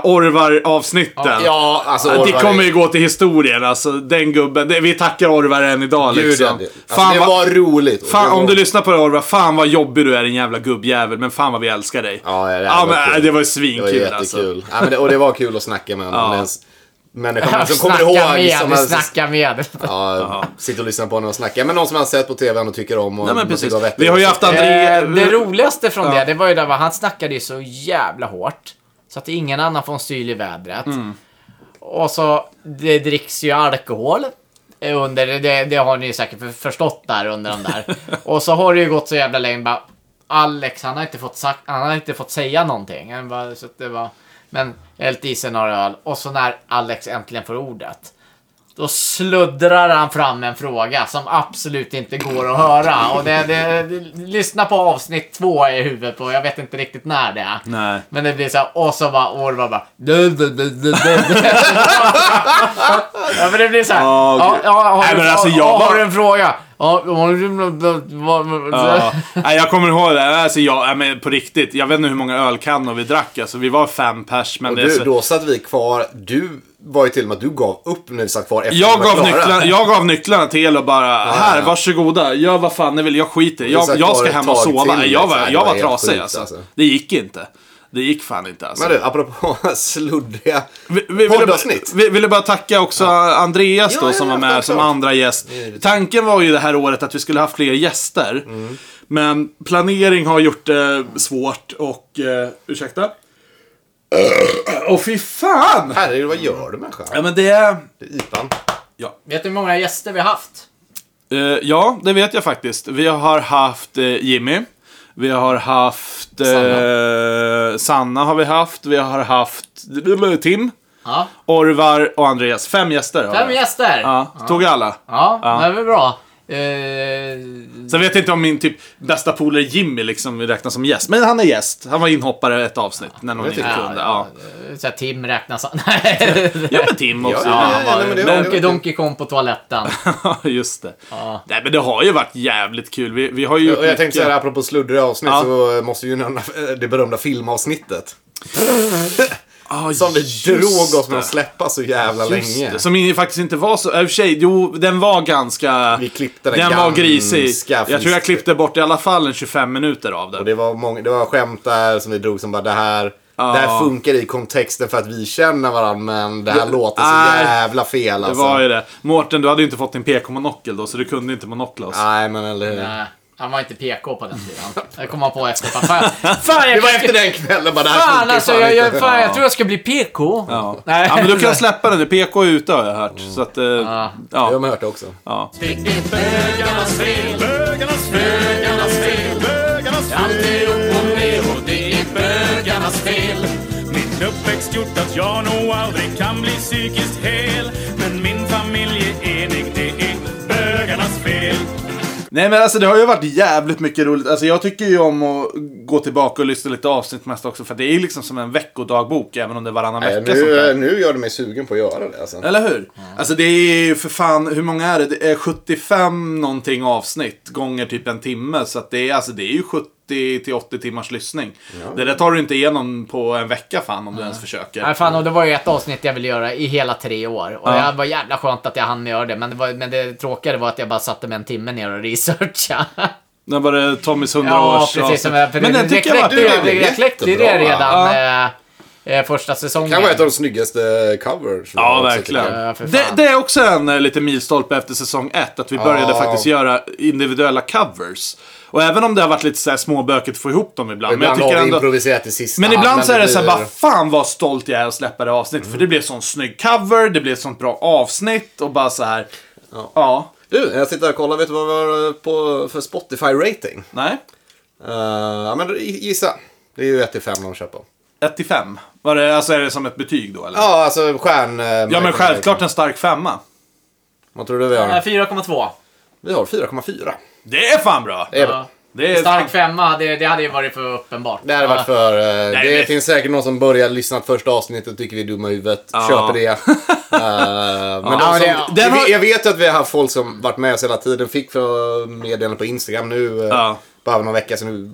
Speaker 1: Orvar-avsnitten.
Speaker 2: Ja, alltså
Speaker 1: det
Speaker 2: Orvar
Speaker 1: kommer
Speaker 2: är-
Speaker 1: ju gå till historien. Alltså, den gubben. Det, vi tackar Orvar än idag
Speaker 2: Gud,
Speaker 1: liksom.
Speaker 2: det, alltså,
Speaker 1: Fan,
Speaker 2: det
Speaker 1: vad-
Speaker 2: var roligt. Och det
Speaker 1: Fan, om
Speaker 2: var-
Speaker 1: du lyssnar på det Orvar, fan vad jobbig du är din jävla gubbjävel, men fan vad vi älskar dig.
Speaker 2: Ja, ja, det,
Speaker 1: ja,
Speaker 2: här
Speaker 1: men,
Speaker 2: var
Speaker 1: äh,
Speaker 2: kul.
Speaker 1: det var ju
Speaker 2: Det var
Speaker 1: svinkul alltså.
Speaker 2: jättekul. Ja, men det, och det var kul att snacka med honom. Ja.
Speaker 1: (laughs)
Speaker 2: Människan som kommer
Speaker 3: snacka
Speaker 2: ihåg.
Speaker 3: med,
Speaker 2: som
Speaker 3: vi
Speaker 2: har-
Speaker 3: snackar med.
Speaker 2: Ja, sitter och lyssnar på honom och snackar. Men någon som har sett på TV och tycker om och
Speaker 1: Nej, men
Speaker 2: man
Speaker 1: precis.
Speaker 2: tycker var vettig
Speaker 1: Vi har ju
Speaker 2: åsikt.
Speaker 1: haft andra...
Speaker 3: Eh,
Speaker 1: vi-
Speaker 3: det roligaste från det, det var ju det var han snackade ju så jävla hårt. Så att ingen annan får en syl i vädret. Och så, det dricks ju alkohol. eh, Under, det, det har ni ju säkert för- förstått där under den där. och så har det ju gått så jävla länge bara, Alex han har inte fått, sagt, han har inte fått säga någonting. Han bara, så att det var, men jag har lite i sig några öl. Och så när Alex äntligen får ordet. Då sluddrar han fram en fråga som absolut inte går att höra. Och det, det, lyssna på avsnitt två i huvudet på, jag vet inte riktigt när det är.
Speaker 1: Nej.
Speaker 3: Men det blir så här, och så bara Orvar bara... (laughs) Du, du, du, du, du. ja men det blir så här.
Speaker 1: Ja,
Speaker 3: ja,
Speaker 1: gud.
Speaker 3: ja, har,
Speaker 1: Nej,
Speaker 3: du,
Speaker 1: men alltså,
Speaker 3: ja,
Speaker 1: jag
Speaker 3: har
Speaker 1: var-
Speaker 3: du en fråga? Ja, har du... vad- vad-
Speaker 1: Ja. Nej, jag kommer ihåg det. Alltså, jag, nej, men på riktigt, jag vet inte hur många ölkannor vi drack. Alltså, vi var fem pers, men
Speaker 2: Och
Speaker 1: det... är
Speaker 2: du,
Speaker 1: så-
Speaker 2: då satt vi kvar. Du var ju till och med att du gav upp när vi satt kvar efter
Speaker 1: Jag
Speaker 2: vi var
Speaker 1: gav,
Speaker 2: klara.
Speaker 1: nycklarna, jag gav nycklarna till El och bara, här,
Speaker 2: ja.
Speaker 1: varsågoda, gör vad fan ni vill, jag skiter i. jag,
Speaker 2: satt
Speaker 1: jag
Speaker 2: kvar
Speaker 1: ska
Speaker 2: ett
Speaker 1: hem och
Speaker 2: tag
Speaker 1: sova.
Speaker 2: till,
Speaker 1: Nej, jag var,
Speaker 2: liksom.
Speaker 1: jag
Speaker 2: Det
Speaker 1: var
Speaker 2: var helt
Speaker 1: trasig
Speaker 2: sjukt,
Speaker 1: alltså.
Speaker 2: alltså.
Speaker 1: Det gick inte. Det gick fan inte alltså.
Speaker 2: Men du, apropå (laughs) sluddiga
Speaker 1: Vi, vi, ville, bara-
Speaker 2: poddavsnitt.
Speaker 1: vi ville bara tacka också Andreas då
Speaker 2: Ja, ja,
Speaker 1: som var
Speaker 2: ja,
Speaker 1: med som
Speaker 2: självklart.
Speaker 1: andra gäst. Tanken var ju det här året att vi skulle ha fler gäster.
Speaker 2: Mm.
Speaker 1: Men planering har gjort det svårt och... Eh, ursäkta? Åh fy fan!
Speaker 2: Herregud, vad gör du människa?
Speaker 1: Ja men det är...
Speaker 2: Ipan.
Speaker 1: Ja.
Speaker 3: (laughs) Vet du hur många gäster vi har haft?
Speaker 1: Eh, ja, det vet jag faktiskt. Vi har haft eh, Jimmy. Vi har haft... Eh, Sanna. har vi haft. Vi har haft eh, Tim,
Speaker 3: Ja.
Speaker 1: Orvar och Andreas. Fem gäster har
Speaker 3: Fem
Speaker 1: vi.
Speaker 3: gäster. Ja,
Speaker 1: Ja, tog jag alla.
Speaker 3: det är väl bra. Eh,
Speaker 1: Sen vet jag inte om min typ bästa polare Jimmy liksom räknas som gäst. Men han är gäst. Han var inhoppare ett avsnitt när någon inte
Speaker 2: tycker jag.
Speaker 1: kunde. Ja.
Speaker 3: så här, Tim räknas... (laughs) Nej.
Speaker 1: ja, men Tim också.
Speaker 2: Ja,
Speaker 1: Ja,
Speaker 2: han var- nej, men det
Speaker 1: (laughs)
Speaker 2: var-
Speaker 3: Donkey Donkey kom på toaletten.
Speaker 1: just det.
Speaker 3: Ja.
Speaker 1: Nej, men det har ju varit jävligt kul. Vi, vi har ju gjort
Speaker 2: Och jag tänkte
Speaker 1: mycket-
Speaker 2: säga det, apropå sluddriga avsnitt
Speaker 1: Ja.
Speaker 2: så måste vi ju nämna (laughs) eh, det berömda filmavsnittet.
Speaker 1: Ah,
Speaker 2: Som vi
Speaker 1: just
Speaker 2: drog oss
Speaker 1: det.
Speaker 2: med att släppa så jävla
Speaker 1: Just
Speaker 2: länge.
Speaker 1: det, som ju faktiskt inte var så... I och för sig, jo, den var ganska...
Speaker 2: Vi klippte den
Speaker 1: Den var
Speaker 2: ganska
Speaker 1: grisig. Jag
Speaker 2: friskt.
Speaker 1: tror jag klippte bort i alla fall en 25 minuter av
Speaker 2: Och
Speaker 1: den.
Speaker 2: det var, många, det var skämt där som vi drog som bara det här, det här funkar i kontexten för att vi känner varandra men det här låter så
Speaker 1: nej.
Speaker 2: jävla fel
Speaker 1: Det
Speaker 2: alltså.
Speaker 1: var ju det. Mårten, du hade ju inte fått din PK-monokel då, så du kunde inte monokla oss.
Speaker 2: (laughs) Nej men eller hur.
Speaker 3: Nej, Han var inte PK på den tiden. Det kom man på efter. Fan, fan, fan jag,
Speaker 2: Det var efter den kvällen bara, det här
Speaker 3: fan
Speaker 2: funkar ju
Speaker 3: alltså, jag, jag,
Speaker 2: inte.
Speaker 3: fan, jag tror jag ska bli PK.
Speaker 1: Ja. ja, men du kan släppa den. nu. PK är ute har jag hört. Så att, eh, ja.
Speaker 2: Jag
Speaker 1: Ja.
Speaker 2: har hört det också.
Speaker 5: Min uppväxt gjort att jag nog aldrig kan bli psykiskt hel Men min familj är enig, det är bögarnas fel
Speaker 1: Nej men alltså det har ju varit jävligt mycket roligt. Alltså jag tycker ju om att gå tillbaka och lyssna lite avsnitt mest också. För det är ju liksom som en veckodagbok även om det är varannan
Speaker 2: Nej,
Speaker 1: vecka. sånt där.
Speaker 2: Eh, nu, nu gör du mig sugen på att göra det. Alltså.
Speaker 1: Eller hur? Alltså det är ju för fan, hur många är det? Det är 75 någonting avsnitt gånger typ en timme. Så att det, är, alltså det är ju 70 till 80 timmars lyssning. Det där tar du inte igenom på en vecka fan om du ens försöker.
Speaker 3: Nej, fan, och det var ju ett avsnitt jag ville göra i hela tre år. Och
Speaker 1: Ja.
Speaker 3: det var jävla skönt att jag hann göra det. Men det, var, men det tråkiga var att jag bara satte mig en timme ner och researchade.
Speaker 1: När var det Tommys 100
Speaker 3: ja,
Speaker 1: års
Speaker 3: precis. Som jag, för
Speaker 1: Men
Speaker 3: det,
Speaker 1: den
Speaker 3: det,
Speaker 1: tycker jag
Speaker 3: kläckte
Speaker 1: var...
Speaker 3: ju-
Speaker 2: det blev
Speaker 3: det kläckte ju det
Speaker 2: jättebra.
Speaker 3: redan eh, eh, första säsongen.
Speaker 2: Det kan vara ett av de snyggaste covers.
Speaker 1: Ja,
Speaker 2: också,
Speaker 1: verkligen.
Speaker 2: tycker jag.
Speaker 3: Ja, för fan.
Speaker 1: det, det är också en eh, liten milstolpe efter säsong ett, att vi började
Speaker 2: Ja.
Speaker 1: faktiskt göra individuella covers. Och även om det har varit lite så här småbökigt att få ihop dem ibland. men jag
Speaker 2: Ibland
Speaker 1: tycker
Speaker 2: har vi
Speaker 1: ändå...
Speaker 2: improviserat i sista.
Speaker 1: Men ibland så är det så här,
Speaker 2: blir-
Speaker 1: bara fan vad stolt jag är att släppa det här avsnittet. För det blev sån snygg cover, det blev sånt bra avsnitt och bara så här. Ja.
Speaker 2: Du, jag sitter och kollar. Vet du vad vi har eh, på för Spotify-rating?
Speaker 1: nej.
Speaker 2: Eh, ja, men gissa. Det är ju 1 till 5 de kör på.
Speaker 1: 1 till 5. Var det, alltså är det som ett betyg då eller? Ja,
Speaker 2: Ja, alltså stjärn... eh,
Speaker 1: men
Speaker 2: marknaden.
Speaker 1: självklart en stark femma.
Speaker 2: Vad tror du vi
Speaker 3: Eh,
Speaker 2: har?
Speaker 3: 4,2.
Speaker 2: Vi har 4,4.
Speaker 1: Det är fan bra!
Speaker 2: Det är bra.
Speaker 3: Ja.
Speaker 1: Det är
Speaker 3: Stark
Speaker 1: fan-
Speaker 3: femma, det, det hade ju varit för uppenbart.
Speaker 2: Det hade varit för... eh, det
Speaker 1: men-
Speaker 2: finns säkert någon som börjar lyssna på första avsnittet och tycker vi är dumma i huvudet.
Speaker 1: Ja.
Speaker 2: Köper
Speaker 1: (laughs)
Speaker 2: det. Eh, men de
Speaker 3: Ja,
Speaker 2: som,
Speaker 3: det-
Speaker 1: den har-
Speaker 2: Jag vet ju att vi har haft folk som varit med oss hela tiden. Fick för meddelanden på Instagram nu. eh,
Speaker 1: Ja.
Speaker 2: Bara någon vecka sedan. Nu,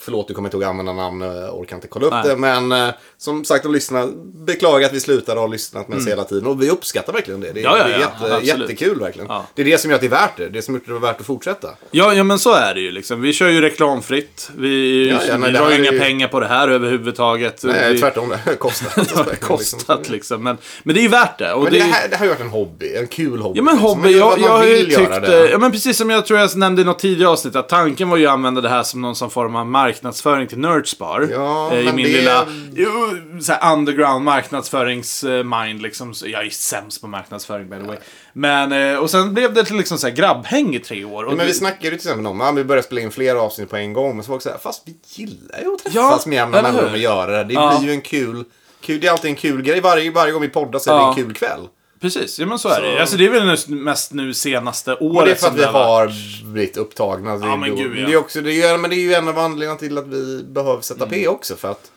Speaker 2: förlåt, du kommer inte ihåg använda namn. eh, Orkar inte kolla upp
Speaker 1: Nej.
Speaker 2: det. Men eh, som sagt, de lyssnar. Beklagar att vi slutade ha lyssnat med oss hela tiden. Och vi uppskattar verkligen det. Det är,
Speaker 1: Mm. Ja, ja,
Speaker 2: det är
Speaker 1: ja.
Speaker 2: jätte,
Speaker 1: Absolut.
Speaker 2: jättekul verkligen.
Speaker 1: Ja.
Speaker 2: Det är det som gör att det är värt det. Det som gjort det värt att fortsätta.
Speaker 1: Ja, ja men så är det ju liksom. Vi kör ju reklamfritt. Vi,
Speaker 2: Ja, ja, men
Speaker 1: vi
Speaker 2: det
Speaker 1: drar
Speaker 2: här
Speaker 1: ju inga
Speaker 2: är ju-
Speaker 1: pengar på det här överhuvudtaget.
Speaker 2: Nej,
Speaker 1: vi,
Speaker 2: Eh, tvärtom. Det (laughs) kostar.
Speaker 1: (laughs) det har kostat liksom. Men, men det är ju värt det. Och
Speaker 2: Men
Speaker 1: det
Speaker 2: det,
Speaker 1: är ju-
Speaker 2: här, det här har ju varit en hobby, en kul hobby.
Speaker 1: Ja men
Speaker 2: liksom.
Speaker 1: hobby,
Speaker 2: det är
Speaker 1: jag,
Speaker 2: att
Speaker 1: jag
Speaker 2: man
Speaker 1: har ju
Speaker 2: vill göra
Speaker 1: tyckt,
Speaker 2: det.
Speaker 1: eh, ja men precis som jag tror jag nämnde i något tidigare avsnitt, att tanken var ju att använda det här som någon som form av marknadsföring till Nerdspar.
Speaker 2: Ja,
Speaker 1: eh, I
Speaker 2: men
Speaker 1: min
Speaker 2: det-
Speaker 1: lilla ju, så här underground marknadsföringsmind liksom. Så Jag är sämst på marknadsföring by the way. Men, eh, och sen blev det till liksom så här grabbhäng i tre år. Och
Speaker 2: Men vi
Speaker 1: det-
Speaker 2: snackade ju till exempel om att vi började spela in flera avsnitt på en gång. Men så var det så här, fast vi gillar ju att träffas
Speaker 1: Ja,
Speaker 2: med jämna
Speaker 1: eller hur?
Speaker 2: mellanrum och göra det. här. Det
Speaker 1: Ja.
Speaker 2: blir ju en kul, kul, det är alltid en kul grej. Varje, varje gång vi poddar så är det
Speaker 1: Ja.
Speaker 2: en kul kväll.
Speaker 1: Precis, ja men så är det. Alltså det är väl nu- mest nu senaste året
Speaker 2: Och det är för att
Speaker 1: som
Speaker 2: vi
Speaker 1: det varit.
Speaker 2: har blivit upptagna. Det är
Speaker 1: Ja, men
Speaker 2: då-
Speaker 1: gud, ja.
Speaker 2: det är också, det är, ju- men det är ju en av anledningarna till att vi behöver
Speaker 1: Mm.
Speaker 2: sätta P också. För att,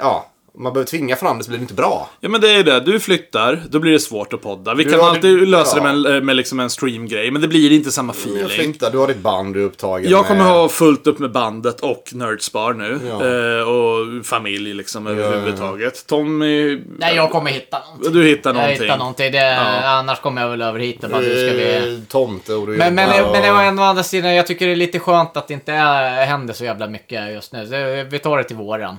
Speaker 2: ja, om man behöver tvinga fram det så blir det inte bra.
Speaker 1: Ja men det är det, du flyttar, då blir det svårt att podda. Vi
Speaker 2: Du
Speaker 1: kan
Speaker 2: har-
Speaker 1: alltid lösa
Speaker 2: ja.
Speaker 1: det med, med liksom en streamgrej, men det blir inte samma feeling.
Speaker 2: Jag flyttar, du har ditt band, du är upptagen.
Speaker 1: Jag kommer
Speaker 2: med-
Speaker 1: ha fullt upp med bandet och Nerdspar nu.
Speaker 2: Ja.
Speaker 1: Eh, och familj liksom överhuvudtaget. Tommy...
Speaker 3: Nej, jag kommer hitta någonting.
Speaker 1: Du hittar
Speaker 3: Jag
Speaker 1: någonting.
Speaker 3: hittar någonting. Det, Annars kommer jag väl över hit och bara, nu ska vi...
Speaker 2: Eh, Tomte och du är
Speaker 3: Men, men,
Speaker 2: Ja.
Speaker 3: men det var ändå å andra sidan, jag tycker det är lite skönt att det inte är, händer så jävla mycket just nu. Det- Vi tar det till våren.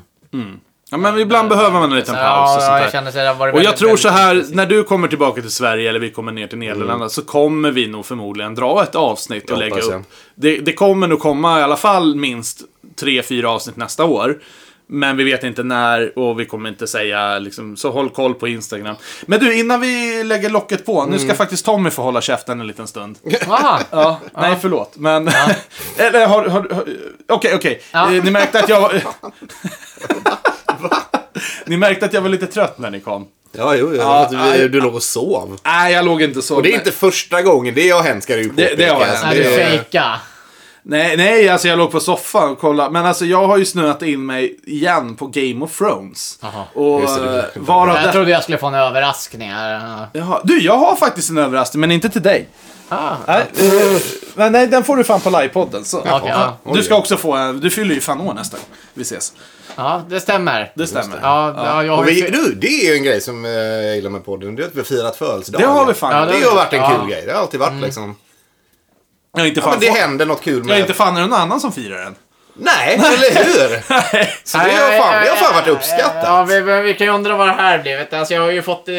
Speaker 1: Ja, men ibland behöver man en liten
Speaker 3: Ja,
Speaker 1: paus och
Speaker 3: ja, jag
Speaker 1: sånt
Speaker 3: känner
Speaker 1: där.
Speaker 3: så här, var det
Speaker 1: Och jag
Speaker 3: väldigt-
Speaker 1: tror så här,
Speaker 3: väldigt-
Speaker 1: när du kommer tillbaka till Sverige eller vi kommer ner till Nederländerna så kommer vi nog förmodligen dra ett avsnitt och
Speaker 2: Jag
Speaker 1: lägga
Speaker 2: hoppas
Speaker 1: upp. Det, det kommer nog komma i alla fall minst tre, fyra avsnitt nästa år. Men vi vet inte när och vi kommer inte säga liksom, så håll koll på Instagram. Men du, innan vi lägger locket på, nu ska faktiskt Tommy få hålla käften en liten stund.
Speaker 3: Aha.
Speaker 1: Ja, nej förlåt. Men... (laughs) Eller har du... har du- har- Okej, okej.
Speaker 3: Ja.
Speaker 1: Eh, Ni märkte att jag (laughs) var... Ni märkte att jag var lite trött när ni kom.
Speaker 2: Ja, jo, jag
Speaker 1: Ja,
Speaker 2: vet att vi,
Speaker 1: aj.
Speaker 2: du låg och sov.
Speaker 1: Nej, jag låg inte så.
Speaker 2: Och det är inte första gången det har hänt, ska du ju
Speaker 1: det
Speaker 2: påpeka.
Speaker 1: har hänt.
Speaker 2: Så
Speaker 3: Ja,
Speaker 2: det
Speaker 3: du
Speaker 2: är-
Speaker 3: fejka.
Speaker 1: Nej, nej, alltså jag låg på soffan och kollade. Men alltså jag har ju snöat in mig igen på Game of Thrones.
Speaker 3: Jaha.
Speaker 1: Och
Speaker 2: Just det, det
Speaker 1: eh,
Speaker 2: kanske inte
Speaker 1: varav
Speaker 3: Jag
Speaker 1: det...
Speaker 3: trodde jag skulle få en överraskning här.
Speaker 1: Jaha. Du, jag har faktiskt en överraskning, men inte till dig.
Speaker 3: Ah.
Speaker 1: Nej, eh, men nej den får du fan på livepodden. Så.
Speaker 3: Okej, ja.
Speaker 1: Du ska också få en... Du fyller ju fan år nästa gång vi ses.
Speaker 3: Ja, det stämmer.
Speaker 1: Det stämmer.
Speaker 3: Ja, ja. jag har
Speaker 2: Och
Speaker 3: ju...
Speaker 2: vi, du, det är ju en grej som eh, jag gillar med podden. Det är att vi har firat födelsedagar.
Speaker 1: Det har vi fan
Speaker 3: Ja,
Speaker 1: gjort.
Speaker 2: Det har varit en
Speaker 3: Ja.
Speaker 2: kul grej. Det har alltid varit liksom.
Speaker 1: Jag har inte
Speaker 2: Ja,
Speaker 1: fan
Speaker 2: men det
Speaker 1: fått-
Speaker 2: händer något kul
Speaker 1: Jag
Speaker 2: med...
Speaker 1: är inte fan är det någon annan som firar den.
Speaker 2: Nej, eller hur? Så det har fan, det har fan varit uppskattat.
Speaker 3: Ja, vi, vi- vi kan ju undra vad det här blev. vet du. Alltså, jag har ju fått eh,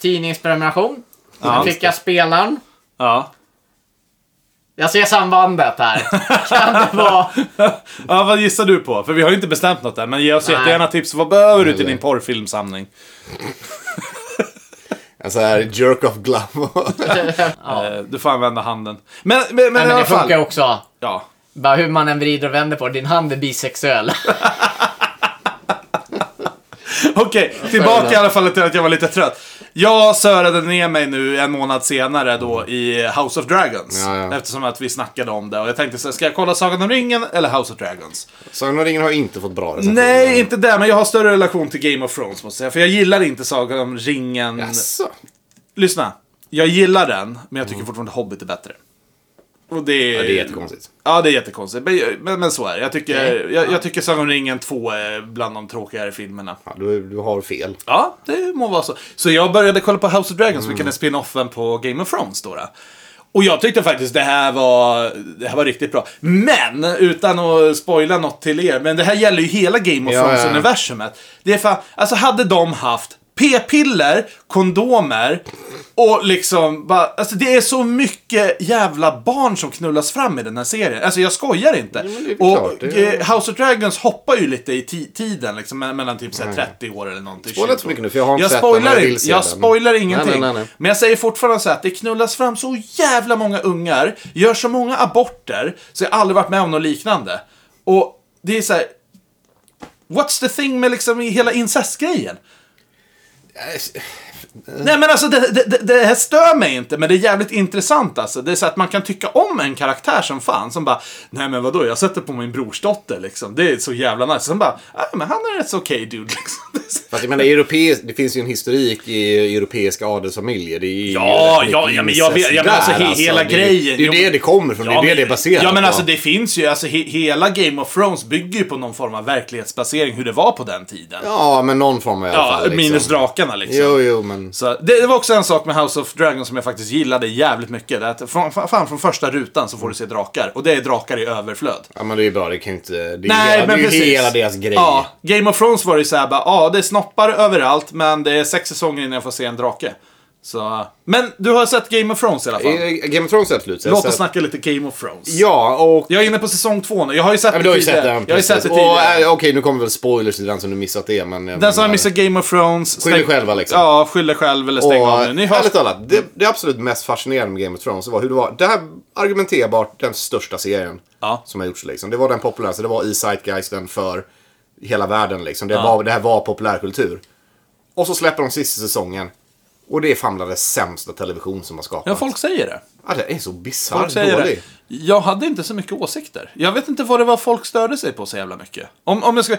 Speaker 3: tidningsprenumeration. Sen fick jag spelaren.
Speaker 1: Ja.
Speaker 3: Jag ser sambandet
Speaker 2: (laughs)
Speaker 3: här. Kan det vara...
Speaker 1: (laughs) Ja, vad gissar du på? För vi har ju inte bestämt något där, men ge oss
Speaker 3: Nej.
Speaker 1: jättegärna tips. Vad behöver du till
Speaker 2: Eller-
Speaker 1: din porrfilmsamling?
Speaker 2: En sån här jerk of glove. (laughs)
Speaker 1: Eh, Du får använda handen. Men, men, men,
Speaker 3: Nej,
Speaker 1: i
Speaker 3: men
Speaker 1: alla
Speaker 3: det
Speaker 1: fall.
Speaker 3: funkar ju också.
Speaker 1: Ja. (laughs)
Speaker 3: Bara hur man än vrider och vänder på det, din hand är bisexuell.
Speaker 1: Okej, tillbaka i alla fall till att jag var lite trött. Jag sörade ner mig nu en månad senare då i House of Dragons.
Speaker 2: Ja, ja.
Speaker 1: Eftersom att vi snackade om det och jag tänkte så här, ska jag kolla Sagan om ringen eller House of Dragons?
Speaker 2: Sagan om ringen har inte fått bra recensioner.
Speaker 1: Nej, inte det, men jag har större relation till Game of Thrones måste jag säga. För jag gillar inte Sagan om ringen.
Speaker 2: Jaså?
Speaker 1: Lyssna, jag gillar den, men jag tycker fortfarande Hobbit är bättre. Mm. Och det är...
Speaker 2: Ja, det är jättekonstigt.
Speaker 1: Ja, det är jättekonstigt. Men, men, men så är det. Jag tycker, jag, jag tycker Sagan om ringen 2 är bland de tråkigare filmerna.
Speaker 2: Ja, du, du har fel.
Speaker 1: Ja, det må vara så. Så jag började kolla på House of Dragons,
Speaker 2: Mm.
Speaker 1: vilken är spin-offen på Game of Thrones då. då. Och jag tyckte faktiskt det här var, det här var riktigt bra. Men, utan att spoila något till er, men det här gäller ju hela Game of
Speaker 2: Ja, ja, ja.
Speaker 1: Thrones-universumet. Det är fan, alltså hade de haft p-piller, kondomer och liksom bara, alltså det är så mycket jävla barn som knullas fram i den här serien. Alltså jag skojar inte.
Speaker 2: men det är
Speaker 1: och
Speaker 2: klart, det är-
Speaker 1: eh, House of Dragons hoppar ju lite i ti- tiden, liksom, me- mellan typ så
Speaker 2: Mm.
Speaker 1: här 30 år eller någonting.
Speaker 2: Spoila inte så mycket nu, för jag har inte
Speaker 1: jag
Speaker 2: sett den, men
Speaker 1: spoilar,
Speaker 2: jag vill
Speaker 1: inte-
Speaker 2: se
Speaker 1: jag
Speaker 2: den.
Speaker 1: spoilar ingenting.
Speaker 2: Nej, nej, nej, nej.
Speaker 1: Men jag säger fortfarande så här att det knullas fram så jävla många ungar, gör så många aborter, så jag har aldrig varit med om något liknande. Och det är så här. What's the thing med liksom hela incestgrejen?
Speaker 2: Mm.
Speaker 1: Nej men alltså det, det- det, det här stör mig inte, men det är jävligt intressant alltså. Det är så att man kan tycka om en karaktär som fan, som bara Nej men vadå, jag sätter på min brorsdotter liksom. Det är så jävla nice. Sen bara, nej men han är en rätt så okej dude liksom. (laughs) Det är så-
Speaker 2: Fast jag menar, europeisk, det finns ju en historik i europeiska adelsfamiljer. Det är ju
Speaker 1: Ja,
Speaker 2: rätt
Speaker 1: ja,
Speaker 2: mycket
Speaker 1: ja, men jag vet-
Speaker 2: incest
Speaker 1: ja, men alltså, he- hela
Speaker 2: det är, ju-
Speaker 1: grejen.
Speaker 2: Det är
Speaker 1: Jo,
Speaker 2: ju det
Speaker 1: men-
Speaker 2: det kommer från. det är det det är baserat
Speaker 1: Ja men
Speaker 2: på.
Speaker 1: alltså det finns ju, alltså he, hela Game of Thrones bygger ju på någon form av verklighetsbasering hur det var på den tiden.
Speaker 2: Ja, men någon form i alla
Speaker 1: Ja,
Speaker 2: fall. liksom.
Speaker 1: minus drakarna liksom.
Speaker 2: Jo, jo, men...
Speaker 1: Så det, det var också en sak med House of Dragons som jag faktiskt gillade jävligt mycket. Det är att från, fan, från första rutan så får du se drakar. Och det är drakar i överflöd.
Speaker 2: Ja, men det är bra. Det kan ju inte... Det är, hela, det är ju hela deras grej.
Speaker 1: Ja, Game of Thrones var det ju såhär bara, ja det är snoppar överallt men det är sex säsonger innan jag får se en drake. Så, men du har sett Game of Thrones i alla fall.
Speaker 2: Eh, Game of Thrones är absolut. så jag
Speaker 1: Låt
Speaker 2: har
Speaker 1: oss
Speaker 2: sett-
Speaker 1: snacka lite Game of Thrones.
Speaker 2: Ja, och...
Speaker 1: Jag är inne på säsong två nu. Jag har ju sett
Speaker 2: Ja, men du
Speaker 1: det
Speaker 2: har ju sett
Speaker 1: tidigare.
Speaker 2: den.
Speaker 1: Jag har ju sett det
Speaker 2: precis.
Speaker 1: tidigare.
Speaker 2: Och, eh, Okej, nu kommer väl spoilers till den som du missat det, men...
Speaker 1: Den som har missat Game of Thrones...
Speaker 2: Skyll dig
Speaker 1: stäng-
Speaker 2: själva, liksom.
Speaker 1: Ja, skyll dig själv eller stäng av nu. Ni har...
Speaker 2: Ärligt talat, det, det absolut mest fascinerande med Game of Thrones var hur det var. Det här argumenterbart den största serien
Speaker 1: Ja.
Speaker 2: som har gjorts. Liksom. Det var den populäraste, det var i Zeitgeisten för hela världen. Liksom. Det, var, det här var populärkultur. Och så släpper de sista säsongen. Och det är fan bland det sämsta television som har skapats.
Speaker 1: Ja, folk säger det.
Speaker 2: Ja, det är så bisarrt
Speaker 1: Folk säger det.
Speaker 2: dålig.
Speaker 1: Jag hade inte så mycket åsikter. Jag vet inte vad det var folk störde sig på så jävla mycket. Om, om jag ska...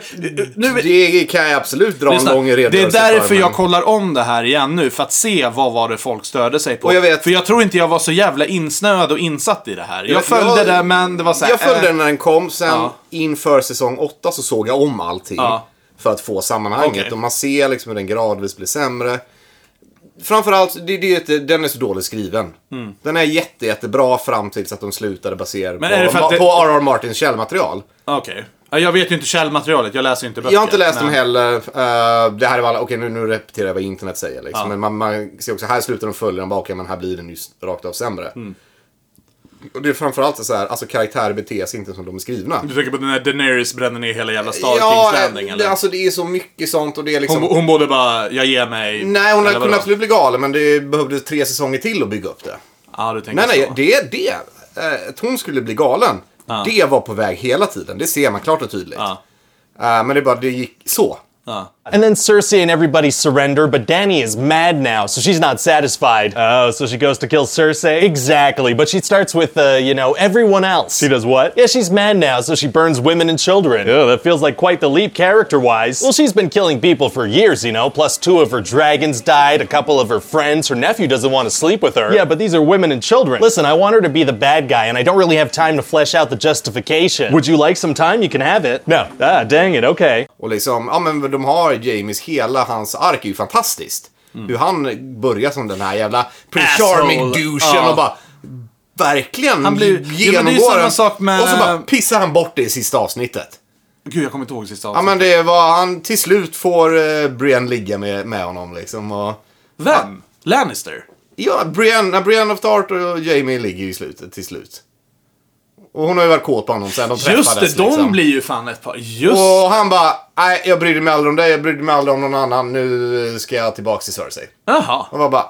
Speaker 1: Nu,
Speaker 2: Det kan jag absolut dra
Speaker 1: Lyssna,
Speaker 2: en lång
Speaker 1: det är
Speaker 2: redogörelse
Speaker 1: därför
Speaker 2: för,
Speaker 1: jag
Speaker 2: men-
Speaker 1: kollar om det här igen nu, för att se vad var det folk störde sig på.
Speaker 2: Och jag vet-
Speaker 1: För jag tror inte jag var så jävla insnöad och insatt i det här. Jag, följde det, men det var så här,
Speaker 2: Jag följde
Speaker 1: eh,
Speaker 2: den när den kom, sen
Speaker 1: Ja.
Speaker 2: inför säsong 8 så såg jag om allting.
Speaker 1: Ja.
Speaker 2: För att få sammanhanget.
Speaker 1: Okej.
Speaker 2: Och man ser liksom hur den gradvis blir sämre. Framförallt, det, det, är ett- den är så dåligt skriven. Den är jätte, jättebra fram tills att de slutade basera
Speaker 1: Mm. Men är det
Speaker 2: på,
Speaker 1: för att det-
Speaker 2: på R.R. Martins källmaterial.
Speaker 1: Okej. Ja, Jag vet ju inte källmaterialet, jag läser ju inte böcker.
Speaker 2: Jag har inte läst dem
Speaker 1: men-
Speaker 2: heller. Eh, det här är alla, okej nu, nu repeterar jag vad internet säger liksom. Men man, man ser också, här slutar de följa dem bara, okej men här blir den ju s- rakt av sämre.
Speaker 1: Mm.
Speaker 2: Och det är framförallt så här, alltså karaktärer beter sig inte som de är skrivna.
Speaker 1: Du tänker på den där Daenerys bränner ner hela jävla Star
Speaker 2: Ja,
Speaker 1: Kings Landing, eller?
Speaker 2: det, alltså det är så mycket sånt och det är liksom...
Speaker 1: hon, hon borde bara, jag ger mig.
Speaker 2: nej, hon
Speaker 1: eller
Speaker 2: hade
Speaker 1: vadå?
Speaker 2: kunnat absolut bli galen men det behövdes tre säsonger till att bygga upp det.
Speaker 1: Ja, du tänker
Speaker 2: Nej, nej,
Speaker 1: så.
Speaker 2: det, det, eh, att hon skulle bli galen, det var på väg hela tiden. Det ser man klart och tydligt.
Speaker 1: Ja.
Speaker 2: Eh, men det är bara, det gick så.
Speaker 6: And then Cersei and everybody surrender, but Danny is mad now, so she's not satisfied. Oh, so she goes to kill Cersei? Exactly, but she starts with, uh, you know, everyone else. She does what? Yeah, she's mad now, so she burns women and children. Oh, that feels like quite the leap character wise. Well, she's been killing people for years, you know, plus two of her dragons died, a couple of her friends, her nephew doesn't want to sleep with her. Yeah, but these are women and children. Listen, I want her to be the bad guy, and I don't really have time to flesh out the justification. Would you like some time? You can have it. No. Ah, dang it, okay.
Speaker 2: Och liksom, ja men de har Jamies, hela hans ark är ju fantastiskt. Hur han börjar som den här jävla pretty
Speaker 1: Mm. Asshole.
Speaker 2: charming douchen
Speaker 1: Ja.
Speaker 2: och bara verkligen
Speaker 1: Han blir- Ja, men det är ju
Speaker 2: genomgår
Speaker 1: samma
Speaker 2: en-
Speaker 1: sak med-
Speaker 2: Och så bara pissar han bort det i sista avsnittet.
Speaker 1: Gud, jag kommer inte ihåg sista
Speaker 2: Ja
Speaker 1: avsnittet.
Speaker 2: men det var, han till slut får eh, Brian ligga med, med honom liksom och...
Speaker 1: Vem? Lannister?
Speaker 2: Ja, Brian, när Brian of Tart och Jamie ligger ju i slutet till slut. Och hon har ju varit kåt på honom sen de träffades.
Speaker 1: Just det, de
Speaker 2: liksom.
Speaker 1: blir ju fan ett par. Just
Speaker 2: Och han bara, nej jag brydde mig aldrig om dig, jag brydde mig aldrig om någon annan, nu ska jag tillbaks till Cersei.
Speaker 1: Jaha.
Speaker 2: Och var bara,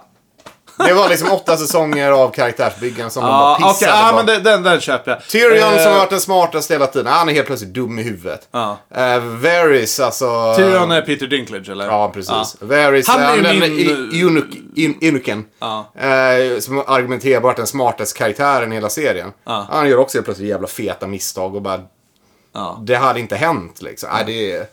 Speaker 2: det var liksom åtta säsonger av karaktärsbyggen som de bara
Speaker 1: Ja, okej.
Speaker 2: pissade
Speaker 1: Ja,
Speaker 2: på.
Speaker 1: men det- den, den köper jag.
Speaker 2: Tyrion
Speaker 1: Eh,
Speaker 2: som har varit den smartaste hela tiden, han är helt plötsligt dum i huvudet.
Speaker 1: Ja.
Speaker 2: Eh, Varys alltså...
Speaker 1: Tyrion är Peter Dinklage, eller?
Speaker 2: Ja, precis. Varys,
Speaker 1: Han
Speaker 2: han
Speaker 1: är ju
Speaker 2: är
Speaker 1: min-
Speaker 2: min... Inuken.
Speaker 1: Ja.
Speaker 2: Eh, som argumenterar bara att den smartaste karaktären i hela serien. Han gör också helt plötsligt jävla feta misstag och bara...
Speaker 1: Ja.
Speaker 2: Det hade inte hänt liksom. Nej, det är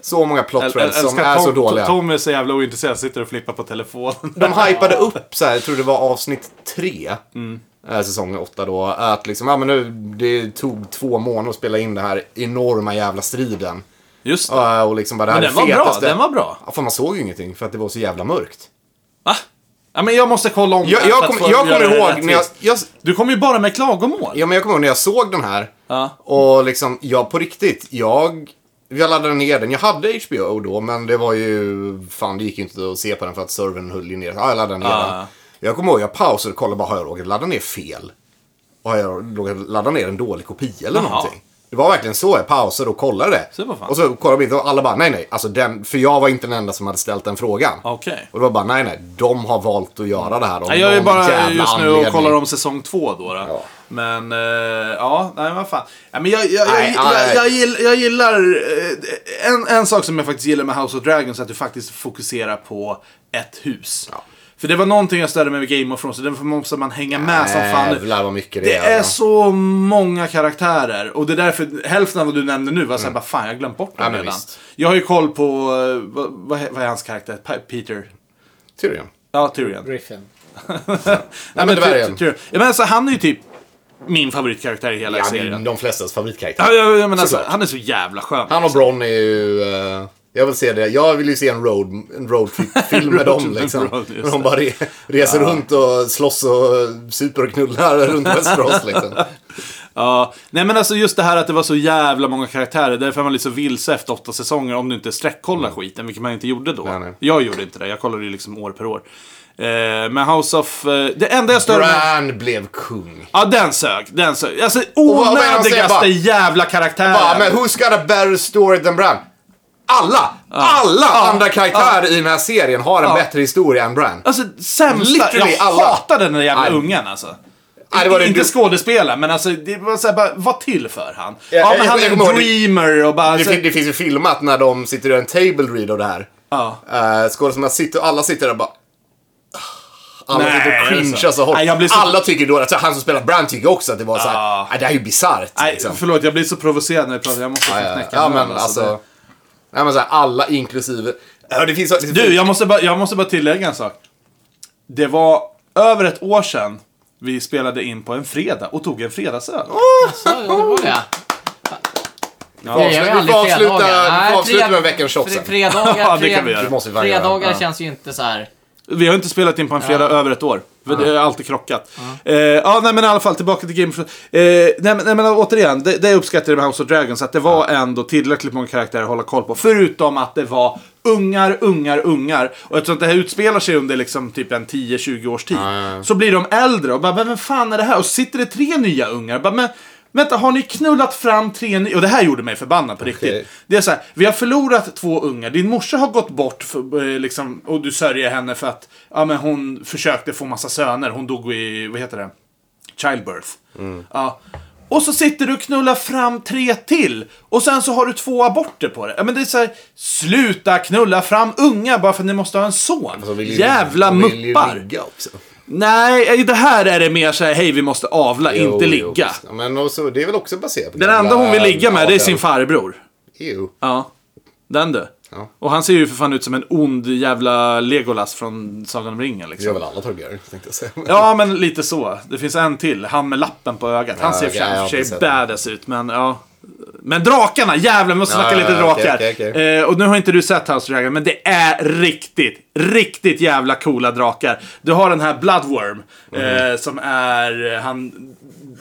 Speaker 2: så många plot
Speaker 1: Äl- äl-
Speaker 2: threads som
Speaker 1: älskar
Speaker 2: är
Speaker 1: Tom,
Speaker 2: så dåliga.
Speaker 1: Tom är så jävla ointresserad, sitter och flippar på telefonen.
Speaker 2: De hypade upp så här, jag tror det var avsnitt tre.
Speaker 1: Mm.
Speaker 2: eh, Säsong åtta då. Att liksom, ja men nu, det tog två månader att spela in den här enorma jävla striden.
Speaker 1: (laughs) Just det.
Speaker 2: Eh, Och liksom bara det här
Speaker 1: Men den var
Speaker 2: är
Speaker 1: bra,
Speaker 2: fetaste.
Speaker 1: den var bra.
Speaker 2: Ja, för man såg ju ingenting för att det var så jävla mörkt.
Speaker 1: Va? Ja, men jag måste kolla om den
Speaker 2: Jag,
Speaker 1: för
Speaker 2: jag,
Speaker 1: att
Speaker 2: kom,
Speaker 1: få
Speaker 2: jag
Speaker 1: göra
Speaker 2: kommer
Speaker 1: det
Speaker 2: ihåg
Speaker 1: rättvist.
Speaker 2: när jag, jag,
Speaker 1: Du kommer ju bara med klagomål.
Speaker 2: ja, men jag kommer ihåg när jag såg den här.
Speaker 1: Ja.
Speaker 2: Och liksom, jag på riktigt, jag, jag laddade ner den. Jag hade HBO då, men det var ju, fan det gick ju inte att se på den för att servern höll ju ner. Ja, jag laddade ner
Speaker 1: Ja.
Speaker 2: den. Jag kommer ihåg, jag pausade och kollade bara, har jag råkat ladda ner fel? Har jag råkat ladda ner en dålig kopia eller
Speaker 1: Jaha.
Speaker 2: någonting? Det var verkligen så, jag pausade och kollade.
Speaker 1: Så vad fan.
Speaker 2: och så kollade vi inte och alla bara, nej nej, alltså den, för jag var inte den enda som hade ställt den frågan.
Speaker 1: Okej.
Speaker 2: Och det var bara, nej nej, de har valt att göra det här. av
Speaker 1: Nej, jag är
Speaker 2: någon
Speaker 1: bara
Speaker 2: jävla
Speaker 1: just nu och
Speaker 2: anledning.
Speaker 1: kollar om säsong två då. då.
Speaker 2: Ja.
Speaker 1: Men, eh, ja, nej vad fan. Ja, men jag, jag, jag,
Speaker 2: Nej,
Speaker 1: jag,
Speaker 2: nej.
Speaker 1: jag, gill- jag gillar, eh, en, en sak som jag faktiskt gillar med House of Dragons är att du faktiskt fokuserar på ett hus.
Speaker 2: Ja.
Speaker 1: För det var någonting jag störde mig med Game of Thrones, så den måste man hänga med som fan. nu.
Speaker 2: Jävlar vad mycket det,
Speaker 1: Det är
Speaker 2: alltså.
Speaker 1: så många karaktärer. Och det är därför hälften av vad du nämnde nu var såhär, bara fan jag har glömt bort
Speaker 2: Mm. Ja,
Speaker 1: dem
Speaker 2: men
Speaker 1: redan.
Speaker 2: visst.
Speaker 1: Jag har ju koll på, eh, vad, vad är- vad är hans karaktär? Pa- Peter?
Speaker 2: Tyrion.
Speaker 1: Ja, Tyrion.
Speaker 3: Griffin.
Speaker 1: Nej, men
Speaker 2: men
Speaker 1: ty-
Speaker 2: dvärgen.
Speaker 1: ty- ty- ja, men alltså, han är ju typ min favoritkaraktär i hela
Speaker 2: Ja, det är
Speaker 1: serien.
Speaker 2: de flestas favoritkaraktär.
Speaker 1: Ja, ja, ja, men alltså,
Speaker 2: Såklart.
Speaker 1: han är så jävla skön.
Speaker 2: Han och Bron är ju... eh, jag vill se det. Jag vill ju se en road,
Speaker 1: (laughs)
Speaker 2: en roadtrip-film med dem
Speaker 1: Roadtrip,
Speaker 2: liksom.
Speaker 1: road, just
Speaker 2: När de
Speaker 1: det.
Speaker 2: bara re, reser runt och slåss och eh, super och knullar (laughs) runt
Speaker 1: (laughs)
Speaker 2: Västerås liksom.
Speaker 1: Ja. Nej men alltså just det här att det var så jävla många karaktärer. Därför är man lite så vilse efter åtta säsonger om du inte streckkollar skiten, vilket man inte gjorde då.
Speaker 2: Mm. Nej, nej.
Speaker 1: Jag gjorde inte det, jag kollade ju liksom år per år. Eh, men House of... Eh, det enda jag störde mig...
Speaker 2: Bran blev kung.
Speaker 1: Ja, den sög. Den sög. Alltså
Speaker 2: vad- vad är det han säger?
Speaker 1: onödigaste
Speaker 2: Bara-
Speaker 1: jävla karaktären.
Speaker 2: Bara, men who's got a better story than Bran? Alla! Alla andra karaktärer i den här serien har en bättre historia än Bran.
Speaker 1: Alltså sämsta,
Speaker 2: Literally
Speaker 1: jag
Speaker 2: alla.
Speaker 1: hatade den där jävla
Speaker 2: Nej.
Speaker 1: ungen alltså.
Speaker 2: Nej, det var det
Speaker 1: inte
Speaker 2: du-
Speaker 1: skådespelaren, men alltså, det var såhär, bara, vad till för han? Ja,
Speaker 2: jag-
Speaker 1: men han
Speaker 2: jag
Speaker 1: är en
Speaker 2: kommer ihåg det.
Speaker 1: dreamer och bara...
Speaker 2: Det,
Speaker 1: Alltså,
Speaker 2: fin- det finns ju filmat när de sitter och gör en table read av det här.
Speaker 1: Ja.
Speaker 2: Eh, Skådespelarna sitter och alla sitter där och bara... Ah, Alla
Speaker 1: Nej,
Speaker 2: sitter och
Speaker 1: är det
Speaker 2: cringear
Speaker 1: så?
Speaker 2: så hårt.
Speaker 1: Nej, jag blir så- Ah.
Speaker 2: Alla tycker då att så här, Alltså, han som spelar Brand tycker också att det var så här, "Nej, det här är ju bisarrt.
Speaker 1: nej,
Speaker 2: liksom.
Speaker 1: förlåt, jag blir så provocerad när vi pratar, jag måste
Speaker 2: Ja,
Speaker 1: få
Speaker 2: ja, ja.
Speaker 1: knäcka
Speaker 2: ja,
Speaker 1: den,
Speaker 2: men alltså.
Speaker 1: det-
Speaker 2: Nej, men så här, alla inklusive... Ja, det finns, det
Speaker 1: Du, jag måste, bara, jag måste bara tillägga en sak. Det var över ett år sedan vi spelade in på en fredag och tog en fredagsöl.
Speaker 3: Så, det var det.
Speaker 2: får
Speaker 3: Det
Speaker 2: avsluta-
Speaker 3: gör jag aldrig
Speaker 2: vi får avsluta-
Speaker 3: fredagar.
Speaker 2: vi får
Speaker 3: Nej,
Speaker 2: avsluta
Speaker 3: fred-
Speaker 2: med veckans shot
Speaker 3: fre-
Speaker 2: sen. (laughs)
Speaker 3: Fredagar,
Speaker 1: Ja, det kan
Speaker 3: fred-
Speaker 1: vi göra.
Speaker 2: Det måste vi fan göra.
Speaker 3: fredagar
Speaker 2: Ja.
Speaker 3: känns ju inte så här.
Speaker 1: Vi har inte spelat in på en fredag över ett år. För det har alltid krockat. Ja, eh, ja nej, men i alla fall tillbaka till Game of Thrones. eh, nej, men- nej men återigen, det, det uppskattade jag med House of Dragons. Att det var ändå tillräckligt många karaktärer att hålla koll på. Förutom att det var ungar, ungar, ungar. Och eftersom det här utspelar sig under liksom typ en 10-20 års tid. Så blir de äldre och bara, men vem fan är det här? Och så sitter det tre nya ungar. Bara, men, Vänta, har ni knullat fram tre nya... Och det här gjorde mig förbannad på riktigt. Det är så här, vi har förlorat två ungar. Din morsa har gått bort för, eh, liksom, och du sörjer henne för att ja, men hon försökte få massa söner. Hon dog i, vad heter det? Childbirth.
Speaker 2: Mm.
Speaker 1: Ja. Och så sitter du och knullar fram tre till. Och sen så har du två aborter på det. Ja, men det är så här, sluta knulla fram unga bara för att ni måste ha en son.
Speaker 2: De vill ju-
Speaker 1: Jävla
Speaker 2: de vill ju
Speaker 1: muppar.
Speaker 2: ligga också.
Speaker 1: Nej, i det här är det mer så här, hej vi måste avla, inte
Speaker 2: Jo,
Speaker 1: ligga.
Speaker 2: jo, visst. Ja, men och så, det är väl också baserat på
Speaker 1: Den
Speaker 2: gamla-
Speaker 1: enda hon vill ligga med, det är sin
Speaker 2: avel.
Speaker 1: farbror.
Speaker 2: Ew.
Speaker 1: Ja. Den du.
Speaker 2: Ja.
Speaker 1: Och han ser ju för fan ut som en ond jävla Legolas från Sagan om ringen
Speaker 2: Det gör
Speaker 1: liksom.
Speaker 2: väl alla Targaryen, tänkte jag säga.
Speaker 1: Ja, men lite så. Det finns en till. Han med lappen på ögat. Han
Speaker 2: Ja,
Speaker 1: ser
Speaker 2: okej,
Speaker 1: för
Speaker 2: jag har
Speaker 1: sig- för
Speaker 2: inte
Speaker 1: sig
Speaker 2: sett
Speaker 1: badass ut, men ja. Men drakarna, jävlar, vi måste
Speaker 2: Ja,
Speaker 1: snacka
Speaker 2: ja,
Speaker 1: lite
Speaker 2: ja,
Speaker 1: drakar.
Speaker 2: okej, okej, okej.
Speaker 1: Eh, och nu har inte du sett House of Dragon, men det är riktigt, riktigt jävla coola drakar. Du har den här Bloodworm, eh, som är eh, han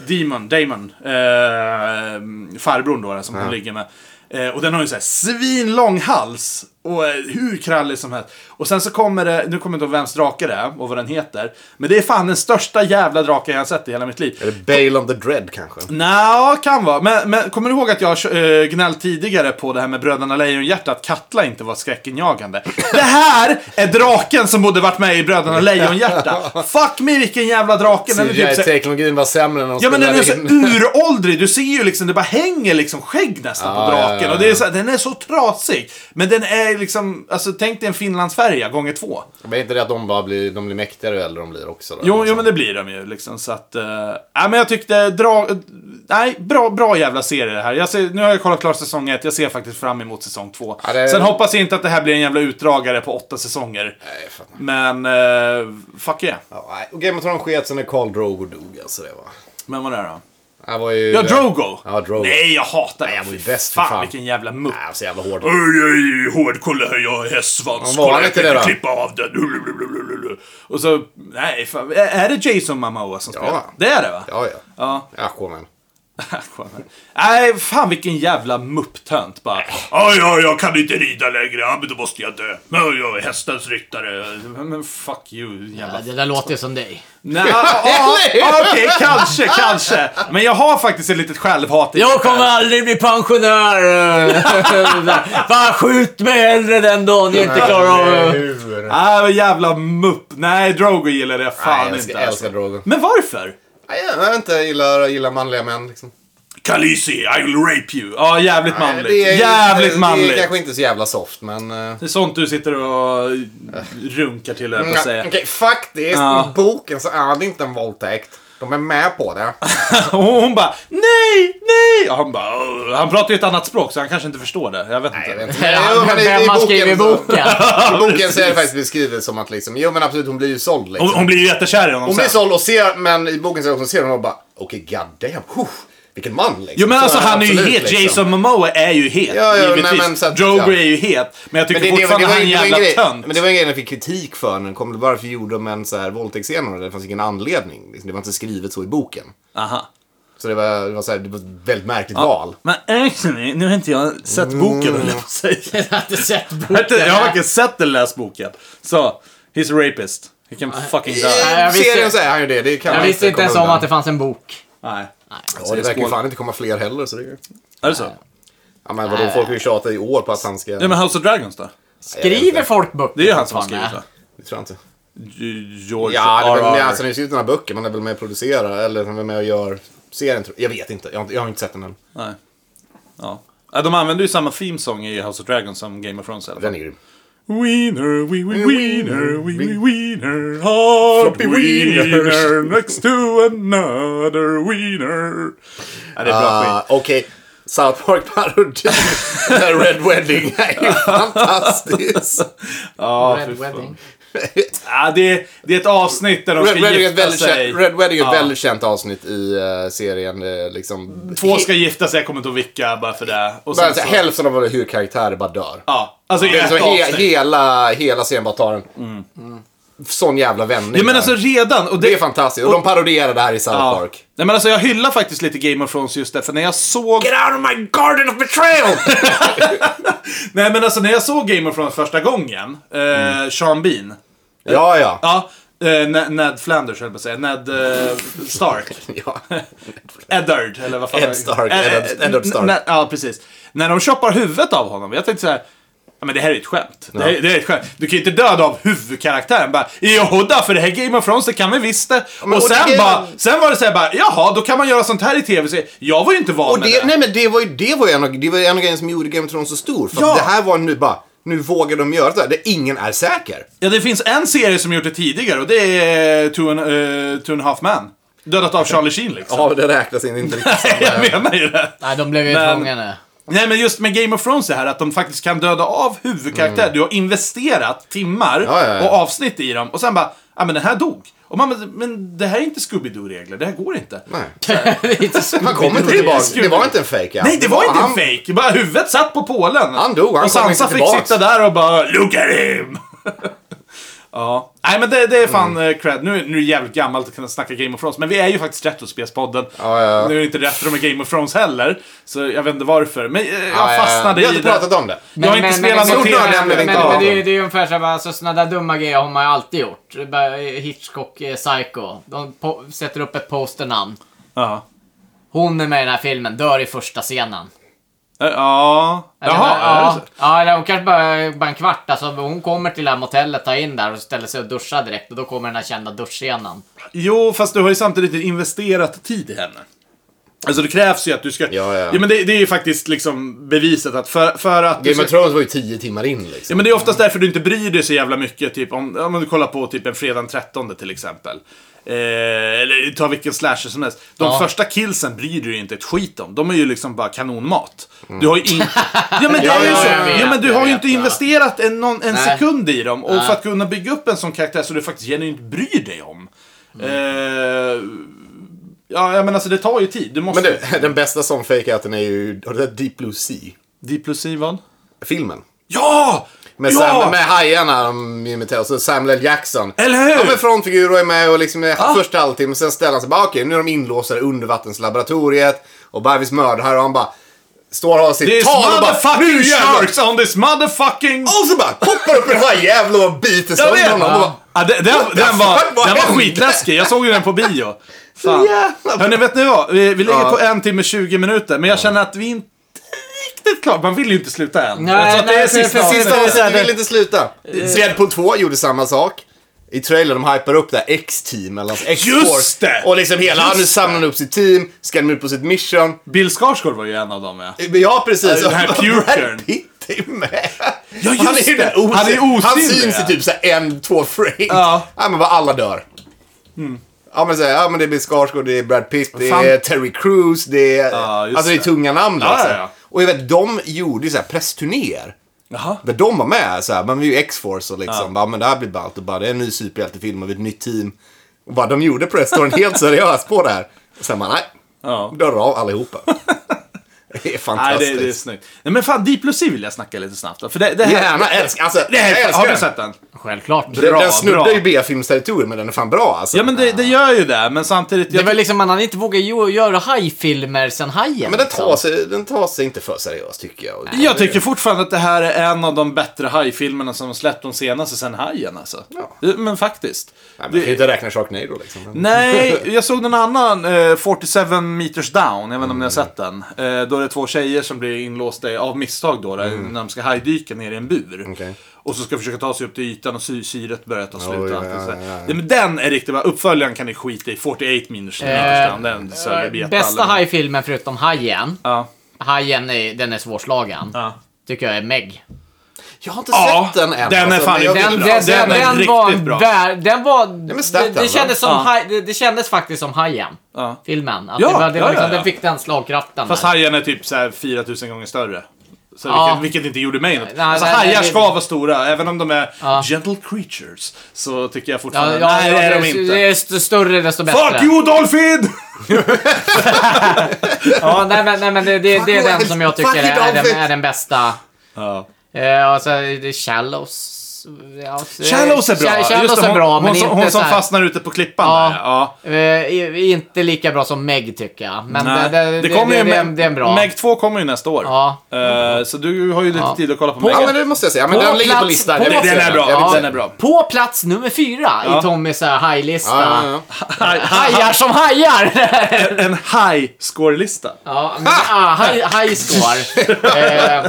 Speaker 1: Demon, Damon, eh, farbrorn då, som hon ligger med. Eh, och den har ju såhär svinlång hals. Och eh, hur krallig som helst. Och sen så kommer det, nu kommer jag inte ihåg vems drake det är och vad den heter. Men det är fan den största jävla draken jag har sett i hela mitt liv.
Speaker 2: Eller Bale on the Dread kanske.
Speaker 1: Nja, kan vara. Men, men kommer du ihåg att jag eh, gnällt tidigare på det här med Bröderna Lejonhjärta, att Katla inte var skräckinjagande? Det här är draken som borde varit med i Bröderna Lejonhjärta. Fuck me vilken jävla drake. Den är typ så-
Speaker 2: CGI-teknologin var sämre än de
Speaker 1: Ja men den är så
Speaker 2: (laughs) spelade in.
Speaker 1: uråldrig, du ser ju liksom, det bara hänger liksom skägg nästan på draken.
Speaker 2: ja, ja,
Speaker 1: Och det är så, här, den är så trasig. Men den är liksom, alltså tänk dig en finlandsfärja gånger två.
Speaker 2: Men är inte det att de bara blir, de blir mäktigare ju äldre de blir också? Då?
Speaker 1: Jo, jo men det blir de ju liksom så att... eh, nej men jag tyckte dra... Nej, bra, bra jävla serie det här. Jag ser, nu har jag kollat klart säsong ett jag ser faktiskt fram emot säsong två
Speaker 2: Ja, det-
Speaker 1: Sen hoppas jag inte att det här blir en jävla utdragare på åtta säsonger.
Speaker 2: Nej, fan.
Speaker 1: Men, eh, fuck yeah.
Speaker 2: Ja, nej. Och Game of Thrones sket sig när Carl Drogo dog alltså. Det var...
Speaker 1: Men vad är det då?
Speaker 2: Han var ju...
Speaker 1: Ja, Drogo!
Speaker 2: Ja, Drogo.
Speaker 1: Nej, jag hatar
Speaker 2: Nej, han
Speaker 1: det.
Speaker 2: var ju
Speaker 1: Fy
Speaker 2: bäst för fan.
Speaker 1: vilken jävla mupp.
Speaker 2: Nej, han var så jävla hård.
Speaker 1: Oj, oj, oj, hård, kolla här, jag är hästsvans.
Speaker 2: Ja, var
Speaker 1: Kolla,
Speaker 2: han
Speaker 1: jag
Speaker 2: inte
Speaker 1: kan
Speaker 2: det då?
Speaker 1: klippa av den. Och så, nej, fan. Är- är det Jason Momoa som spelar? Det är det va?
Speaker 2: Ja, ja.
Speaker 1: Ja.
Speaker 2: Aquaman.
Speaker 1: Aquaman. Nej, fan vilken jävla mupptönt bara. Ja, ja, jag kan inte rida längre. Ja, men då måste jag dö. Men jag är hästens ryttare. Men fuck you, jävla...
Speaker 3: Ja, det där låter ju som dig.
Speaker 1: Nej, ja, ja, Okej, kanske, kanske. Men jag har faktiskt ett litet självhat i mig
Speaker 3: Jag
Speaker 1: själv.
Speaker 3: kommer aldrig
Speaker 1: (laughs)
Speaker 3: bli pensionär! Fan, skjut mig hellre den dagen jag inte klarar av...
Speaker 2: Hur?
Speaker 1: Ah, vad jävla mupp. Nej, Drogo gillar det fan
Speaker 2: Nej, jag älskar,
Speaker 1: inte.
Speaker 2: jag
Speaker 1: alltså.
Speaker 2: älskar Drogo.
Speaker 1: Men varför?
Speaker 2: Nej, jag vet inte. Jag gillar, jag gillar manliga män liksom.
Speaker 1: Khaleesi, I will rape you. Ja, jävligt
Speaker 2: Nej,
Speaker 1: manligt. jävligt
Speaker 2: det,
Speaker 1: manligt.
Speaker 2: Det är kanske inte så jävla soft, men... eh,
Speaker 1: Det är sånt du sitter och runkar till, höll jag på att
Speaker 2: Mm, Okej,
Speaker 1: säga.
Speaker 2: faktiskt.
Speaker 1: Ja.
Speaker 2: I boken så är det inte en våldtäkt. De är med på det.
Speaker 1: (laughs) Och hon bara nej, nej! Och han bara "Åh." Han pratar ju ett annat språk så han kanske inte förstår det. Jag vet inte.
Speaker 2: Nej, jag vet
Speaker 3: (laughs)
Speaker 2: inte. Jo, men i- i
Speaker 3: Vem har skrivit
Speaker 2: så-
Speaker 3: boken?
Speaker 2: I
Speaker 1: (laughs)
Speaker 2: boken så är det faktiskt beskrivet som att liksom, jo men absolut hon blir ju såld liksom.
Speaker 1: Hon, hon blir ju jättekär i honom
Speaker 2: Hon blir
Speaker 1: sen.
Speaker 2: såld och ser, men i boken så är det också, ser hon och bara, okej okay, goddamn, huh, vilken man liksom.
Speaker 1: Jo men
Speaker 2: Så
Speaker 1: alltså han är ju
Speaker 2: absolut,
Speaker 1: het.
Speaker 2: liksom.
Speaker 1: Jason Momoa är ju het.
Speaker 2: Ja, ja,
Speaker 1: givetvis.
Speaker 2: nej, men så att-
Speaker 1: Drogo
Speaker 2: ja.
Speaker 1: är ju het. Men jag tycker
Speaker 2: Men det, det, det,
Speaker 1: fortfarande
Speaker 2: det, var,
Speaker 1: han är en
Speaker 2: det, var en
Speaker 1: jävla
Speaker 2: grej,
Speaker 1: tönt.
Speaker 2: men det var en grej den fick kritik för när den kom. Varför gjorde de en så här våldtäktsscen om det? Det fanns ingen anledning. Liksom, Det var inte skrivet så i boken.
Speaker 1: Aha.
Speaker 2: Så det var, det var, så här, det var ett väldigt märkligt val.
Speaker 1: Men actually, nu har inte jag sett
Speaker 2: Mm.
Speaker 1: boken höll jag på att
Speaker 2: (laughs)
Speaker 1: säga.
Speaker 3: Jag har inte sett boken.
Speaker 1: Jag har inte- Jag har varken sett eller läst boken. Så, he's a rapist. He can fucking die.
Speaker 3: jag
Speaker 2: Jag
Speaker 3: visste-
Speaker 2: Eh, Serien säger han ju det. det kan
Speaker 3: Jag
Speaker 2: man
Speaker 3: visste inte ens
Speaker 2: komma
Speaker 3: om att det
Speaker 2: undan.
Speaker 3: fanns en bok.
Speaker 1: Nej.
Speaker 2: Ja, det verkar ju
Speaker 1: Skål.
Speaker 2: fan inte komma fler heller. Så det är... ju-
Speaker 1: Är det så?
Speaker 2: Ja men vadå, folk har ju tjatat i år på att han ska...
Speaker 1: Ja men House of Dragons då?
Speaker 3: Skriver folk böcker?
Speaker 1: Det är ju han som har
Speaker 3: fortfarande?
Speaker 1: skrivit det.
Speaker 2: Det tror jag inte.
Speaker 1: George
Speaker 2: Ja, det,
Speaker 1: R.R.
Speaker 2: men alltså han har ju skrivit några böcker. Man är väl med och producerar eller han är med och gör serien. tror- Jag vet inte. Jag har inte, jag har inte sett den än.
Speaker 1: Nej. Ja. Ja, de använder ju samma themesång i House of Dragons som Game of Thrones i alla fall.
Speaker 2: Den är grym.
Speaker 1: Wiener, wee wee wiener, wee wee wiener, hard
Speaker 2: Floppy wieners.
Speaker 1: wiener (laughs) next to another wiener. Ja, det är bra skit.
Speaker 2: Ah, Okej. South Park parodi. Den
Speaker 1: (laughs)
Speaker 2: här Red (laughs) Wedding är ju fantastisk.
Speaker 3: Red Wedding.
Speaker 1: Ja, det, är, det är ett avsnitt där de ska
Speaker 2: Red Wedding är ett
Speaker 1: gifta
Speaker 2: väldigt,
Speaker 1: sig.
Speaker 2: känt, Red Wedding är ett
Speaker 1: Ja.
Speaker 2: väldigt känt avsnitt i eh, serien. eh, Liksom,
Speaker 1: Två ska gifta sig, jag kommer inte att vicka bara för det. Och
Speaker 2: bara,
Speaker 1: sen
Speaker 2: så,
Speaker 1: så,
Speaker 2: hälften av våra huvudkaraktärer bara dör.
Speaker 1: ja, alltså i
Speaker 2: Det är
Speaker 1: ett
Speaker 2: så he,
Speaker 1: avsnitt.
Speaker 2: hela, hela serien bara tar en Mm. sån jävla vändning.
Speaker 1: Mm. Ja, men
Speaker 2: där.
Speaker 1: alltså redan. Och det,
Speaker 2: det är fantastiskt. Och, de parodierar det här i South
Speaker 1: Ja.
Speaker 2: Park.
Speaker 1: Nej, men alltså jag hyllar faktiskt lite Game of Thrones just därför när jag såg...
Speaker 2: Get out of my garden of betrayal!
Speaker 1: Nej men alltså när jag såg Game of Thrones första gången, eh,
Speaker 2: Mm.
Speaker 1: Sean Bean.
Speaker 2: (laughs) ja, ja.
Speaker 1: Ja, eh, Ned, Ned Flanders höll jag på att säga. Ned eh, Stark.
Speaker 2: (laughs) ja.
Speaker 1: (laughs) Eddard, eller vad fan
Speaker 2: Ed Stark,
Speaker 1: Eh, eh,
Speaker 2: Eddard- Eddard Stark.
Speaker 1: n- n- Ja, precis. När de choppar huvudet av honom, jag tänkte så här. Ja, men det här är ett skämt. Det, här, det här är ett skämt. Du kan ju inte döda av huvudkaraktären. Bara, Jodå, för det här är Game of Thrones, det kan vi visst det.
Speaker 2: men-
Speaker 1: och
Speaker 2: och
Speaker 1: sen,
Speaker 2: det-
Speaker 1: bara, sen var det så här bara, jaha, då kan man göra sånt här i tv. Så jag var ju inte van
Speaker 2: Och
Speaker 1: med
Speaker 2: det, nej men det var ju det var ju en, av- det var ju en av grejerna som gjorde Game of Thrones så stor. För
Speaker 1: Ja.
Speaker 2: att det här var nu bara, nu vågar de göra det här, där ingen är säker.
Speaker 1: Ja, det finns en serie som gjort det tidigare och det är Two and, eh, Two and a Half Man. Dödat av Charlie Sheen liksom.
Speaker 2: Ja, det räknas in inte riktigt.
Speaker 1: Nej, (laughs) jag
Speaker 2: (laughs)
Speaker 1: menar ju det.
Speaker 3: Nej, de blev ju
Speaker 1: Men-
Speaker 3: fångade.
Speaker 1: Nej, men just med Game of Thrones det här att de faktiskt kan döda av huvudkaraktärer. Du har investerat timmar
Speaker 2: Mm. Ja, ja, ja.
Speaker 1: och avsnitt i dem och sen bara, ja men den här dog. Och man bara, men det här är inte Scooby-Doo-regler, det här går inte. (laughs)
Speaker 2: Nej.
Speaker 3: Det är inte så-
Speaker 2: Man kommer inte
Speaker 1: Det är
Speaker 2: tillbaka. Det var
Speaker 1: Scooby.
Speaker 2: inte en fake ja.
Speaker 1: Nej, det var inte
Speaker 2: han,
Speaker 1: en fake. Bara huvudet satt på pålen.
Speaker 2: Han dog, han
Speaker 1: Och
Speaker 2: kom
Speaker 1: Sansa
Speaker 2: inte
Speaker 1: fick
Speaker 2: tillbaks.
Speaker 1: sitta där och bara, look at him! (laughs) Ja. Nej men det, det är fan
Speaker 2: Mm.
Speaker 1: eh, cred. Nu, nu är det jävligt gammalt att kunna snacka Game of Thrones. Men vi är ju faktiskt Retrospelspodden.
Speaker 2: Ja, ja, ja.
Speaker 1: Nu är det inte retro med Game of Thrones heller. Så jag vet inte varför. Men eh, jag
Speaker 2: Ja, ja, ja.
Speaker 1: fastnade
Speaker 2: Vi har
Speaker 1: i
Speaker 2: inte
Speaker 1: det.
Speaker 2: pratat om det.
Speaker 1: Jag har inte spelat
Speaker 2: något
Speaker 3: men,
Speaker 2: tv-spel,
Speaker 3: men, men,
Speaker 2: inte
Speaker 3: men,
Speaker 2: av
Speaker 3: det, är
Speaker 2: dem.
Speaker 3: ju- det är ju ungefär såhär, alltså, sådana där dumma grejer har man ju alltid gjort. Bara, eh, Hitchcock eh, Psycho. De po- sätter upp ett posternamn.
Speaker 1: Ja.
Speaker 3: Hon är med i den här filmen, dör i första scenen.
Speaker 1: Eh, Ja.
Speaker 3: Eller,
Speaker 1: Jaha, är det
Speaker 3: ja,
Speaker 1: så?
Speaker 3: ja, eller hon kanske bara, bara en kvart. Alltså, hon kommer till det här motellet, tar in där och ställer sig och duschar direkt. Och då kommer den här kända duschscenen.
Speaker 1: Jo, fast du har ju samtidigt investerat tid i henne. Alltså det krävs ju att du ska...
Speaker 2: Ja, ja.
Speaker 1: men det, det är ju faktiskt liksom beviset att för, för att... du
Speaker 2: Game of
Speaker 1: ska-
Speaker 2: Thrones var ju tio timmar in
Speaker 1: Ja,
Speaker 2: liksom.
Speaker 1: men det är oftast därför du inte bryr dig så jävla mycket. Typ om, om du kollar på typ en fredag den 13 till exempel. Eh, eller ta vilken slasher som helst. De
Speaker 3: Ja.
Speaker 1: första killsen bryr du dig inte ett skit om. De är ju liksom bara kanonmat. Du har ju inte... Ja men det är ju
Speaker 2: Ja,
Speaker 1: så.
Speaker 2: jag
Speaker 3: vet,
Speaker 1: Ja, men du
Speaker 3: jag
Speaker 1: har ju
Speaker 3: vet,
Speaker 1: inte
Speaker 3: ja.
Speaker 1: investerat en, någon, en
Speaker 3: Nej.
Speaker 1: sekund i dem. Och
Speaker 3: Nej.
Speaker 1: för att kunna bygga upp en sån karaktär så du faktiskt genuint bryr dig om. Eh, ja men alltså det tar ju tid. Du måste...
Speaker 2: Men du, (laughs) den bästa som fake-outen är ju, har du sett Deep Blue Sea-filmen?
Speaker 1: Deep Blue Sea, vad? Ja!
Speaker 2: Med,
Speaker 1: ja!
Speaker 2: Sam, med hajarna de imiterar, och så Samuel L. Jackson.
Speaker 1: Eller hur?
Speaker 2: Ja, men frontfigur och är med och liksom är första halvtimmen, sen ställer han sig bara okej, nu är de inlåsta i undervattenslaboratoriet och Barvis mördare och han bara står och har sitt
Speaker 1: This
Speaker 2: tal och bara
Speaker 1: motherfucking
Speaker 2: jävlar!"
Speaker 1: sharks on this motherfucking...
Speaker 2: Och så bara hoppar upp en hajjävel och biter sönder honom. Och bara,
Speaker 1: Ja, den, den, den,
Speaker 2: What the
Speaker 1: var,
Speaker 2: fuck,
Speaker 1: den var
Speaker 2: hände?
Speaker 1: skitläskig, jag såg ju den på
Speaker 2: (laughs)
Speaker 1: bio. Fan.
Speaker 2: jävla-
Speaker 1: Hörni, vet ni vad? Vi, vi ligger
Speaker 2: Ja.
Speaker 1: på en timme 20 minuter, men jag känner att vi inte riktigt klar. Man vill ju inte sluta än.
Speaker 3: Nej,
Speaker 1: jag tror att det är
Speaker 3: nej, för-
Speaker 1: sista
Speaker 3: för-
Speaker 1: avsnittet.
Speaker 2: Sista avsnittet, vi vill inte sluta.
Speaker 1: Eh.
Speaker 2: Deadpool 2 gjorde samma sak. I trailern, de hypar upp det här X-team, eller alltså X-force.
Speaker 1: Just det!
Speaker 2: Och liksom hela,
Speaker 1: Just
Speaker 2: nu samlar han upp sitt team, ska de ut på sitt mission.
Speaker 1: Bill Skarsgård var ju en av dem ja.
Speaker 2: Ja, precis.
Speaker 1: Den
Speaker 2: (laughs)
Speaker 1: här pukern.
Speaker 2: Brad Pitt är med.
Speaker 1: Ja, just
Speaker 2: han är ju
Speaker 1: det.
Speaker 2: där osyn-
Speaker 1: Han är osynlig,
Speaker 2: Han syns
Speaker 1: ja.
Speaker 2: i typ så här en, två frames.
Speaker 1: Ja. Hmm.
Speaker 2: men vad alla dör. Ja men, så här, ja men det är Bill Skarsgård, det är Brad Pitt, det
Speaker 1: Fan.
Speaker 2: är Terry Crews, det är...
Speaker 1: Ja, just
Speaker 2: alltså det är
Speaker 1: det.
Speaker 2: tunga namn
Speaker 1: Ja,
Speaker 2: liksom.
Speaker 1: ja, ja.
Speaker 2: Och jag vet, de gjorde ju så här pressturnéer.
Speaker 1: Jaha.
Speaker 2: Där de var med så här, men vi är ju X-Force och liksom, bara, men det här blir ballt och bara, det är en ny superhjältefilm och vi är ett nytt team. Och bara, de gjorde presstoryn helt seriöst på det här. Och sen bara, nej.
Speaker 1: Ja.
Speaker 2: Dör av allihopa. (laughs) det är
Speaker 1: Nej,
Speaker 2: fantastiskt.
Speaker 1: det, det är snyggt. Nej, men fan, Deep Blue Sea vill jag snacka lite snabbt om, För det, det här...
Speaker 2: Gärna, älskar, alltså,
Speaker 1: Det
Speaker 2: jag
Speaker 1: här
Speaker 2: älskar
Speaker 1: har du
Speaker 2: den.
Speaker 1: sett den?
Speaker 3: Självklart.
Speaker 2: Den-
Speaker 1: Bra,
Speaker 2: den snuddar
Speaker 1: bra.
Speaker 2: ju B-filmsterritorium, men den är fan bra alltså.
Speaker 1: Ja, men det, det gör ju det, men samtidigt...
Speaker 3: Det
Speaker 1: Jag,
Speaker 3: var liksom, man hade inte vågat ju- göra hajfilmer sen Hajen.
Speaker 2: Men den tar,
Speaker 3: liksom.
Speaker 2: sig, den tar sig inte för seriöst tycker jag. Och-
Speaker 1: jag tycker fortfarande att det här är en av de bättre hajfilmerna som släppt de senaste sen Hajen alltså.
Speaker 2: Ja.
Speaker 1: Men faktiskt.
Speaker 2: Nej, men, det... inte räkna Sharknado liksom. Men... (laughs)
Speaker 1: Nej, jag såg en annan, eh, 47 meters down, jag vet inte om ni
Speaker 2: Mm.
Speaker 1: har sett den. Eh, då är det två tjejer som blir inlåsta i- av misstag då, där, när de ska hajdyka ner i en bur.
Speaker 2: Mm. Okej.
Speaker 1: Och så ska de försöka ta sig upp till ytan och sy- syret börjar ta slut.
Speaker 2: Oj,
Speaker 1: och allt det
Speaker 2: ja,
Speaker 1: så här.
Speaker 2: ja, ja.
Speaker 1: Nej, men den är riktigt bra, uppföljaren kan ni skita i, 48 meters, meters down, den säljer
Speaker 3: Eh,
Speaker 1: beta
Speaker 3: Bästa
Speaker 1: alla.
Speaker 3: hajfilmen förutom Hajen.
Speaker 1: Ja.
Speaker 3: Hajen är, den är svårslagen.
Speaker 1: Ja.
Speaker 3: Tycker jag är Meg.
Speaker 2: Jag har inte
Speaker 1: Ja,
Speaker 2: sett den än.
Speaker 1: den är
Speaker 2: alltså,
Speaker 1: fan
Speaker 2: men jag
Speaker 1: riktigt
Speaker 2: vill-
Speaker 1: bra.
Speaker 2: alltså,
Speaker 1: den är riktigt
Speaker 3: var en
Speaker 1: bra.
Speaker 3: vär- Den var...
Speaker 2: men
Speaker 3: det,
Speaker 2: Statham,
Speaker 3: det, kändes som
Speaker 1: va? Ja.
Speaker 3: haj, det, det kändes faktiskt som Hajen.
Speaker 1: Ja.
Speaker 3: Filmen. Att
Speaker 1: Ja,
Speaker 3: det var, det
Speaker 1: ja,
Speaker 3: var liksom,
Speaker 1: ja, ja.
Speaker 3: Den fick den slagkraften.
Speaker 1: Fast
Speaker 3: där.
Speaker 1: hajen är typ så här 4000 gånger större. Så
Speaker 3: Ja.
Speaker 1: vilket, vilket inte gjorde mig något.
Speaker 3: Nej,
Speaker 1: alltså
Speaker 3: nej, nej,
Speaker 1: hajar
Speaker 3: det-
Speaker 1: ska vara stora, även om de är
Speaker 3: Ja.
Speaker 1: gentle creatures. Så tycker jag
Speaker 3: Ja,
Speaker 1: fortfarande,
Speaker 3: ja,
Speaker 1: nej
Speaker 3: ja,
Speaker 1: det är
Speaker 3: det-
Speaker 1: de inte.
Speaker 3: Det är st- större desto bättre.
Speaker 1: Fuck you Dolphin!
Speaker 3: Ja, nej, men, nej, men det, det, det
Speaker 2: Fuck
Speaker 3: är
Speaker 2: you,
Speaker 3: den som jag tycker
Speaker 2: fuck you,
Speaker 3: är, är, den,
Speaker 2: Dolphin.
Speaker 3: är den bästa.
Speaker 1: Ja.
Speaker 3: Eh, och så är det Shallows. Ja,
Speaker 1: (laughs)
Speaker 3: så-
Speaker 1: Shallows är bra.
Speaker 3: Shall-
Speaker 1: Just
Speaker 3: Shallows
Speaker 1: det,
Speaker 3: är bra,
Speaker 1: hon,
Speaker 3: men
Speaker 1: hon,
Speaker 3: inte
Speaker 1: som- hon
Speaker 3: så
Speaker 1: som
Speaker 3: här-
Speaker 1: fastnar ute på klippan
Speaker 3: Ja.
Speaker 1: där. Ja.
Speaker 3: Eh, i- inte lika bra som Meg tycker jag. Men
Speaker 1: Nej.
Speaker 3: det, det, det,
Speaker 1: kommer
Speaker 3: det,
Speaker 1: ju
Speaker 3: det,
Speaker 1: Meg-
Speaker 3: det är en bra.
Speaker 1: Meg 2 kommer ju nästa år.
Speaker 3: Ja.
Speaker 1: Eh, så du har ju lite
Speaker 3: Ja.
Speaker 1: tid att kolla på
Speaker 2: Ja,
Speaker 1: Meg.
Speaker 2: men det måste jag säga. Ja, Men
Speaker 3: På
Speaker 2: den ligger på
Speaker 3: plats-
Speaker 2: listan.
Speaker 3: på-
Speaker 2: Jag vill
Speaker 1: Den
Speaker 2: se
Speaker 1: är bra.
Speaker 2: Jag vill
Speaker 1: Ja.
Speaker 2: se
Speaker 1: Den är bra.
Speaker 3: På plats nummer fyra
Speaker 1: Ja.
Speaker 3: i Tommys eh, hajlista.
Speaker 2: Ja, ja, ja.
Speaker 1: (laughs) Haj- haj-
Speaker 3: Hajar som hajar!
Speaker 1: (laughs) En high score-lista.
Speaker 3: ja, men, ah, haj,
Speaker 1: (laughs)
Speaker 3: haj score. eh,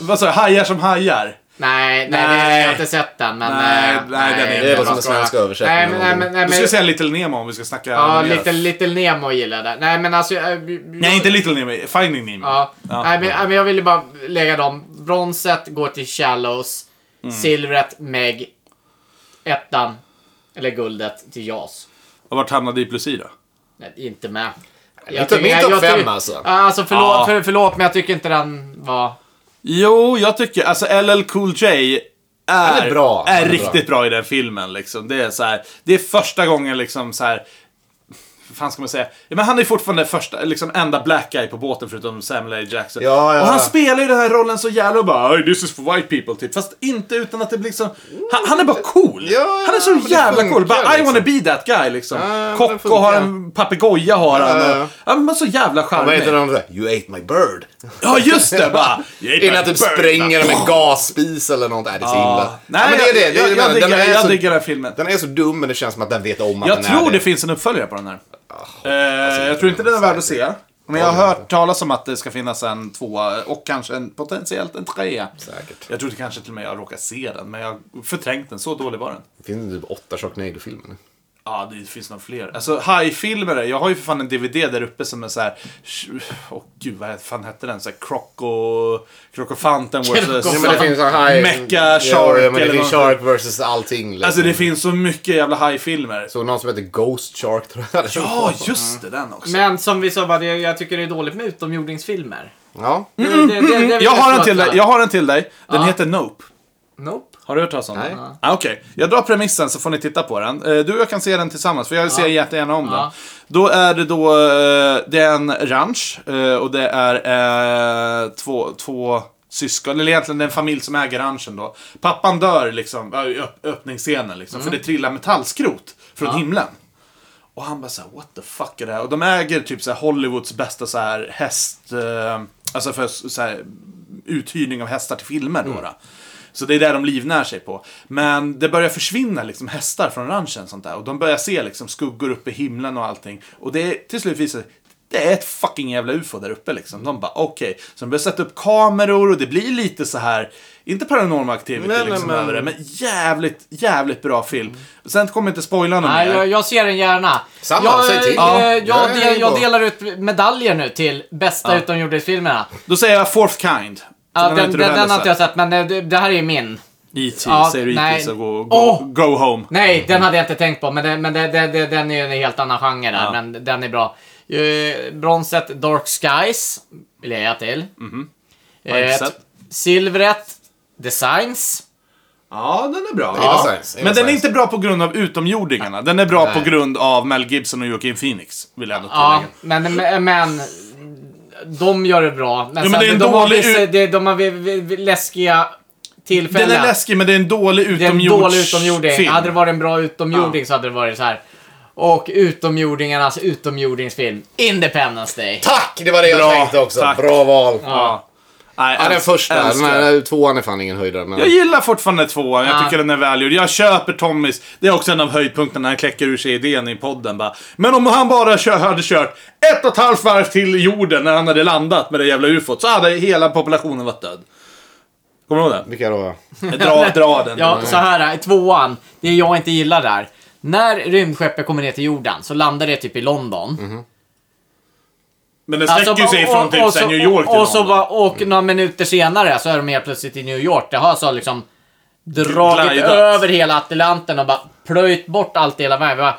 Speaker 1: Vad sa jag? Hajar som hajar?
Speaker 3: nej, nej, det-
Speaker 1: Nej.
Speaker 3: jag har inte sett den. Men,
Speaker 1: Nej,
Speaker 3: eh,
Speaker 1: nej, den är inte
Speaker 2: Det
Speaker 1: bra.
Speaker 2: var som
Speaker 3: jag
Speaker 2: en
Speaker 3: skojar.
Speaker 2: svensk översättning.
Speaker 3: Nej, men, nej, men, nej,
Speaker 1: Du ska
Speaker 3: men,
Speaker 1: säga Little Nemo om vi ska snacka
Speaker 3: ja,
Speaker 1: animerat.
Speaker 3: Little, Little Nemo gillar det. Nej, men alltså... eh,
Speaker 1: Nej, inte Little Nemo. Finding Nemo.
Speaker 3: Ja.
Speaker 1: Ja.
Speaker 3: Nej, men, nej, men jag ville bara lägga dem. Bronset går till Shallows.
Speaker 1: Mm.
Speaker 3: Silvret, Meg. Ettan, eller guldet, till Jas.
Speaker 1: Och vart hamnade Deep Blue Sea då?
Speaker 3: Nej, inte med.
Speaker 2: inte- min
Speaker 3: jag-
Speaker 2: topp
Speaker 3: jag
Speaker 2: fem,
Speaker 3: tycker-
Speaker 2: alltså.
Speaker 3: Ja, alltså förlåt,
Speaker 1: Ja.
Speaker 3: för, förlåt, men jag tycker inte den var...
Speaker 1: Jo, jag tycker alltså LL Cool J är,
Speaker 2: Han är bra.
Speaker 1: är
Speaker 2: Han är
Speaker 1: riktigt bra. i den filmen. Liksom. Det, är så här, det är första gången liksom så här, hur fan ska man säga? Ja, men han är fortfarande första, liksom enda black guy på båten förutom Samuel L. Jackson.
Speaker 2: Ja, ja,
Speaker 1: och han
Speaker 2: ja.
Speaker 1: spelar ju den här rollen så jävla och bara "Hey, this is for white people typ. Fast inte utan att det blir liksom, han, han är bara cool.
Speaker 2: Ja,
Speaker 1: han är så
Speaker 2: men det
Speaker 1: jävla cool.
Speaker 2: funkar
Speaker 1: Bara, I
Speaker 2: liksom."
Speaker 1: wanna be that guy liksom.
Speaker 2: men det
Speaker 1: Kock och
Speaker 2: funkar.
Speaker 1: har en papegoja har han.
Speaker 2: Ja, ja, ja.
Speaker 1: Och, ja, men så jävla
Speaker 2: Vad heter
Speaker 1: charmig.
Speaker 2: de där? You ate my bird.
Speaker 1: Ja, just det bara. "You ate
Speaker 2: Innan
Speaker 1: my
Speaker 2: typ
Speaker 1: bird." Ah.
Speaker 2: spränger den med gasspis eller något. Nej, det är så illa.
Speaker 1: Nej,
Speaker 2: Ja, men det är det. det, är
Speaker 1: jag,
Speaker 2: det
Speaker 1: jag,
Speaker 2: menar.
Speaker 1: jag, diggar,
Speaker 2: den, är
Speaker 1: jag
Speaker 2: så,
Speaker 1: diggar den här filmen.
Speaker 2: den är så dum, men det känns som att den vet om att
Speaker 1: Jag
Speaker 2: den
Speaker 1: tror
Speaker 2: är
Speaker 1: det finns en uppföljare på den här.
Speaker 2: alltså,
Speaker 1: eh, jag tror inte den är värd att se. Men jag har hört talas om att det ska finnas en tvåa och kanske en, potentiellt en trea.
Speaker 2: Säkert.
Speaker 1: Jag tror kanske till och med jag råkar se den, men jag har förträngt den. Så dålig var den.
Speaker 2: Det finns typ åtta Sharknado-filmer.
Speaker 1: Ja, det finns nog fler. Alltså, hajfilmer. Jag har ju för fan en DVD där uppe som är så här... Åh gud, vad fan hette den? Så här Croco... Crocofanten versus...
Speaker 3: Ja,
Speaker 2: men det finns en high...
Speaker 1: Mecha
Speaker 2: Ja,
Speaker 1: Shark
Speaker 2: ja, men det
Speaker 1: eller
Speaker 2: finns
Speaker 1: något.
Speaker 2: Shark versus allting. Liksom.
Speaker 1: Alltså, det finns så mycket jävla hajfilmer.
Speaker 2: Så någon som heter Ghost Shark tror jag. det är.
Speaker 1: Ja, just det. Den också.
Speaker 3: Men som vi sa, bara, det, jag tycker det är dåligt med utomjordingsfilmer.
Speaker 2: Ja.
Speaker 3: det, det, det, det vill
Speaker 1: Mm. Jag har en
Speaker 3: slå
Speaker 1: till
Speaker 3: ett
Speaker 1: dig.
Speaker 3: slag.
Speaker 1: Jag har en till dig. Den heter Nope.
Speaker 3: Nope.
Speaker 1: Har du hört talas om
Speaker 2: Nej.
Speaker 1: den? Ah, Okej, jag drar premissen så får ni titta på den. Eh, Du och jag kan se den tillsammans, för jag ser jättegärna om den.
Speaker 3: Ja.
Speaker 1: Då är det då, eh, det är en ranch eh, och det är eh, två, två syskon, eller egentligen det är en familj som äger ranchen då. Pappan dör liksom, ja, i öpp- öppningsscenen liksom, för det trillar metallskrot från himlen. Och han bara såhär, what the fuck är det här? Och de äger typ såhär Hollywoods bästa såhär häst... Eh, alltså för såhär uthyrning av hästar till filmer
Speaker 2: Mm.
Speaker 1: då. då. Så det är det de livnär sig på. Men det börjar försvinna liksom hästar från ranchen och sånt där. Och de börjar se liksom skuggor uppe i himlen och allting. Och det är till slut visar det är ett fucking jävla ufo där uppe liksom. De bara okej. Så de börjar sätta upp kameror och det blir lite så här inte paranormal activity
Speaker 2: Nej, nej,
Speaker 1: liksom
Speaker 2: men- Mm.
Speaker 1: över det, men jävligt, jävligt bra film. Sen kommer jag inte spoila någon
Speaker 3: Nej,
Speaker 1: mer.
Speaker 3: jag, jag ser den gärna.
Speaker 2: Samma,
Speaker 3: jag,
Speaker 2: säg till.
Speaker 3: Jag,
Speaker 2: Ja.
Speaker 3: jag,
Speaker 2: Ja,
Speaker 3: jag,
Speaker 2: jag är på.
Speaker 3: delar ut medaljer nu till bästa utomjordingsfilmerna.
Speaker 1: Då säger jag Fourth Kind.
Speaker 3: Ja,
Speaker 1: har inte
Speaker 3: den, den,
Speaker 1: du
Speaker 3: den,
Speaker 1: heller E
Speaker 3: har inte jag sett, men eh, det, det här är ju min.
Speaker 1: E.T.
Speaker 3: Ja,
Speaker 1: säger du E.T.
Speaker 3: nej.
Speaker 1: så go, go,
Speaker 3: Åh!
Speaker 1: go home.
Speaker 3: Nej, den hade jag inte tänkt på, men, det, men det, det, det, den är ju en helt annan genre där,
Speaker 1: Ja.
Speaker 3: men den är bra. Eh, bronset Dark Skies vill jag ge till.
Speaker 1: Mhm. Har jag
Speaker 3: Eh,
Speaker 1: inte sett.
Speaker 3: silvret Designs.
Speaker 1: Ja, den är bra.
Speaker 2: Illa science, illa
Speaker 1: Men den är
Speaker 2: science.
Speaker 1: inte bra på grund av utomjordingarna. Den är bra
Speaker 2: Nej.
Speaker 1: på grund av Mel Gibson och Joaquin Phoenix. Vill jag ändå tillägga.
Speaker 3: Ja, men, men, men de gör det bra.
Speaker 1: men
Speaker 3: Men, sen,
Speaker 1: det är en
Speaker 3: de, har
Speaker 1: dålig
Speaker 3: vissa,
Speaker 1: ut-
Speaker 3: det, de har vi- vi- vi- läskiga tillfällen.
Speaker 1: Den är läskig, men det är en dålig
Speaker 3: Det är en dålig
Speaker 1: utomjordsfilm.
Speaker 3: utomjording. Hade det varit en bra utomjording så hade det varit så här. Och utomjordingarnas utomjordingsfilm, Independence Day.
Speaker 2: Tack! Det var det jag
Speaker 1: Bra,
Speaker 2: tänkte också.
Speaker 1: tack.
Speaker 2: Bra val. Ja.
Speaker 1: Ja. Nej,
Speaker 2: den
Speaker 1: älsk-
Speaker 2: första. Den
Speaker 1: älskar.
Speaker 2: här, tvåan är fan ingen höjdare. Men...
Speaker 1: Jag gillar fortfarande tvåan. Jag
Speaker 3: Ja.
Speaker 1: tycker den är välgjord. Jag köper Tommys. Det är också en av höjdpunkterna när han kläcker ur sig idén i podden. Bara. Men om han bara kö- hade kört ett och ett halvt varv till jorden när han hade landat med det jävla ufot så hade hela populationen varit död. Kommer du ihåg
Speaker 3: (laughs)
Speaker 1: det?
Speaker 2: Vilka då?
Speaker 1: Dra, dra den.
Speaker 3: Ja, så här, i tvåan, det jag inte gillar där. När rymdskeppet kommer ner till jorden så landar det typ i London.
Speaker 1: Men den Mhm. sträcker ju sig
Speaker 3: och-
Speaker 1: från
Speaker 3: Alltså, och-
Speaker 1: typ
Speaker 3: och
Speaker 1: så här
Speaker 3: så-
Speaker 1: New York
Speaker 3: och, och, så
Speaker 1: London.
Speaker 3: bara, och några minuter senare så är de helt plötsligt i New York. Det har alltså liksom dragit
Speaker 1: Glidat.
Speaker 3: över hela Atlanten och bara plöjt bort allt hela vägen. Vi bara,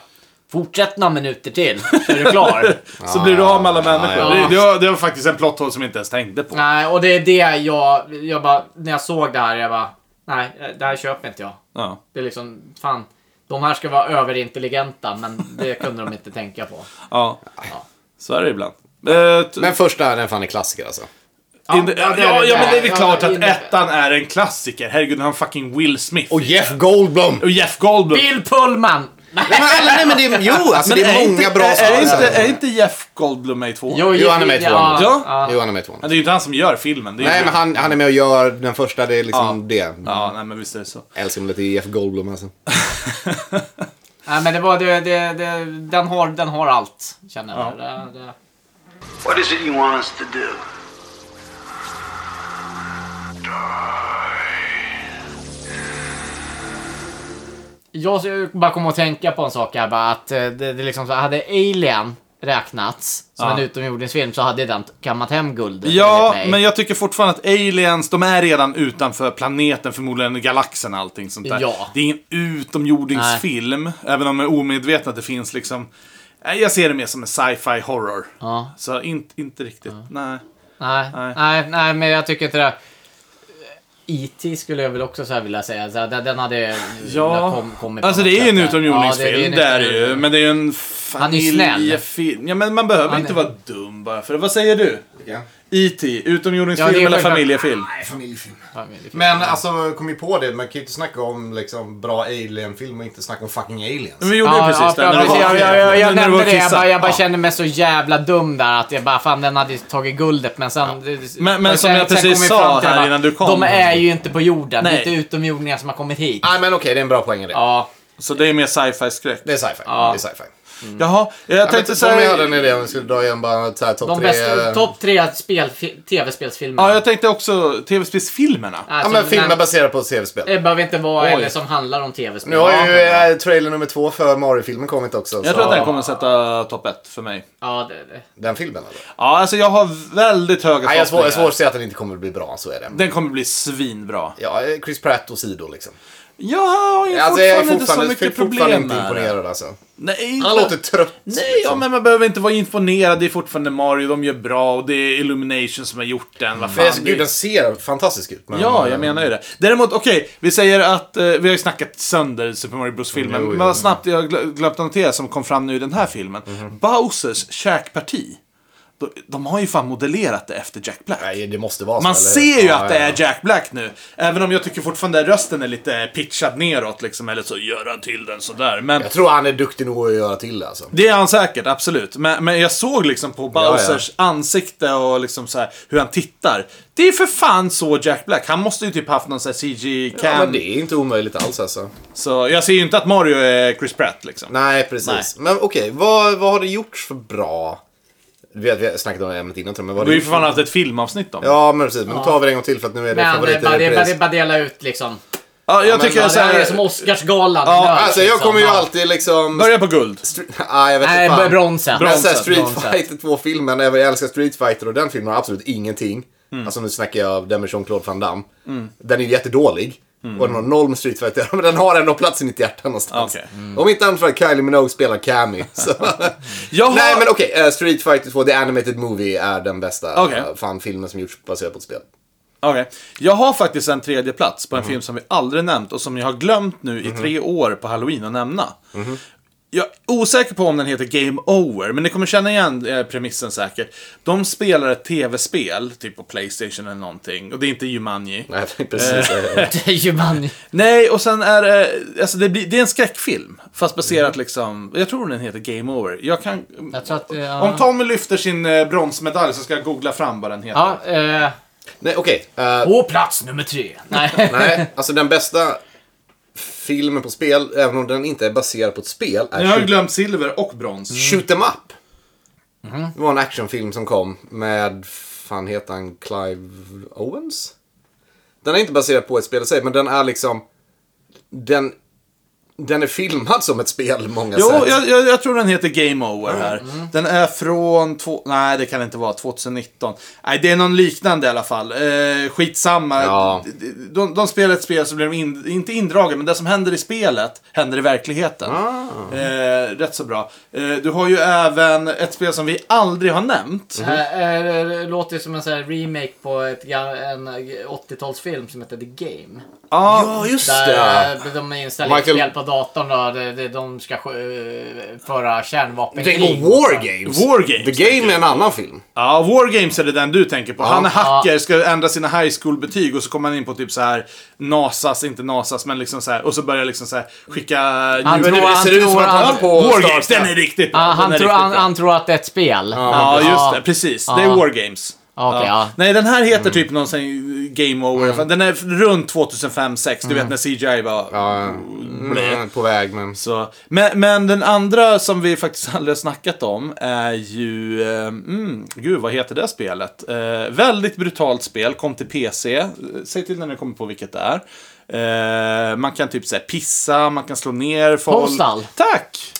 Speaker 3: Fortsätt några minuter till, så är du klar.
Speaker 1: (laughs) Så blir du av med alla människor.
Speaker 3: ja.
Speaker 1: Det, det, var, det var faktiskt en plot hole som jag inte ens tänkte på.
Speaker 3: nej, och det är det jag, jag bara, när jag såg det här, jag bara, nej, det här köper inte jag.
Speaker 1: Ja.
Speaker 3: Det är liksom, fan, de här ska vara överintelligenta, men det kunde de inte
Speaker 1: (laughs)
Speaker 3: tänka på.
Speaker 1: Ja. Så är det ibland. Eh, t-
Speaker 2: Men första, den fan är klassiker alltså.
Speaker 1: Ja,
Speaker 3: det är
Speaker 1: ja,
Speaker 3: det.
Speaker 1: ja, men det är väl
Speaker 3: Ja,
Speaker 1: klart att
Speaker 3: det-
Speaker 1: ettan är en klassiker. Herregud, han fucking Will Smith.
Speaker 2: Och Jeff Goldblum!
Speaker 1: Och Jeff Goldblum.
Speaker 3: Bill Pullman!
Speaker 2: Nej, men, alla- nej, men det är, jo, alltså det är, många
Speaker 1: inte,
Speaker 2: bra
Speaker 1: är, är, inte,
Speaker 2: skådespelare.
Speaker 1: är inte Jeff Goldblum med i tvåan?
Speaker 3: Jo,
Speaker 2: Johan är med i tvåan.
Speaker 1: Ja.
Speaker 2: Jo, han är med i tvåan.
Speaker 1: Men Det är ju inte han som gör filmen. Det är
Speaker 2: Nej,
Speaker 1: ju...
Speaker 2: men han, han är med och gör den första. Det är liksom det.
Speaker 1: Ja, nej men visst är det så.
Speaker 2: Älskar lite Jeff Goldblum alltså.
Speaker 3: Nej men det var, det, det, det, den, har, den har allt, känner jag. Det, det.
Speaker 7: What is it you want us to do?
Speaker 3: Jag ska- bara kom att tänka på en sak här bara, att eh, det, det liksom så, hade Alien räknats som
Speaker 1: Ja.
Speaker 3: en utomjordingsfilm så hade den kammat hem guld
Speaker 1: Ja,
Speaker 3: enligt mig.
Speaker 1: men jag tycker fortfarande att aliens, de är redan utanför planeten, förmodligen galaxen och allting sånt där.
Speaker 3: Ja.
Speaker 1: Det är ingen utomjordingsfilm, även om jag är omedveten att det finns liksom... Nej, Jag ser det mer som en sci-fi horror.
Speaker 3: Ja.
Speaker 1: Så inte, inte riktigt, nej.
Speaker 3: Nej,
Speaker 1: Nej.
Speaker 3: nej, nej, men jag tycker inte det. E.T. E skulle jag väl också så här vilja säga. Så här, den den hade
Speaker 1: Ja,
Speaker 3: kom, kommit på
Speaker 1: alltså
Speaker 3: något
Speaker 1: det är ju en
Speaker 3: sätt.
Speaker 1: utomjordningsfilm,
Speaker 3: Ja,
Speaker 1: det är det ju.
Speaker 3: utomjordning.
Speaker 1: Men det är ju en
Speaker 3: Han är ju snäll.
Speaker 1: familjefilm. Ja, men man behöver
Speaker 3: Han
Speaker 1: inte
Speaker 3: är-
Speaker 1: vara dum bara för det. Vad säger du? E.T. Utomjordingsfilm
Speaker 3: Ja, det är
Speaker 1: eller
Speaker 3: självklart-
Speaker 1: familjefilm?
Speaker 2: Nej, familjefilm.
Speaker 3: Familjefilm.
Speaker 2: Men alltså, kom ju på det. Man kan ju inte snacka om liksom, bra alien-film och inte snacka om fucking aliens.
Speaker 1: Men Vi gjorde ju
Speaker 3: Ja,
Speaker 1: precis
Speaker 3: ja,
Speaker 1: det. när du
Speaker 3: precis.
Speaker 1: var-
Speaker 3: Jag, jag, jag, jag
Speaker 1: när du var
Speaker 3: nämnde det. Jag
Speaker 1: kissa.
Speaker 3: bara, jag bara
Speaker 1: Ja.
Speaker 3: kände mig så jävla dum där. Att jag bara, fan den hade ju tagit guldet. Men sen...
Speaker 1: Men- men som jag precis
Speaker 3: kom vi
Speaker 1: sa
Speaker 3: fram till,
Speaker 1: här
Speaker 3: jag bara,
Speaker 1: innan du kom.
Speaker 3: De är ju inte på jorden. Det
Speaker 1: Nej. Ah.
Speaker 3: är inte utomjordingar som har kommit hit.
Speaker 2: Nej, men okej, det är en bra poäng i det.
Speaker 3: Ja.
Speaker 1: Så det är mer sci-fi-skräck.
Speaker 2: Det är sci-fi. Det är sci-fi.
Speaker 3: Mm.
Speaker 1: Jaha, jag
Speaker 2: Jag tänkte
Speaker 1: tänkte
Speaker 2: Tommy hade
Speaker 1: säga...
Speaker 2: en idé om vi skulle dra igen bara så här, topp
Speaker 3: De
Speaker 2: tre... eh,
Speaker 3: bästa, topp tre spel, tv-spelsfilmer.
Speaker 1: Ja, jag tänkte också tv-spelsfilmerna.
Speaker 3: Alltså,
Speaker 2: Ja, men filmer
Speaker 3: men-
Speaker 2: baserade på tv-spel.
Speaker 3: Det behöver inte vara
Speaker 2: Oj.
Speaker 3: eller som handlar om tv-spel.
Speaker 2: Nu har ju
Speaker 3: Ja,
Speaker 2: eh, trailer nummer två för Mario-filmen kommit också. Så.
Speaker 1: Jag tror att den kommer sätta topp ett för mig.
Speaker 3: ja, det, det.
Speaker 2: Den filmen eller?
Speaker 1: Ja, alltså jag har väldigt höga
Speaker 2: Nej, jag har svår- jag har svårt
Speaker 1: förhoppningar.
Speaker 2: att säga att den inte kommer att bli bra, så är det.
Speaker 1: Den kommer bli svinbra.
Speaker 2: Ja, eh, Chris Pratt och Sido liksom.
Speaker 1: Jag har ju
Speaker 2: Alltså,
Speaker 1: fortfarande,
Speaker 2: jag är
Speaker 1: inte så
Speaker 2: fortfarande,
Speaker 1: mycket
Speaker 2: fortfarande
Speaker 1: problem
Speaker 2: inte
Speaker 1: med det.
Speaker 2: imponerad alltså.
Speaker 1: Nej,
Speaker 2: Han
Speaker 1: inte-
Speaker 2: låter trött.
Speaker 1: Nej, ja, men man behöver inte vara imponerad. Det är fortfarande Mario, de gör bra och det är Illumination som har gjort den. Vad fan,
Speaker 2: Men alltså,
Speaker 1: det är-
Speaker 2: gud, den ser fantastisk ut. Men,
Speaker 1: Ja, jag menar ju det. Däremot, okej, vi säger att eh, vi har ju snackat sönder Super Mario Bros-filmen.
Speaker 2: Jo, jo.
Speaker 1: Men vad snabbt jag glö- glömt att notera som kom fram nu i den här filmen.
Speaker 2: Mhm.
Speaker 1: Bowsers käkparti. De, de har ju fan modellerat det efter Jack Black.
Speaker 2: Nej, det måste vara så.
Speaker 1: Man
Speaker 2: eller?
Speaker 1: ser ju
Speaker 2: Ja,
Speaker 1: att det
Speaker 2: ja,
Speaker 1: är
Speaker 2: ja.
Speaker 1: Jack Black nu. Även om jag tycker fortfarande rösten är lite pitchad neråt liksom. Eller så gör han till den sådär. Men
Speaker 2: Jag tror han är duktig nog att göra till det alltså.
Speaker 1: det är han säkert, absolut. Men, men jag såg liksom på
Speaker 2: ja.
Speaker 1: Bowsers ansikte och liksom så här, hur han tittar. Det är för fan så Jack Black. Han måste ju typ haft någon sån här
Speaker 2: Ja,
Speaker 1: CG-cam.
Speaker 2: men det är inte omöjligt alls alltså.
Speaker 1: Så jag ser ju inte att Mario är Chris Pratt liksom.
Speaker 2: Nej, precis. Men okej, vad, vad har det gjorts för bra? Vi har, vi har snackat om det här ämnet innan tror jag, men vad
Speaker 1: Vi
Speaker 2: har
Speaker 1: har ju
Speaker 2: det
Speaker 1: för fan haft ett filmavsnitt om det.
Speaker 2: Ja, men precis. Men då tar vi det en gång till för att nu är det
Speaker 3: Men
Speaker 1: eh,
Speaker 3: det
Speaker 2: favorit
Speaker 3: bara,
Speaker 2: i
Speaker 3: det, bara, det
Speaker 2: repris.
Speaker 3: bara dela ut liksom.
Speaker 1: Ja, jag
Speaker 2: men
Speaker 1: tycker
Speaker 3: Ja,
Speaker 1: så
Speaker 3: det här
Speaker 1: här,
Speaker 3: är som Oscarsgalan.
Speaker 1: Ja,
Speaker 3: nörd,
Speaker 2: Alltså, jag
Speaker 3: liksom.
Speaker 2: kommer ju
Speaker 3: Ja.
Speaker 2: alltid liksom...
Speaker 1: Börja på guld.
Speaker 2: Stre- Ah, jag vet
Speaker 3: Nej,
Speaker 2: inte fan.
Speaker 3: bronsen.
Speaker 2: Men såhär,
Speaker 1: Bronset,
Speaker 2: Street
Speaker 3: bronset.
Speaker 2: Fighter 2-filmen, jag älskar Street Fighter och den filmen har absolut ingenting.
Speaker 1: Mm.
Speaker 2: Alltså nu snackar jag den med Jean-Claude Van Damme. Den är ju jättedålig.
Speaker 1: Mm.
Speaker 2: Och den har noll med Street Fighter, men den har ändå plats i mitt hjärta någonstans. Mm.
Speaker 1: Okej.
Speaker 2: Om inte annat för att Kylie Minogue spelar
Speaker 1: (laughs)
Speaker 2: Cammy. Så.
Speaker 1: Jaha.
Speaker 2: Nej men okej, eh, Street Fighter 2, The Animated Movie, är den bästa
Speaker 1: Okej.
Speaker 2: eh, fan filmen som gjorts baserat på ett spel.
Speaker 1: Okej. Jag har faktiskt en tredje plats på en film som vi aldrig nämnt och som jag har glömt nu i tre år på Halloween att nämna. Jag är osäker på om den heter Game Over, men ni kommer känna igen eh, premissen säkert. De spelar ett tv-spel, typ på Playstation eller någonting, och det är inte Jumanji.
Speaker 2: Nej, (laughs) precis. Eh,
Speaker 3: (laughs) Det är ju man.
Speaker 1: Nej, och sen är det... Alltså det, blir, det är en skräckfilm. Fast baserat liksom... Jag tror den heter Game Over. Jag kan...
Speaker 3: Jag tror att... eh,
Speaker 1: Om
Speaker 3: Ja,
Speaker 1: Tommy lyfter sin eh, bronsmedalj så ska jag googla fram vad den heter.
Speaker 3: ja eh,
Speaker 2: Nej, okej. eh,
Speaker 3: på plats nummer tre. Nej.
Speaker 2: Nej, alltså den bästa filmen på spel, även om den inte är baserad på ett spel, är
Speaker 1: Nu har jag
Speaker 2: Shoot-
Speaker 1: glömt silver och brons.
Speaker 2: Shoot 'em up.
Speaker 1: Mm-hmm.
Speaker 2: Det var en actionfilm som kom med, fan heter han, Clive Owens? Den är inte baserad på ett spel i sig, men den är liksom, den, den är filmad som ett spel på många
Speaker 1: Jo,
Speaker 2: sätt. Mm.
Speaker 1: jag, jag, jag tror den heter Game Over här. Den är från... Två, nej, det kan det inte vara. 2019. Nej, det är någon liknande i alla fall. Eh, skitsamma.
Speaker 2: Ja.
Speaker 1: De, de, de spelar ett spel så blir de in, inte indragen, men det som händer i spelet händer i verkligheten.
Speaker 2: Ah.
Speaker 1: Eh, rätt så bra. Eh, du har ju även ett spel som vi aldrig har nämnt.
Speaker 3: (laughs)
Speaker 2: Mm.
Speaker 3: Eh, eh, Det låter ju som en sån här remake på ett, ga- en eh, 80-talsfilm som heter The Game.
Speaker 1: Ah,
Speaker 2: Ja, just
Speaker 3: Där
Speaker 2: det.
Speaker 3: eh, de installerar
Speaker 2: Michael-
Speaker 3: spel på datorn och det- det- de ska skö- eh, föra
Speaker 2: Det
Speaker 3: kärnvapenkrig.
Speaker 2: är War Games.
Speaker 1: War Games,
Speaker 2: The Game är en annan film.
Speaker 1: Ja, War Games är det den du tänker på. han är
Speaker 3: Ja.
Speaker 1: hacker, ska ändra sina high school-betyg och så kommer han in på typ så här Nasas, inte Nasas, men liksom så här. Och så börjar liksom så här skicka...
Speaker 3: Han
Speaker 2: Men
Speaker 3: tror,
Speaker 2: det
Speaker 3: han
Speaker 2: ser ut som
Speaker 3: tror,
Speaker 2: att han
Speaker 3: han,
Speaker 2: är på
Speaker 1: War
Speaker 2: Star
Speaker 1: Games,
Speaker 2: Trek.
Speaker 1: den är riktigt bra.
Speaker 3: Ja, han,
Speaker 1: den är
Speaker 3: tror,
Speaker 1: riktigt
Speaker 3: han,
Speaker 1: bra.
Speaker 3: han tror att det är ett spel.
Speaker 1: Ja, just det. Precis. Det är War Games.
Speaker 3: Ja, okej, ja. Mm.
Speaker 1: Nej, den här heter typ någon sån här Game Over. Den är runt 2005-2006, du
Speaker 3: Mm.
Speaker 1: vet när CGI var...
Speaker 2: Ja,
Speaker 1: Blä.
Speaker 2: mm, på väg, men...
Speaker 1: Så, men, men den andra som vi faktiskt (laughs) aldrig har snackat om är ju... Eh, mm, gud, vad heter det spelet? Eh, väldigt brutalt spel, kom till PC. Eh, Säg till när ni kommer på vilket det är. Eh, man kan typ så här, pissa, man kan slå ner folk.
Speaker 3: Postal. Mm.
Speaker 1: Tack!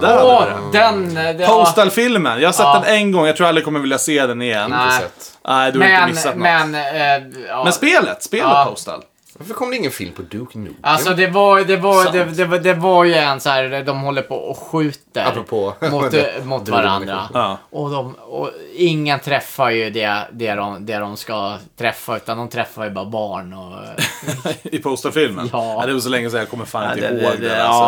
Speaker 1: Där hade vi det.
Speaker 3: Åh, den... eh, det-
Speaker 1: Postal-filmen. Jag har sett
Speaker 3: Ja.
Speaker 1: den en gång, jag tror aldrig jag kommer vilja se den igen.
Speaker 3: Nej.
Speaker 2: Sett.
Speaker 1: Nej, du har inte
Speaker 3: Men,
Speaker 1: missat något.
Speaker 3: men... eh, ja.
Speaker 1: Men spelet, spelet
Speaker 3: Ja.
Speaker 1: Postal. (laughs)
Speaker 2: Varför kom det ingen film på Duke Nukem?
Speaker 3: Alltså det var, det, var,
Speaker 2: Sant.
Speaker 3: det, det, var- det var ju en så här, de håller på och skjuter
Speaker 2: Apropå- (laughs)
Speaker 3: mot,
Speaker 2: det-
Speaker 3: mot
Speaker 2: det-
Speaker 3: varandra.
Speaker 1: Ja.
Speaker 3: Och, de, och ingen träffar ju det, det, de, det de ska träffa, utan de träffar ju bara barn. Och,
Speaker 2: (laughs)
Speaker 1: I posterfilmen?
Speaker 3: Ja.
Speaker 1: Det var så länge sedan jag kommer fan inte
Speaker 3: Ja, det-
Speaker 1: ihåg
Speaker 3: det-
Speaker 1: det,
Speaker 3: det-
Speaker 1: alltså.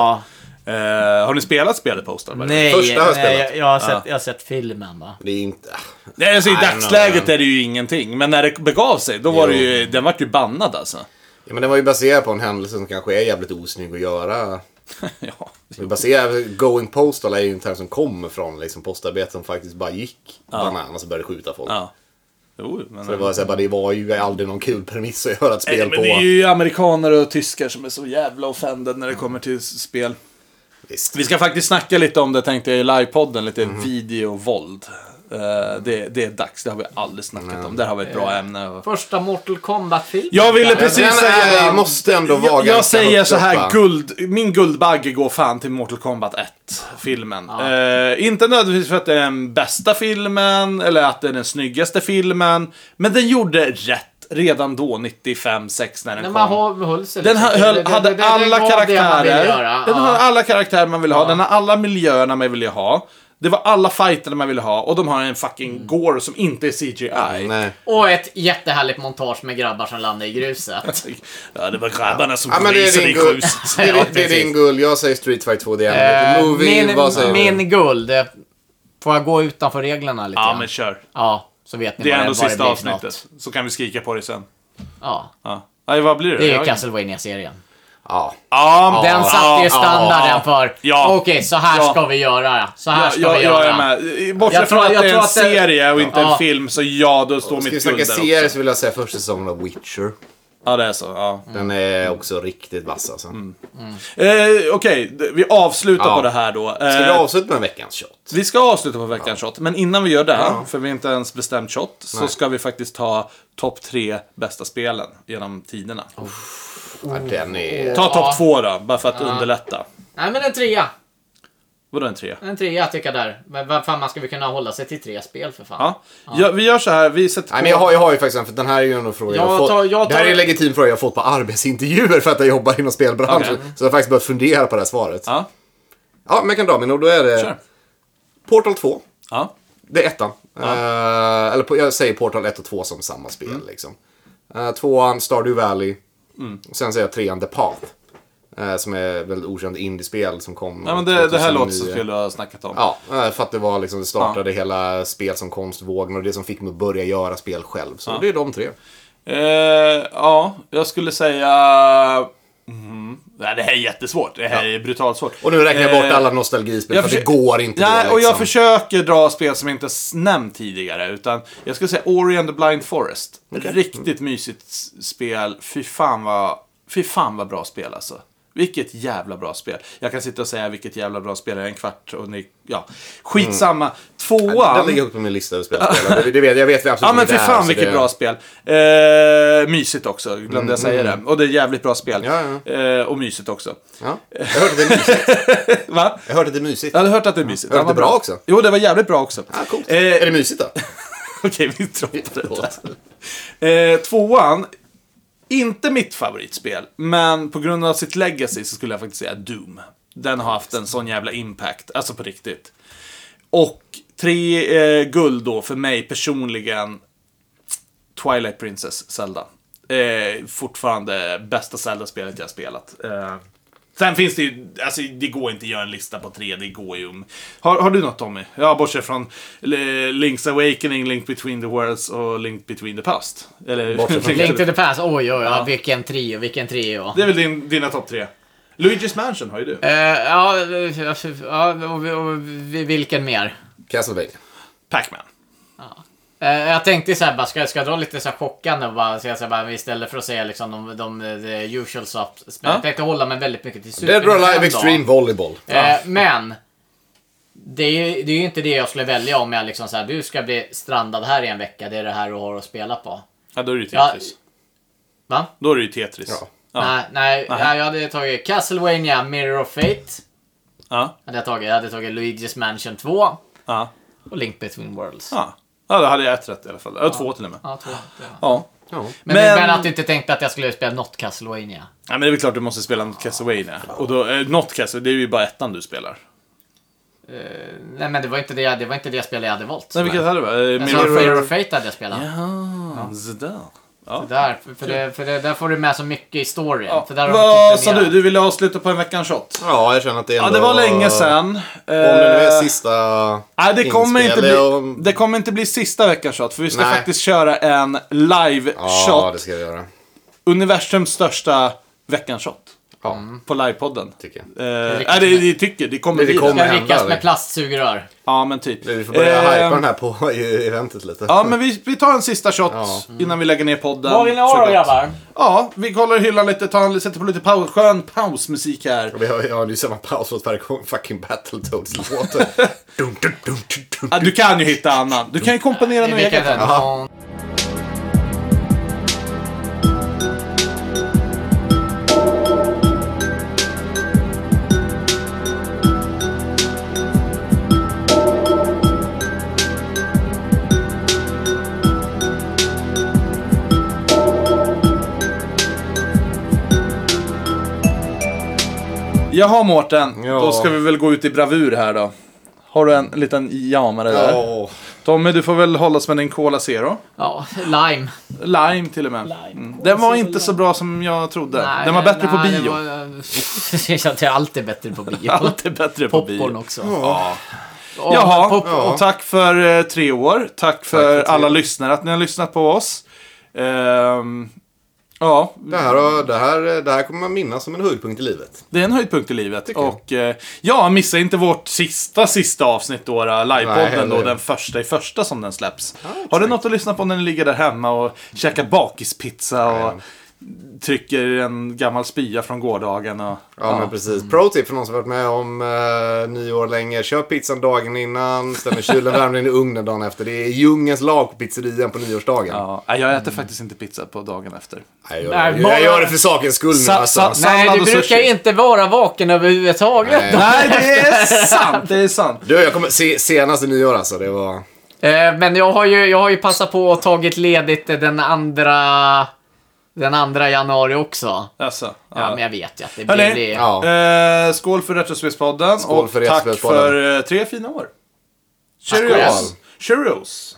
Speaker 3: ja.
Speaker 1: Eh, har ni spelat spelet Poster? by the way?
Speaker 3: nej,
Speaker 2: Första har jag
Speaker 3: nej
Speaker 2: spelat.
Speaker 3: jag, jag, har sett, jag har sett filmen va.
Speaker 2: Det är inte... ah.
Speaker 1: Nej, alltså, I
Speaker 2: Nej,
Speaker 1: dagsläget
Speaker 2: men-
Speaker 1: är det ju ingenting, men när det begav sig, då var
Speaker 2: Jo.
Speaker 1: det ju, den vart ju bannad alltså. (laughs)
Speaker 2: Ja, men den var ju baserad på en händelse som kanske är jävligt osnygg att göra.
Speaker 1: ja.
Speaker 2: Det är Baserad, going postal är ju en term som kommer från liksom, postarbeten som faktiskt bara gick bananas och började skjuta folk.
Speaker 1: ja. Jo, men...
Speaker 2: Så det, var, så här, bara, det var ju aldrig någon kul premiss att göra ett
Speaker 1: Nej,
Speaker 2: spel
Speaker 1: men
Speaker 2: på.
Speaker 1: det är ju amerikaner och tyskar som är så jävla offended när det kommer till s- spel.
Speaker 2: Visst.
Speaker 1: Vi ska faktiskt snacka lite om det tänkte jag i livepodden, lite
Speaker 2: Mhm.
Speaker 1: videovåld. Eh, det, det är dags, det har vi aldrig snackat om. Där har vi ett bra
Speaker 2: Eh.
Speaker 1: ämne. Och...
Speaker 3: Första Mortal Kombat-filmen.
Speaker 1: Jag ville precis
Speaker 2: den
Speaker 1: säga
Speaker 2: är-
Speaker 1: det.
Speaker 2: måste ändå vara
Speaker 1: jag, jag
Speaker 2: ganska
Speaker 1: säger
Speaker 2: högt
Speaker 1: så
Speaker 2: upp,
Speaker 1: här,
Speaker 2: va?
Speaker 1: guld, min guldbagge går fan till Mortal Kombat 1-filmen. Eh, inte nödvändigtvis för att det är den bästa filmen, eller att det är den snyggaste filmen. Men den gjorde rätt redan då, 95-6 när den
Speaker 3: När
Speaker 1: kom.
Speaker 3: man hö- höll sig
Speaker 1: Den
Speaker 3: liksom.
Speaker 1: ha-
Speaker 3: Det-
Speaker 1: höll,
Speaker 3: det-
Speaker 1: hade
Speaker 3: det- det-
Speaker 1: alla
Speaker 3: det var det man ville
Speaker 1: karaktärer.
Speaker 3: göra.
Speaker 1: Den
Speaker 3: Ja.
Speaker 1: har alla karaktärer man ville ha. Den har alla miljöerna man ville ha. Det var alla fighter man ville ha. Och de har en
Speaker 3: Mm.
Speaker 1: fucking gore som inte är CGI.
Speaker 2: Nej.
Speaker 3: Och ett jättehärligt montage med grabbar som landar i gruset.
Speaker 1: Ja, det var grabbarna som
Speaker 2: Ja, men det är
Speaker 1: ryser
Speaker 2: din guld. (laughs) Det är, det är din guld. Jag säger Street Fight 2 det är
Speaker 3: Eh,
Speaker 2: uh, Movie, vad säger
Speaker 3: min,
Speaker 2: du?
Speaker 3: min guld. eh, Får jag gå utanför reglerna lite
Speaker 1: Ja,
Speaker 3: grann?
Speaker 1: men kör.
Speaker 3: Ja, så vet ni
Speaker 1: Det är
Speaker 3: vad
Speaker 1: ändå
Speaker 3: vad
Speaker 1: sista
Speaker 3: blir för
Speaker 1: avsnittet.
Speaker 3: något.
Speaker 1: Så kan vi skrika på det sen.
Speaker 3: Ja,
Speaker 1: Ja. Nej, vad blir det?
Speaker 3: det är
Speaker 1: Jag-
Speaker 3: ju Castlevania-serien.
Speaker 2: Ja.
Speaker 1: Ja,
Speaker 3: Den satte ju standarden för.
Speaker 1: Ja.
Speaker 3: Okej, så här
Speaker 1: Ja.
Speaker 3: ska vi göra. Så här
Speaker 1: Ja,
Speaker 3: ska
Speaker 1: jag,
Speaker 3: vi
Speaker 1: jag
Speaker 3: göra.
Speaker 1: är med. Bortsett
Speaker 3: Jag tror-
Speaker 1: från att
Speaker 3: jag
Speaker 1: det är
Speaker 3: tror
Speaker 1: en
Speaker 3: att det-
Speaker 1: serie och inte en
Speaker 3: Ja.
Speaker 1: film, så ja, då står
Speaker 2: Ska vi
Speaker 1: mitt guld
Speaker 2: snacka
Speaker 1: där
Speaker 2: serier
Speaker 1: också.
Speaker 2: så vill jag säga första säsongen av Witcher.
Speaker 1: Ja, det är så. Ja.
Speaker 2: Den är
Speaker 1: Mm.
Speaker 2: också riktigt vass alltså.
Speaker 1: Eh, Okej, d- vi avslutar
Speaker 2: Ja.
Speaker 1: på det här då. Eh,
Speaker 2: Ska vi avsluta med veckans shot?
Speaker 1: vi ska avsluta på veckans shot, men innan vi gör det, för vi har inte ens bestämt shot, så ska vi faktiskt ta topp tre bästa spelen genom tiderna.
Speaker 2: Ja, Den är...
Speaker 1: Ta topp två då, bara för att underlätta.
Speaker 3: Nej, men en trea.
Speaker 1: Vadå en tre?
Speaker 3: En trea tycker jag där. Men vad fan, man ska väl kunna hålla sig till tre spel för fan.
Speaker 1: Ja. Ja, vi gör så här, vi sätter
Speaker 2: Nej,
Speaker 1: på...
Speaker 2: men jag, har, jag har ju faktiskt en, för den här är ju en fråga jag,
Speaker 3: Jag
Speaker 2: har fått.
Speaker 3: tar- jag
Speaker 2: Det här
Speaker 3: tar-
Speaker 2: är en legitim fråga jag har fått på arbetsintervjuer för att jag jobbar inom spelbranschen.
Speaker 1: Okej.
Speaker 2: Så jag har faktiskt börjat fundera på det här svaret. Ja,
Speaker 1: Ja,
Speaker 2: men jag kan dra min och då är det
Speaker 1: kör.
Speaker 2: Portal 2.
Speaker 1: Ja.
Speaker 2: Det är ettan. Eh, eller på, jag säger Portal 1 och 2 som samma spel.
Speaker 1: Mm.
Speaker 2: Liksom. Eh, tvåan, Stardew Valley. Och sen säger jag trean, The Path. Eh, som är väldigt okänt indiespel som kom
Speaker 1: Nej, men det, det här
Speaker 2: 2009.
Speaker 1: låter som skulle du ha snackat om.
Speaker 2: Ja, eh, för att det var liksom, det startade hela spel som konstvågen och det som fick mig att börja göra spel själv. Så det är de tre.
Speaker 1: Eh, ja, jag skulle säga... Mhm. Nej, det här är jättesvårt. Det här är brutalt svårt.
Speaker 2: Och nu räknar jag bort
Speaker 1: Eh,
Speaker 2: alla nostalgispel för det
Speaker 1: försö-
Speaker 2: går inte
Speaker 1: Nej,
Speaker 2: då, liksom.
Speaker 1: och jag försöker dra spel som inte s- nämnt tidigare. Utan jag skulle säga Ori and the Blind Forest. Riktigt mysigt s- spel. Fy fan, vad, fy fan vad bra spel alltså. Vilket jävla bra spel. Jag kan sitta och säga vilket jävla bra spel det är en kvart och ni... Ja, skitsamma.
Speaker 2: Den
Speaker 1: Tvåan.
Speaker 2: Mm. ligger högt på min lista över spel att (laughs) spela. Det- det vet, jag vet absolut
Speaker 1: Ja men
Speaker 2: inte
Speaker 1: för
Speaker 2: det här,
Speaker 1: fan
Speaker 2: så
Speaker 1: vilket
Speaker 2: det... Mm,
Speaker 1: bra spel. Eh, mysigt också, glömde jag säga det. Och det är jävligt bra spel.
Speaker 2: Ja,
Speaker 1: Eh, och mysigt också.
Speaker 2: Ja. Jag hörde att det är (laughs) mysigt.
Speaker 1: Va?
Speaker 2: Jag hörde att det är mysigt.
Speaker 1: Jag hade hört att det är mysigt.
Speaker 2: Hörde
Speaker 1: Ja, vad
Speaker 2: det bra också?
Speaker 1: Jo, det var jävligt bra också.
Speaker 2: Ah, coolt.
Speaker 1: Eh, (laughs)
Speaker 2: Är det mysigt då?
Speaker 1: Okej, vi droppar det där. Eh, tvåan, inte mitt favoritspel, men på grund av sitt legacy så skulle jag faktiskt säga Doom. Den har haft en sån jävla impact, alltså på riktigt. Och tre eh, guld då för mig personligen, Twilight Princess, Zelda. Eh, fortfarande bästa Zelda-spelet jag har spelat. Eh, sen finns det ju, alltså det går inte att göra en lista på tre, det går ju. om- Har, har du något Tommy? Ja, bortsett från eh, Link's Awakening, Link Between the Worlds och Link Between the Past. Eller, (laughs)
Speaker 2: Bortsett från-
Speaker 3: Link to the past. Oj, oj, oj. Vilken trio, vilken trio.
Speaker 1: Det är väl din, dina topp tre. Luigi's Mansion har ju du.
Speaker 3: Eh, ja, eh, ja och, och, och vilken mer?
Speaker 2: Castlevania.
Speaker 1: Pac-Man.
Speaker 3: Eh, jag tänkte så här, bara, ska, ska jag dra lite så här chockande och bara säga så här, bara, istället för att säga liksom de, de, the usual stuff. Men
Speaker 1: Ja.
Speaker 3: jag tänkte hålla mig väldigt mycket till Super
Speaker 2: Dead or Alive
Speaker 3: Nintendo.
Speaker 2: Extreme Volleyball.
Speaker 3: Eh, men, det är, ju, det är ju inte det jag skulle välja om jag liksom så här, du ska bli strandad här i en vecka, det är det här du har att spela på.
Speaker 1: Ja, då är det ju
Speaker 3: Ja,
Speaker 1: Tetris.
Speaker 3: va?
Speaker 1: Då är det ju Tetris.
Speaker 2: Ja.
Speaker 1: Ja.
Speaker 3: Nej, nej, nej, jag hade tagit Castlevania Mirror of Fate.
Speaker 1: Ja.
Speaker 3: Hade jag, tagit, jag hade tagit Luigi's Mansion 2
Speaker 1: Ja.
Speaker 3: och Link Between Worlds.
Speaker 1: Ja. ja, då hade jag ett rätt i alla fall. Ja, två till och med.
Speaker 3: Ja, två.
Speaker 1: Ja.
Speaker 3: Men,
Speaker 1: Men-
Speaker 3: men... att jag inte tänkte att jag skulle spela något Castlevania.
Speaker 1: Ja, men det är väl klart du måste spela något Castlevania. Och då, eh, något Castlevania, det är ju bara ettan du spelar.
Speaker 3: Nej men det var inte det, det, var inte det spel jag hade valt.
Speaker 1: Nej, vilket hade du? Eh,
Speaker 3: Jag sa Fear
Speaker 1: Mirror...
Speaker 3: of Fate hade jag spelat.
Speaker 1: Ja, sådär. Ja.
Speaker 3: Där, för- för det, för det, där får du med så mycket i storyn. För där har de
Speaker 1: Vad
Speaker 3: inte
Speaker 1: sa
Speaker 3: med-
Speaker 1: du? Du ville avsluta på en veckans shot?
Speaker 2: Ja, jag känner att det ändå
Speaker 1: Ja, det var länge sedan. Eh,
Speaker 2: Om det nu är sista
Speaker 1: Nej, det kommer, inte bli,
Speaker 2: inspelning och-
Speaker 1: det kommer inte bli sista veckans shot, för vi ska
Speaker 2: Nej.
Speaker 1: faktiskt köra en
Speaker 2: Ja,
Speaker 1: live-shot.
Speaker 2: det ska vi göra.
Speaker 1: Universums största veckans shot
Speaker 2: Ja,
Speaker 1: på livepodden.
Speaker 2: tycker jag.
Speaker 1: Eh, nej, det, det tycker, det kommer liksom.
Speaker 2: Det
Speaker 1: bli
Speaker 2: kommer.
Speaker 1: det.
Speaker 3: Ska
Speaker 2: hända,
Speaker 3: ryckas
Speaker 2: eller?
Speaker 3: med plastsugrör.
Speaker 1: Ja, men typ.
Speaker 2: Vi får börja
Speaker 1: Eh,
Speaker 2: hypa den här på i eventet lite.
Speaker 1: Ja, men vi, vi tar en sista shot Mm.
Speaker 2: Ja.
Speaker 1: innan vi lägger ner podden.
Speaker 3: Vad vill ni ha
Speaker 1: Såklart.
Speaker 3: då grabbar?
Speaker 1: Ja, vi kollar hyllan lite, tar, en- sätter på lite paus, skön pausmusik här.
Speaker 2: Vi har, ja, det är ju samma paus åt varje gång fucking Battletoads-låten. (laughs) Dun, dun, dun, dun, dun.
Speaker 1: Ja, du kan ju hitta annan. Du kan ju komponera något
Speaker 3: Vilka
Speaker 1: eget.
Speaker 3: den? Ja.
Speaker 1: Jaha Mårten,
Speaker 2: Ja.
Speaker 1: då ska vi väl gå ut i bravur här då. Har du en liten jamare där?
Speaker 2: Ja.
Speaker 1: Tommy, du får väl hålla med din Cola Zero.
Speaker 3: ja, lime.
Speaker 1: Lime till och med. Mm. Den var inte så bra som jag trodde.
Speaker 3: Nej,
Speaker 1: den var bättre på
Speaker 3: nej, det
Speaker 1: bio.
Speaker 3: var- (laughs) Det är alltid bättre på
Speaker 1: (laughs)
Speaker 3: bio.
Speaker 1: Allt är bättre på
Speaker 3: Popcorn
Speaker 1: bio.
Speaker 3: också.
Speaker 1: Och, Jaha,
Speaker 3: pop-
Speaker 1: och tack för eh, tre år. Tack för alla lyssnare, att ni har lyssnat på oss. Ehm, ja,
Speaker 2: Det här, har- det, här, det här kommer man minnas som en höjdpunkt i livet.
Speaker 1: det är en höjdpunkt i livet. Och eh, ja, missa inte vårt sista, sista avsnitt då, då
Speaker 2: Nej,
Speaker 1: livepodden
Speaker 2: eller
Speaker 1: då,
Speaker 2: hur.
Speaker 1: den första i första som den släpps. har du något att lyssna på när ni ligger där hemma och käkar bakispizza och trycker en gammal spya från gårdagen och...
Speaker 2: Ja, men precis. Pro tip för någon som varit med om eh, nio år länge. Köp pizzan dagen innan, ställ den i kylen, värm den i ugnen dagen efter. Det är djungens lag på pizzerian på nyårsdagen.
Speaker 1: Ja, nej, jag äter faktiskt inte pizza på dagen efter.
Speaker 2: Nej, jag, gör det.
Speaker 3: Nej,
Speaker 2: jag gör det
Speaker 3: bara-
Speaker 2: för sakens skull nu
Speaker 1: Sa- sa-
Speaker 2: alltså.
Speaker 1: sa-
Speaker 3: Nej,
Speaker 1: Sallad
Speaker 3: du
Speaker 1: och
Speaker 3: brukar
Speaker 1: sushi.
Speaker 3: ju inte vara vaken överhuvudtaget.
Speaker 2: Nej.
Speaker 1: Nej, det (laughs) är sant! Det är sant.
Speaker 2: Du, jag kommer se, senast i nyår alltså. Det var...
Speaker 3: Eh, Men jag har, ju, jag har ju passat på och tagit ledigt eh, den andra, den andra januari också.
Speaker 1: Alltså,
Speaker 3: Ja, men jag vet ju att det
Speaker 1: Hörrni,
Speaker 3: blir... Det.
Speaker 2: Ja.
Speaker 1: Eh, skål för Retrospelspodden
Speaker 2: Skål
Speaker 1: och
Speaker 2: för
Speaker 1: tack
Speaker 2: Retrospelspodden.
Speaker 1: för eh, tre fina år.
Speaker 2: Skål.
Speaker 1: Cheerios! Cheerios!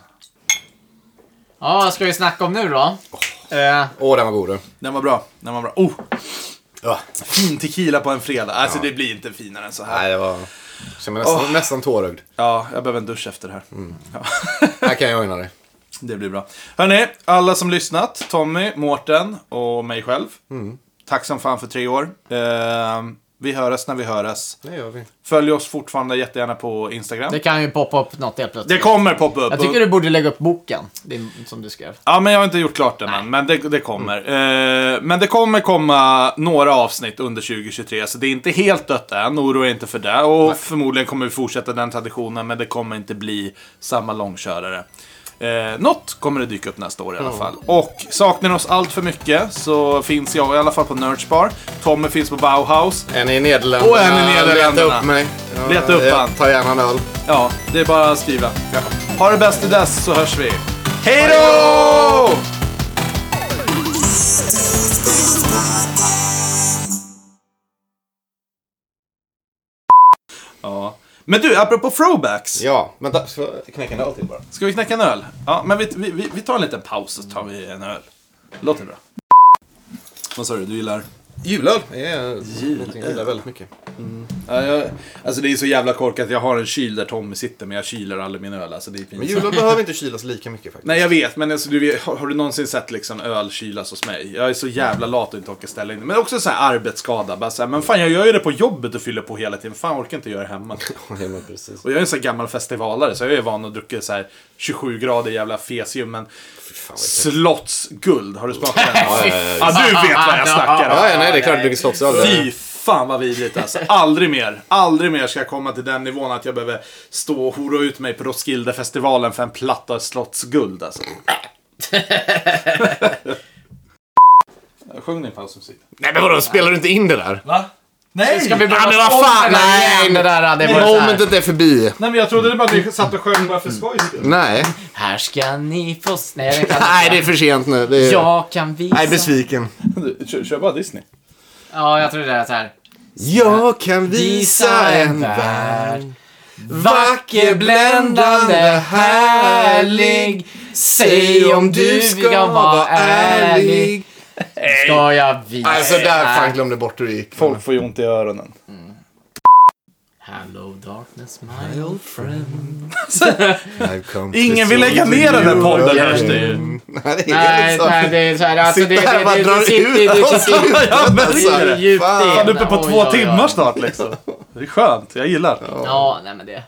Speaker 3: Ja, vad ska vi snacka om nu då? Eh,
Speaker 2: Åh, den var god du.
Speaker 1: Den var bra. Den var bra. Oh,
Speaker 2: Ja.
Speaker 1: fin tequila på en fredag. Alltså det blir inte finare än så här.
Speaker 2: Nej, det var... Jag känner mig nästan, nästan tårögd.
Speaker 1: Ja, jag behöver en dusch efter det här.
Speaker 2: Mm.
Speaker 1: Ja,
Speaker 2: Här kan jag unna dig.
Speaker 1: det blir bra. Hörni, alla som lyssnat. Tommy, Mårten och mig själv.
Speaker 2: Mm.
Speaker 1: Tack som fan för tre år. Eh, vi höras när vi höras.
Speaker 2: Det gör vi.
Speaker 1: Följ oss fortfarande jättegärna på Instagram.
Speaker 3: det kan ju poppa upp något helt plötsligt.
Speaker 1: Det kommer poppa upp.
Speaker 3: Jag tycker du borde lägga upp boken, din, som du skrev.
Speaker 1: Ja, men jag har inte gjort klart den än, men det, det kommer. Eh, men det kommer komma några avsnitt under 2023, så det är inte helt dött än. Oroa er inte för det. Och förmodligen kommer vi fortsätta den traditionen, men det kommer inte bli samma långkörare. Eh, något kommer det dyka upp nästa år i alla fall. Och saknar ni oss allt för mycket så finns jag i alla fall på Nerdspar. Tommy finns på Bauhaus.
Speaker 2: En i Nederländerna.
Speaker 1: Och en i Nederländerna.
Speaker 2: Leta upp mig. Ja,
Speaker 1: Leta upp
Speaker 2: jag
Speaker 1: han.
Speaker 2: Tar gärna en öl.
Speaker 1: Ja, det är bara att skriva. Ha det bäst till dess så hörs vi. Hej då! Ja. Men du, apropå throwbacks.
Speaker 2: Ja, vänta. Ska jag knäcka en öl till bara?
Speaker 1: Ska vi knäcka en öl? Ja, men vi, vi, vi- vi tar en liten paus och så tar vi en öl. Låter bra. Vad sa du? Du gillar?
Speaker 2: Julöl är någonting jag gillar väldigt mycket.
Speaker 1: Ja, jag, alltså det är så jävla korkat. Jag har en kyl där Tommy sitter, men jag kyler aldrig min öl. Alltså det är
Speaker 2: Men
Speaker 1: pinsamt.
Speaker 2: julöl behöver inte kylas lika mycket faktiskt.
Speaker 1: Nej jag vet, men alltså, du vet, har, har du någonsin sett liksom öl kylas hos mig? Jag är så jävla lat och inte orkar ställa in det. Men också så här arbetsskada. Bara så här, men fan jag gör ju det på jobbet och fyller på hela tiden. Fan jag orkar inte göra det hemma.
Speaker 2: Nej, men precis.
Speaker 1: Och jag är en sån här gammal festivalare så jag är van att dricka så här 27 grader jävla fesium. Men slottsguld, har du smakat den?
Speaker 2: Ja, ja, ja, ja.
Speaker 1: Ja, du vet vad jag snackar om.
Speaker 2: Ja, ja, nej, det är klart du dricker slottsöl.
Speaker 1: Fy fan vad vidrigt alltså. Aldrig mer. Aldrig mer ska jag komma till den nivån att jag behöver stå och hora ut mig på Roskildefestivalen för en platta slottsguld alltså. Sjung din pausmusik.
Speaker 2: Nej, men vadå? Spelar du inte in det där?
Speaker 1: Va? Nej!
Speaker 3: Ska vi
Speaker 1: Ja, men
Speaker 3: behöva
Speaker 1: vad
Speaker 3: sponsra
Speaker 1: fan!
Speaker 3: den igen? Det där, det var så här.
Speaker 2: Momentet är förbi.
Speaker 1: Nej men jag trodde det bara att ni satt och sjöng bara för skojs skull.
Speaker 2: Nej.
Speaker 3: Här ska ni få... s- Nej, det kan
Speaker 2: (laughs) Nej, det är
Speaker 3: inte.
Speaker 2: för sent nu. Det är...
Speaker 3: Jag kan visa...
Speaker 2: Jag är besviken.
Speaker 1: Du, Kör, kör bara Disney.
Speaker 3: Ja, jag tror det är så här.
Speaker 2: Jag kan visa en värld.
Speaker 3: Vacker, bländande, härlig. Säg om du ska vara ärlig. Ska jag visa? Äh,
Speaker 2: Alltså där fan glömde bort hur det gick.
Speaker 1: Folk får ju ont i öronen.
Speaker 3: Hello darkness my old friend.
Speaker 2: I've come to
Speaker 1: Ingen vill
Speaker 2: see
Speaker 1: lägga ner den här
Speaker 2: you
Speaker 1: podden,
Speaker 2: again.
Speaker 1: hörs det ju.
Speaker 2: (laughs) Nej, det är
Speaker 3: Nej,
Speaker 2: så.
Speaker 3: nej, det är så här. Alltså, det,
Speaker 2: Sitta
Speaker 3: det,
Speaker 2: här och bara
Speaker 3: det,
Speaker 2: dra
Speaker 3: det, sitter- det,
Speaker 2: ut oss.
Speaker 3: sitter
Speaker 1: Ja, men
Speaker 2: Alltså,
Speaker 1: det är det.
Speaker 3: djupt
Speaker 2: fan.
Speaker 3: i
Speaker 1: Fan, uppe på
Speaker 3: Oj,
Speaker 1: två
Speaker 3: oj, oj.
Speaker 1: timmar snart liksom. Det är skönt, jag gillar.
Speaker 3: Ja, nej men det.